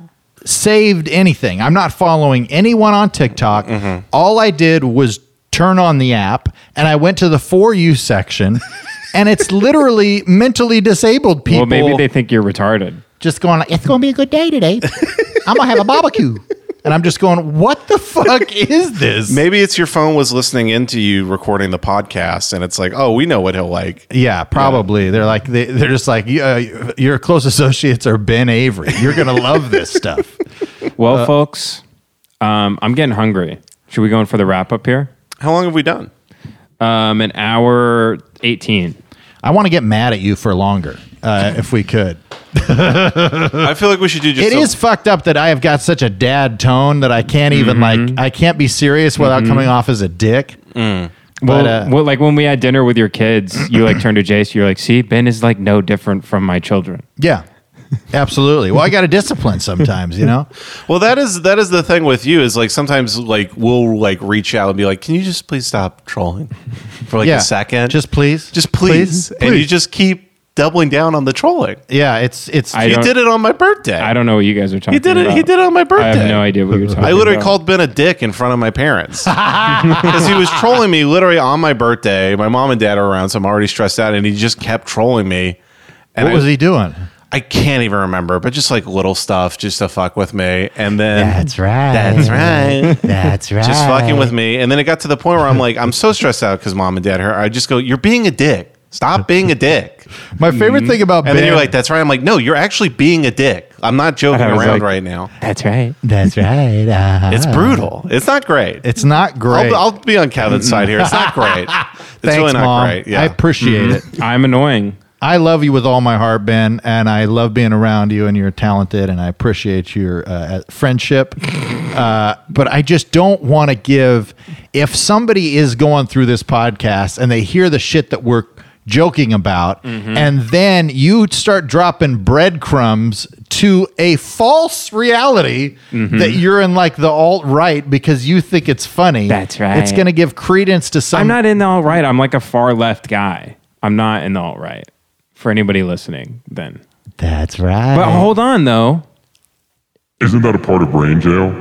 Speaker 2: saved anything. I'm not following anyone on TikTok.
Speaker 7: Mm-hmm.
Speaker 2: All I did was turn on the app and I went to the for you
Speaker 7: [laughs]
Speaker 2: section and it's literally mentally disabled people
Speaker 7: Well, maybe they think you're retarded.
Speaker 2: just going like, it's going to be a good day today. I'm going to have a barbecue. And I'm just going, what the fuck is this?
Speaker 8: Maybe it's your phone was listening into you recording the podcast, and it's like, oh, we know what he'll like.
Speaker 2: Yeah, probably. They're like they, they're just like "You- uh, your close associates are Ben Avery. You're gonna love this stuff.
Speaker 7: Well,
Speaker 8: Uh,
Speaker 7: folks, um, I'm getting hungry. Should we go in for the wrap up here?
Speaker 8: How long have we done?
Speaker 7: Um, an hour 18.
Speaker 2: I want to get mad at you for longer uh, if we could.
Speaker 8: I feel like we should do just
Speaker 2: It is fucked up that I have got such a dad tone that I can't even
Speaker 8: Mm-hmm.
Speaker 2: like I can't be serious without coming off as a dick.
Speaker 7: Well,
Speaker 2: But uh,
Speaker 7: well, like when we had dinner with your kids, you like turned to Jace, you're like, see, Ben is like no different from my children.
Speaker 2: yeah, [laughs] absolutely. Well, I got to discipline sometimes, you
Speaker 8: [laughs]
Speaker 2: know.
Speaker 8: Well, that is that is the thing with you is like sometimes like we'll like reach out and be like, "Can you just please stop trolling for like
Speaker 2: yeah,
Speaker 8: a second?
Speaker 2: just please,
Speaker 8: just please. and you just keep doubling down on the trolling.
Speaker 2: yeah. It's it's
Speaker 7: I
Speaker 8: You
Speaker 7: don't-
Speaker 8: did it on my birthday.
Speaker 7: I don't know what you guys are talking
Speaker 8: He did it.
Speaker 7: about.
Speaker 8: He did it on my
Speaker 7: I
Speaker 8: birthday.
Speaker 7: have no idea what you're talking about.
Speaker 8: I literally called Ben a dick in front of my parents because he was trolling me literally on my birthday. My mom and dad are around, so I'm already stressed out, and he just kept trolling me. And
Speaker 2: what
Speaker 8: I,
Speaker 2: was he doing?
Speaker 8: I can't even remember, but just like little stuff, just to fuck with me, and then
Speaker 2: right.
Speaker 8: That's right.
Speaker 2: That's right.
Speaker 8: [laughs] just fucking with me. And then it got to the point where I'm like, I'm so stressed out because mom and dad are. I just go, you're being a dick.
Speaker 2: [laughs]
Speaker 8: Stop being a dick.
Speaker 2: My favorite thing about
Speaker 8: Mm-hmm.
Speaker 2: Ben,
Speaker 8: And then you're like, that's right. I'm like, no, you're actually being a dick.
Speaker 2: [laughs]
Speaker 8: I'm not joking
Speaker 7: I
Speaker 8: around
Speaker 7: was like-
Speaker 8: right now.
Speaker 2: "Ah."
Speaker 7: That's [laughs] right.
Speaker 2: that's right. uh-huh."
Speaker 8: It's brutal. It's not great.
Speaker 2: It's not great.
Speaker 8: I'll, I'll be on Kevin's side here. It's
Speaker 2: [laughs]
Speaker 8: not great. It's
Speaker 2: Thanks,
Speaker 8: really not
Speaker 2: Mom.
Speaker 8: great. Yeah. Mm-hmm.
Speaker 2: I appreciate it.
Speaker 7: I'm annoying.
Speaker 2: I love you with all my heart, Ben, and I love being around you. And you're talented, and I appreciate your uh, friendship. [laughs] Uh, but I just don't want to give. If somebody is going through this podcast and they hear the shit that we're joking about,
Speaker 7: Mm-hmm.
Speaker 2: and then you start dropping breadcrumbs to a false reality
Speaker 7: Mm-hmm.
Speaker 2: that you're in like the alt right because you think it's funny.
Speaker 7: That's right.
Speaker 2: It's going to give credence to some.
Speaker 7: I'm not in the alt right. I'm like a far left guy. I'm not in the alt right. For anybody listening, then.
Speaker 2: That's right.
Speaker 7: But hold on though.
Speaker 4: Isn't that a part of brain jail?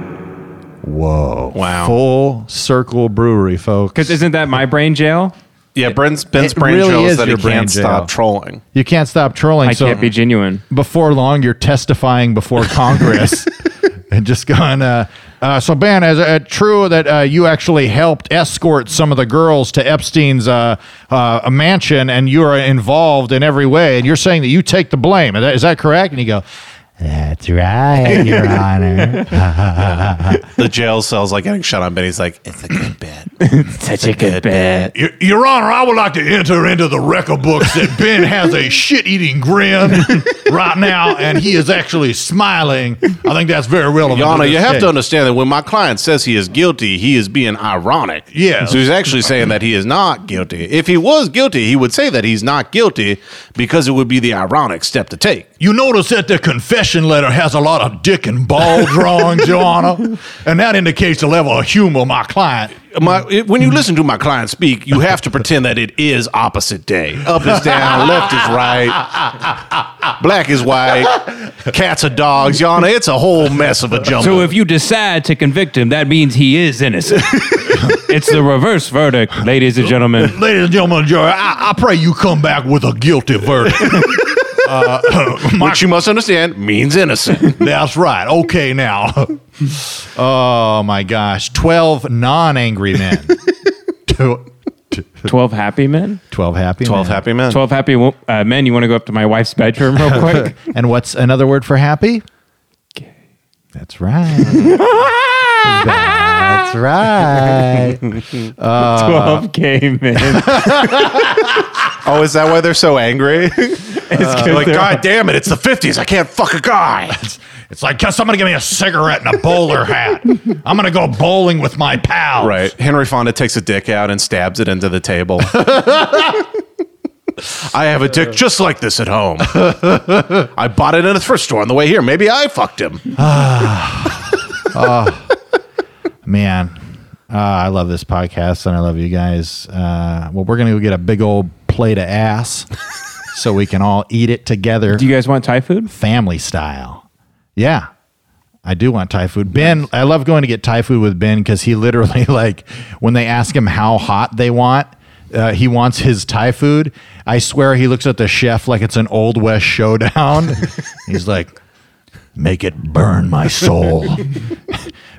Speaker 2: Whoa. Wow. Full circle brewery, folks.
Speaker 7: Because isn't that my brain jail?
Speaker 8: yeah. Ben's, Ben's
Speaker 2: it
Speaker 8: brain
Speaker 2: really
Speaker 8: jail
Speaker 2: is
Speaker 8: is that he
Speaker 2: your brain
Speaker 8: can't
Speaker 2: jail.
Speaker 8: stop trolling.
Speaker 2: you can't stop trolling.
Speaker 7: I
Speaker 2: so
Speaker 7: can't be genuine.
Speaker 2: before long, you're testifying
Speaker 7: [laughs]
Speaker 2: before Congress and just going, uh, uh, so Ben, is it true that uh, you actually helped escort some of the girls to Epstein's uh, uh, mansion and you are involved in every way? And you're saying that you take the blame. Is that, is that correct? And you go, that's right,
Speaker 7: [laughs]
Speaker 2: Your Honor.
Speaker 8: The jail cell's like getting shut on, but he's like, it's a good bit.
Speaker 7: Such a good bit.
Speaker 4: Y- Your Honor, I would like to enter into the record books that
Speaker 2: Ben has a shit eating grin [laughs] right now, and he is actually smiling. I think that's very relevant.
Speaker 8: Your Honor,
Speaker 2: this
Speaker 8: you have
Speaker 2: case.
Speaker 8: to understand that when my client says he is guilty, he is being ironic.
Speaker 2: Yes.
Speaker 8: So he's actually saying that he is not guilty. If he was guilty, he would say that he's not guilty because it would be the ironic step to take.
Speaker 2: You notice that the confession letter has a lot of dick and
Speaker 8: [laughs]
Speaker 2: ball drawings, Your Honor, and that indicates the level of humor of my client.
Speaker 8: My, it- when you listen to my client speak, you have to pretend that it is opposite day. Up is down, left is right, black is white, cats are dogs. Your Honor, it's a whole mess of a jumble.
Speaker 10: So if you decide to convict him, that means he is
Speaker 7: [laughs]
Speaker 10: innocent.
Speaker 7: It's the reverse verdict, ladies and gentlemen.
Speaker 8: [laughs]
Speaker 2: Ladies and gentlemen, jury, I, I pray you come back with a guilty verdict. Uh,
Speaker 8: Which you must understand means [laughs]
Speaker 2: [laughs]
Speaker 8: innocent.
Speaker 2: That's right. Okay, now. oh my gosh, twelve non-angry
Speaker 8: [laughs]
Speaker 2: men. Tw- t-
Speaker 7: 12 happy men?
Speaker 2: twelve happy.
Speaker 8: 12
Speaker 2: men.
Speaker 8: happy men.
Speaker 7: 12 happy wo- uh, men. You want to go up to my wife's bedroom real quick?
Speaker 2: And what's another word for happy? That's right. [laughs] That's right.
Speaker 7: 12 gay men.
Speaker 8: Oh, is that why they're so angry?
Speaker 7: It's
Speaker 8: like, God damn it, it's the 50s. I can't fuck a guy.
Speaker 2: [laughs] It's like, "Can somebody give me a cigarette and a bowler hat. I'm going to go bowling with my pals.
Speaker 8: Right. Henry Fonda takes a dick out and stabs it into the table. I have a
Speaker 2: Uh,
Speaker 8: dick just like this
Speaker 2: [laughs]
Speaker 8: at home. I bought it in a thrift store on the way here. Maybe I fucked him.
Speaker 2: Man, uh, I love this podcast and I love you guys. Uh, well, we're going to go get a big old plate of ass so we can all eat it together.
Speaker 7: Do you guys want Thai food?
Speaker 2: family style. Yeah. I do want Thai food. Ben, I love going to get Thai food with Ben because he [laughs] literally, like, when they ask him how hot they want, uh, he wants his Thai food. I swear he looks at the chef like it's an Old West showdown. He's like, make it burn my soul.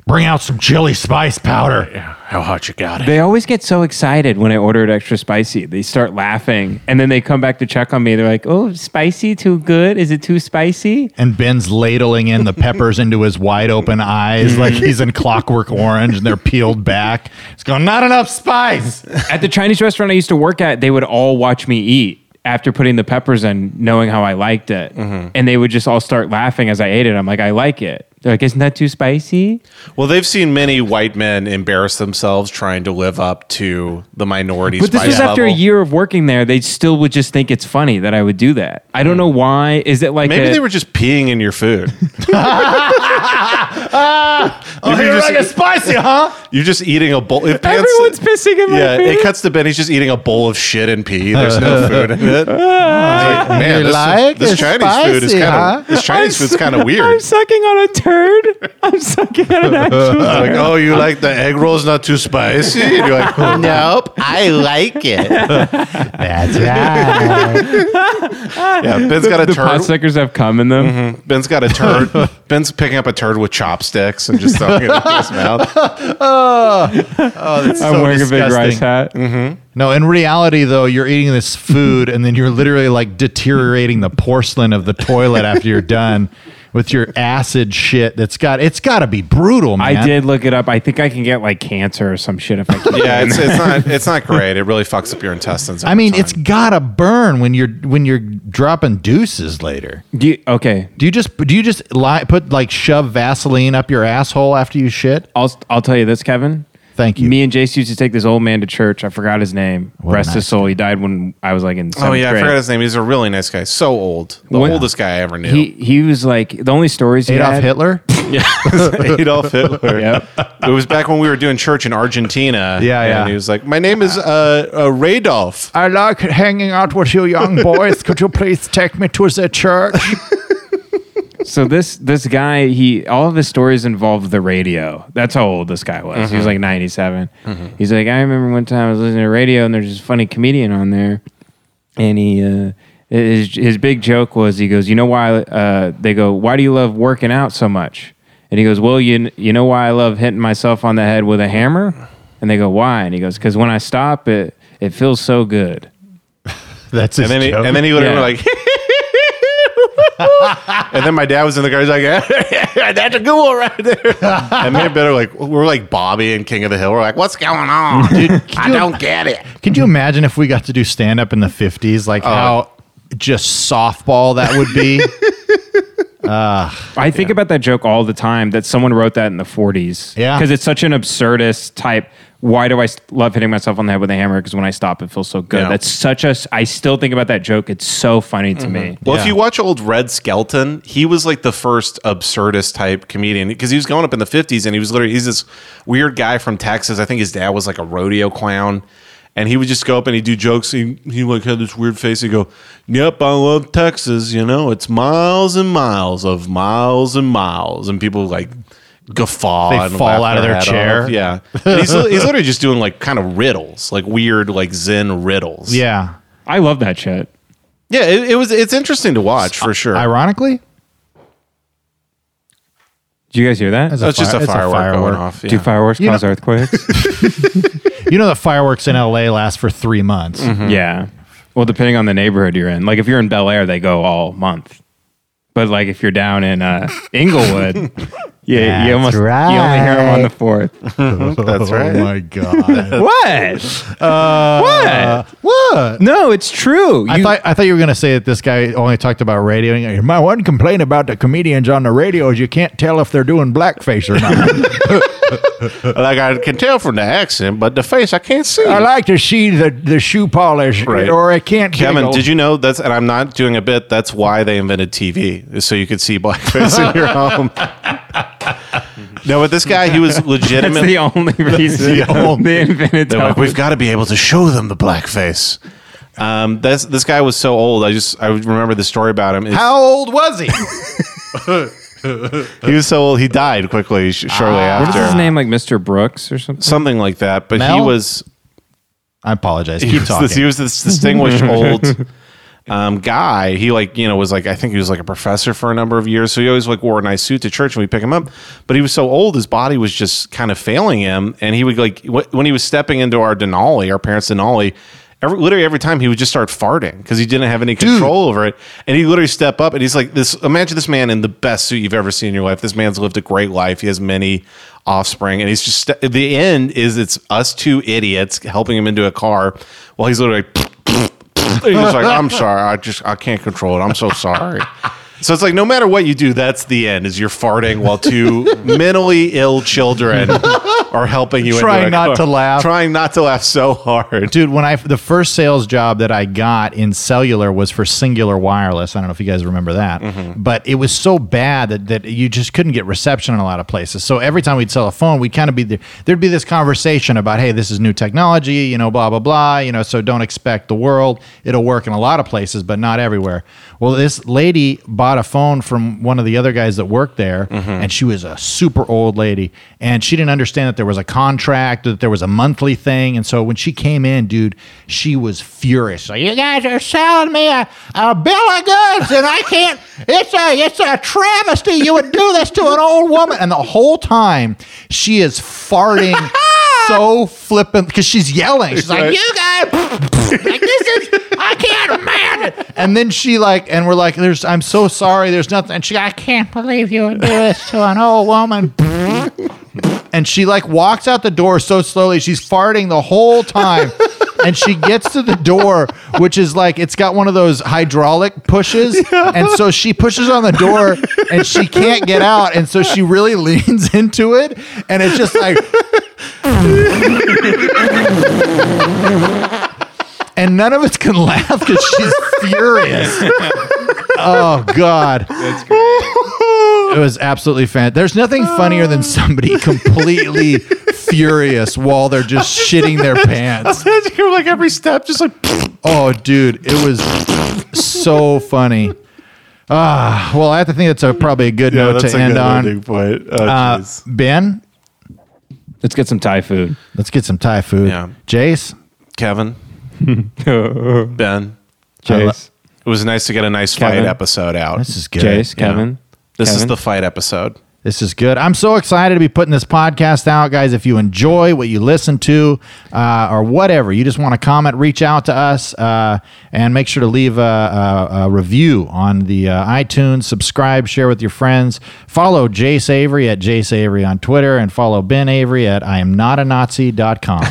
Speaker 2: Bring out some chili spice powder.
Speaker 8: How hot you got it?
Speaker 7: They always get so excited when I order it extra spicy. They start laughing and then they come back to check on me. They're like, oh, spicy? Too good? Is it too spicy?
Speaker 2: And Ben's ladling in the peppers into his wide open eyes like he's in clockwork orange and they're peeled back. It's going, not enough spice.
Speaker 7: At the Chinese restaurant I used to work at, they would all watch me eat after putting the peppers in, knowing how I liked it.
Speaker 8: Mm-hmm.
Speaker 7: And they would just all start laughing as I ate it. I'm like, I like it. They're like, isn't that too spicy?
Speaker 8: Well, they've seen many white men embarrass themselves trying to live up to the minority
Speaker 7: But this
Speaker 8: spice
Speaker 7: was after a
Speaker 8: level.
Speaker 7: year of working there. They still would just think it's funny that I would do that. I don't know why. Is it like
Speaker 8: Mm. Maybe
Speaker 7: a-
Speaker 8: they were just peeing in
Speaker 7: [laughs]
Speaker 8: your food.
Speaker 2: Oh,
Speaker 8: Maybe
Speaker 2: here
Speaker 8: just-
Speaker 2: I get spicy, huh?
Speaker 8: You're just eating a bowl. If Ben's-
Speaker 7: Everyone's pissing in Uh. my
Speaker 8: yeah,
Speaker 7: face.
Speaker 8: it cuts to Ben. He's just eating a bowl of shit and pee. There's no food
Speaker 2: [laughs]
Speaker 8: in it. Like, man,
Speaker 2: You
Speaker 8: this,
Speaker 2: Uh, like
Speaker 8: this
Speaker 2: it
Speaker 8: Chinese food is
Speaker 2: spicy,
Speaker 8: kind of
Speaker 2: huh?
Speaker 8: this Chinese food's kind of
Speaker 7: I'm
Speaker 2: [laughs]
Speaker 8: weird.
Speaker 7: sucking on a turd. I'm sucking on an actual.
Speaker 8: Like, oh, you like the egg rolls not too spicy? And you're like, oh,
Speaker 2: Nope, I like it. That's right. [laughs]
Speaker 8: yeah, Ben's got a
Speaker 7: The
Speaker 8: turd. [laughs]
Speaker 7: pot suckers have cum in them.
Speaker 2: Mm-hmm.
Speaker 8: Ben's got
Speaker 7: [laughs]
Speaker 8: a turd. Ben's picking up a turd with chopsticks and just throwing it into his mouth.
Speaker 7: I'm
Speaker 2: so
Speaker 7: wearing a big
Speaker 2: disgusting. Mm-hmm.
Speaker 7: rice hat.
Speaker 2: [laughs] No, in reality, though, you're eating this food and then you're literally like deteriorating the porcelain of the toilet after you're done with your acid shit. That's got it's got to be brutal, man.
Speaker 7: I did look it up. I think I can get like cancer or some shit if I keep
Speaker 8: Yeah, it's, it's not it's not great. It really fucks up your intestines.
Speaker 2: I
Speaker 8: over
Speaker 2: mean,
Speaker 8: time.
Speaker 2: it's gotta burn when you're when you're dropping deuces later.
Speaker 7: [laughs] Do you, okay,
Speaker 2: Do you just do you just lie, put like shove Vaseline up your asshole after you shit?
Speaker 7: I'll I'll tell you this, Kevin.
Speaker 2: Thank you.
Speaker 7: Me and Jace used to take this old man to church. I forgot his name.
Speaker 2: a
Speaker 7: Rest
Speaker 2: nice
Speaker 7: his soul. He died when I was like in.
Speaker 8: Oh
Speaker 7: seventh
Speaker 8: yeah, I
Speaker 7: grade.
Speaker 8: forgot his name. He's a really nice guy. So old, the
Speaker 7: When-
Speaker 8: oldest guy I ever knew.
Speaker 7: He he was like the only stories he
Speaker 2: Adolf
Speaker 7: had-
Speaker 2: Hitler.
Speaker 8: [laughs] Adolf Hitler.
Speaker 7: Yep.
Speaker 8: It was back when we were doing church in Argentina.
Speaker 2: Yeah, yeah.
Speaker 8: And he was like, "My name is uh, uh Radolf."
Speaker 2: I like hanging out with you young boys. Could you please take me to the church?
Speaker 7: So this this guy, he all of his stories involved the radio. That's how old this guy was. He was like ninety He's like, I remember one time I was listening to radio and there's this funny comedian on there, and he uh, his his big joke was he goes, you know why? Uh, they go, why do you love working out so much? And he goes, well, you kn- you know why I love hitting myself on the head with a hammer? And they go, why? And he goes, because when I stop it, it feels so good.
Speaker 2: [laughs] That's his
Speaker 8: And then he,
Speaker 2: joke.
Speaker 8: and then he literally
Speaker 7: Yeah.
Speaker 8: like. [laughs] and then my dad was in the car. He's like, [laughs] "That's a good one right there." And me and Ben are like, we're like Bobby and King of the Hill. We're like, "What's going on? I don't get it."
Speaker 2: Could you imagine if we got to do stand up in the 50s?
Speaker 8: Oh.
Speaker 2: Like how just softball that would
Speaker 8: [laughs]
Speaker 2: be?
Speaker 7: I think about that joke all the time that someone wrote that in the 40s.
Speaker 2: Yeah.
Speaker 7: Because it's such an absurdist type. Why do I s- love hitting myself on the head with a hammer? Because when I stop, it feels so good.
Speaker 8: Yeah.
Speaker 7: That's such a. s- I still think about that joke. It's so funny to me.
Speaker 2: Mm-hmm.
Speaker 8: Well, if you watch old Red Skelton, he was like the first absurdist type comedian because he was going up in the 50s and he was literally, he's this weird guy from Texas. I think his dad was like a rodeo clown. And he would just go up and he'd do jokes. He, he like had this weird face. He'd go, Yep, I love Texas. You know, it's miles and miles of miles and miles. And people like guffaw
Speaker 2: They
Speaker 8: and
Speaker 2: fall
Speaker 8: laugh
Speaker 2: out of their
Speaker 8: head
Speaker 2: chair. [laughs]
Speaker 8: off. Yeah. And he's, he's literally just doing like kind of riddles, like weird, like Zen riddles.
Speaker 2: yeah.
Speaker 7: I love that shit.
Speaker 8: Yeah, it, it was. It's interesting to watch for sure.
Speaker 2: Ironically,
Speaker 10: Did you guys hear that?
Speaker 2: it's
Speaker 8: That's just a
Speaker 2: it's
Speaker 8: firework, going off.
Speaker 10: Do
Speaker 8: Yeah.
Speaker 10: fireworks
Speaker 2: You know-
Speaker 10: cause
Speaker 2: [laughs]
Speaker 10: earthquakes?
Speaker 2: You know the fireworks in LA last for three months. [laughs]
Speaker 8: Mm-hmm.
Speaker 7: Mm-hmm.
Speaker 10: yeah. Well, depending on the neighborhood you're in. Like if you're in Bel Air, they go all month. But like if you're down in uh, Inglewood,
Speaker 2: [laughs]
Speaker 10: you,
Speaker 2: That's
Speaker 10: you almost you only hear them on the fourth.
Speaker 8: That's right.
Speaker 2: Oh my
Speaker 8: [laughs]
Speaker 2: god.
Speaker 10: what?
Speaker 2: Uh, what?
Speaker 10: No, it's true.
Speaker 2: I
Speaker 10: You-
Speaker 2: thought I thought you were gonna say that this guy only talked about radio. And you're, My one complaint about the comedians on the radio is you can't tell if they're doing blackface or
Speaker 8: [laughs]
Speaker 2: not.
Speaker 8: Like I can tell from the accent, but the face I can't see.
Speaker 2: I like to see the, the shoe polish,
Speaker 8: Right.
Speaker 2: or I can't.
Speaker 8: Kevin,
Speaker 2: giggle.
Speaker 8: did you know that's? And I'm not doing a bit. That's why they invented TV, is so you could see blackface in your home. no, but this guy, he was
Speaker 10: that's [laughs]
Speaker 8: legitimately.
Speaker 10: the only reason
Speaker 8: the
Speaker 2: [laughs]
Speaker 8: only-
Speaker 10: they invented
Speaker 8: They're like,
Speaker 10: television.
Speaker 8: we've got to be able to show them the blackface. Um, this this guy was so old. I just I remember the story about him. It's-
Speaker 2: How old was he?
Speaker 8: [laughs] he was so old, he died quickly sh- shortly
Speaker 7: Ah.
Speaker 10: What is his
Speaker 8: after,
Speaker 10: name? Like Mr. Brooks or something?
Speaker 8: something like that. But he
Speaker 2: Mel?
Speaker 8: was
Speaker 2: I apologize.
Speaker 8: he
Speaker 2: Keep
Speaker 8: was This, he
Speaker 2: talking.
Speaker 8: was this distinguished old um, guy. He like you know was like I think he was like a professor for a number of years. So he always like wore a nice suit to church, and we pick him up. But he was so old, his body was just kind of failing him, and he would like wh- when he was stepping into our Denali, our parents' Denali. Every, literally every time he would just start farting because he didn't have any control over it, and he literally step up and he's like this. Imagine this man in the best suit you've ever seen in your life. This man's lived a great life. He has many offspring and he's just the end is it's us two idiots helping him into a car while he's literally and he's like [laughs] i'm sorry i just i can't control it i'm so sorry [laughs] so it's like no matter what you do that's the end is you're farting while [laughs] two mentally ill [laughs] children are helping you into
Speaker 2: Trying
Speaker 8: a
Speaker 2: not
Speaker 8: car.
Speaker 2: to laugh.
Speaker 8: trying not to laugh so [laughs] hard
Speaker 2: Dude, when I the first sales job that I got in cellular was for Singular Wireless. I don't know if you guys remember that, but it was so bad that, that you just couldn't get reception in a lot of places. So every time we'd sell a phone, we'd kind of be there. There'd be this conversation about, hey, this is new technology, you know, blah blah blah, you know. So don't expect the world; it'll work in a lot of places, but not everywhere. Well, this lady bought a phone from one of the other guys that worked there, and she was a super old lady, and she didn't understand that there was a contract, that there was a monthly thing, and so when she came in, dude, she was furious. Like, you guys are selling me a, a bill of goods, and I can't. It's a it's a travesty. You would do this to an old woman, and the whole time she is farting. So flippant because she's yelling. She's like, "You guys, like this is I can't imagine." And then she like, and we're like, "There's, I'm so sorry. There's nothing." And she, I can't believe you would do this to an old woman. And she like walks out the door so slowly. She's farting the whole time. And she gets to the door, which is like it's got one of those hydraulic pushes. And so she pushes on the door and she can't get out. And so she really [laughs] leans into it. And it's just like and none of us can [laughs] laugh because she's
Speaker 8: [laughs]
Speaker 2: furious. oh God, that's great. It was absolutely fan. There's nothing funnier than
Speaker 8: [laughs]
Speaker 2: somebody completely furious while they're just shitting their
Speaker 8: [laughs]
Speaker 2: pants.
Speaker 8: like every step just like [laughs]
Speaker 2: Oh, dude, it was so funny. Ah, well, I have to think that's a probably a good note to end on.
Speaker 8: point
Speaker 2: Uh, ben,
Speaker 10: Let's get some Thai [laughs] food.
Speaker 2: let's get some Thai food.
Speaker 8: Yeah.
Speaker 2: Jace,
Speaker 8: kevin ben
Speaker 10: Chase,
Speaker 8: it was nice to get a nice
Speaker 10: Kevin.
Speaker 8: fight episode out
Speaker 2: this is good.
Speaker 10: Chase, Kevin.
Speaker 8: this is
Speaker 10: Kevin.
Speaker 8: the fight episode
Speaker 2: This is good. I'm so excited to be putting this podcast out, guys. If you enjoy what you listen to uh, or whatever, you just want to comment, reach out to us, uh, and make sure to leave a, a, a review on the uh, iTunes. Subscribe, share with your friends. Follow Jace Avery at Jace Avery on Twitter, and follow Ben Avery at I am not
Speaker 10: [laughs]
Speaker 2: a Nazi.com.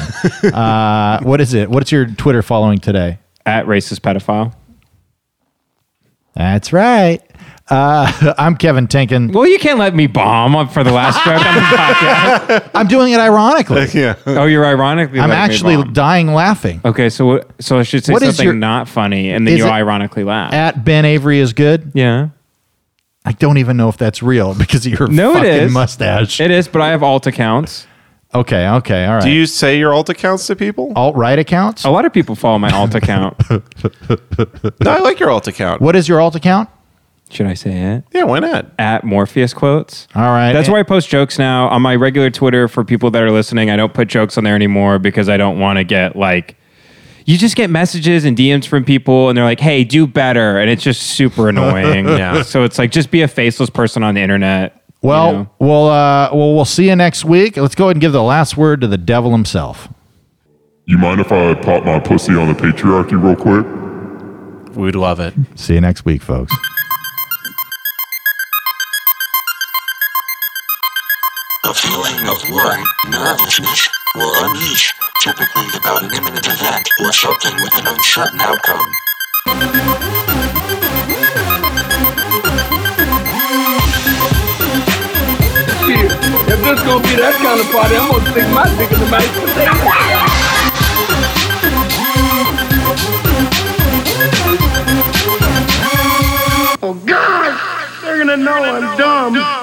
Speaker 2: uh, what is it? What's your Twitter following today?
Speaker 10: At racist pedophile.
Speaker 2: That's right. Uh, [laughs] I'm Kevin Tinkin.
Speaker 10: Well, you can't let me bomb up for the last joke [laughs] on the podcast.
Speaker 2: I'm doing
Speaker 10: [laughs]
Speaker 2: it ironically.
Speaker 10: Oh, you're ironically.
Speaker 2: I'm
Speaker 10: letting me
Speaker 2: actually
Speaker 10: bomb.
Speaker 2: dying laughing.
Speaker 10: Okay, so what? So I should say
Speaker 2: What is
Speaker 10: something
Speaker 2: your-
Speaker 10: not funny, and then
Speaker 2: Is
Speaker 10: you
Speaker 2: it-
Speaker 10: ironically laugh.
Speaker 2: at Ben Avery is good.
Speaker 10: yeah,
Speaker 2: I don't even know if that's real [laughs] because of your
Speaker 10: No, it
Speaker 2: fucking
Speaker 10: is.
Speaker 2: mustache.
Speaker 10: it is. But I have alt accounts.
Speaker 2: okay, okay, all right.
Speaker 8: do you say your alt accounts to people
Speaker 2: alt right accounts?
Speaker 10: A lot of people follow my alt [laughs] account.
Speaker 8: No, I like your alt account.
Speaker 2: What is your alt account?
Speaker 10: should I say it?
Speaker 8: Yeah, why not?
Speaker 10: At Morpheus quotes.
Speaker 2: All right.
Speaker 10: That's where I post jokes now on my regular Twitter for people that are listening. I don't put jokes on there anymore because I don't want to get like,
Speaker 7: you just get messages and DMs from people, and they're like, "Hey, do better," and it's just super annoying. yeah. So it's like just be a faceless person on the internet. you
Speaker 2: Well,
Speaker 7: know?
Speaker 2: we'll uh, well, we'll see you next week. Let's go ahead and give the last word to the devil himself.
Speaker 4: You mind if I pop my pussy on the patriarchy real quick?
Speaker 8: We'd love it.
Speaker 2: See you next week, folks.
Speaker 3: A feeling of worry, nervousness, or unease, typically about an imminent event or something with an uncertain outcome.
Speaker 5: Shit, if this gonna be that kind of party, I'm gonna stick my dick in the mashed potato. Oh God, they're gonna know I'm dumb.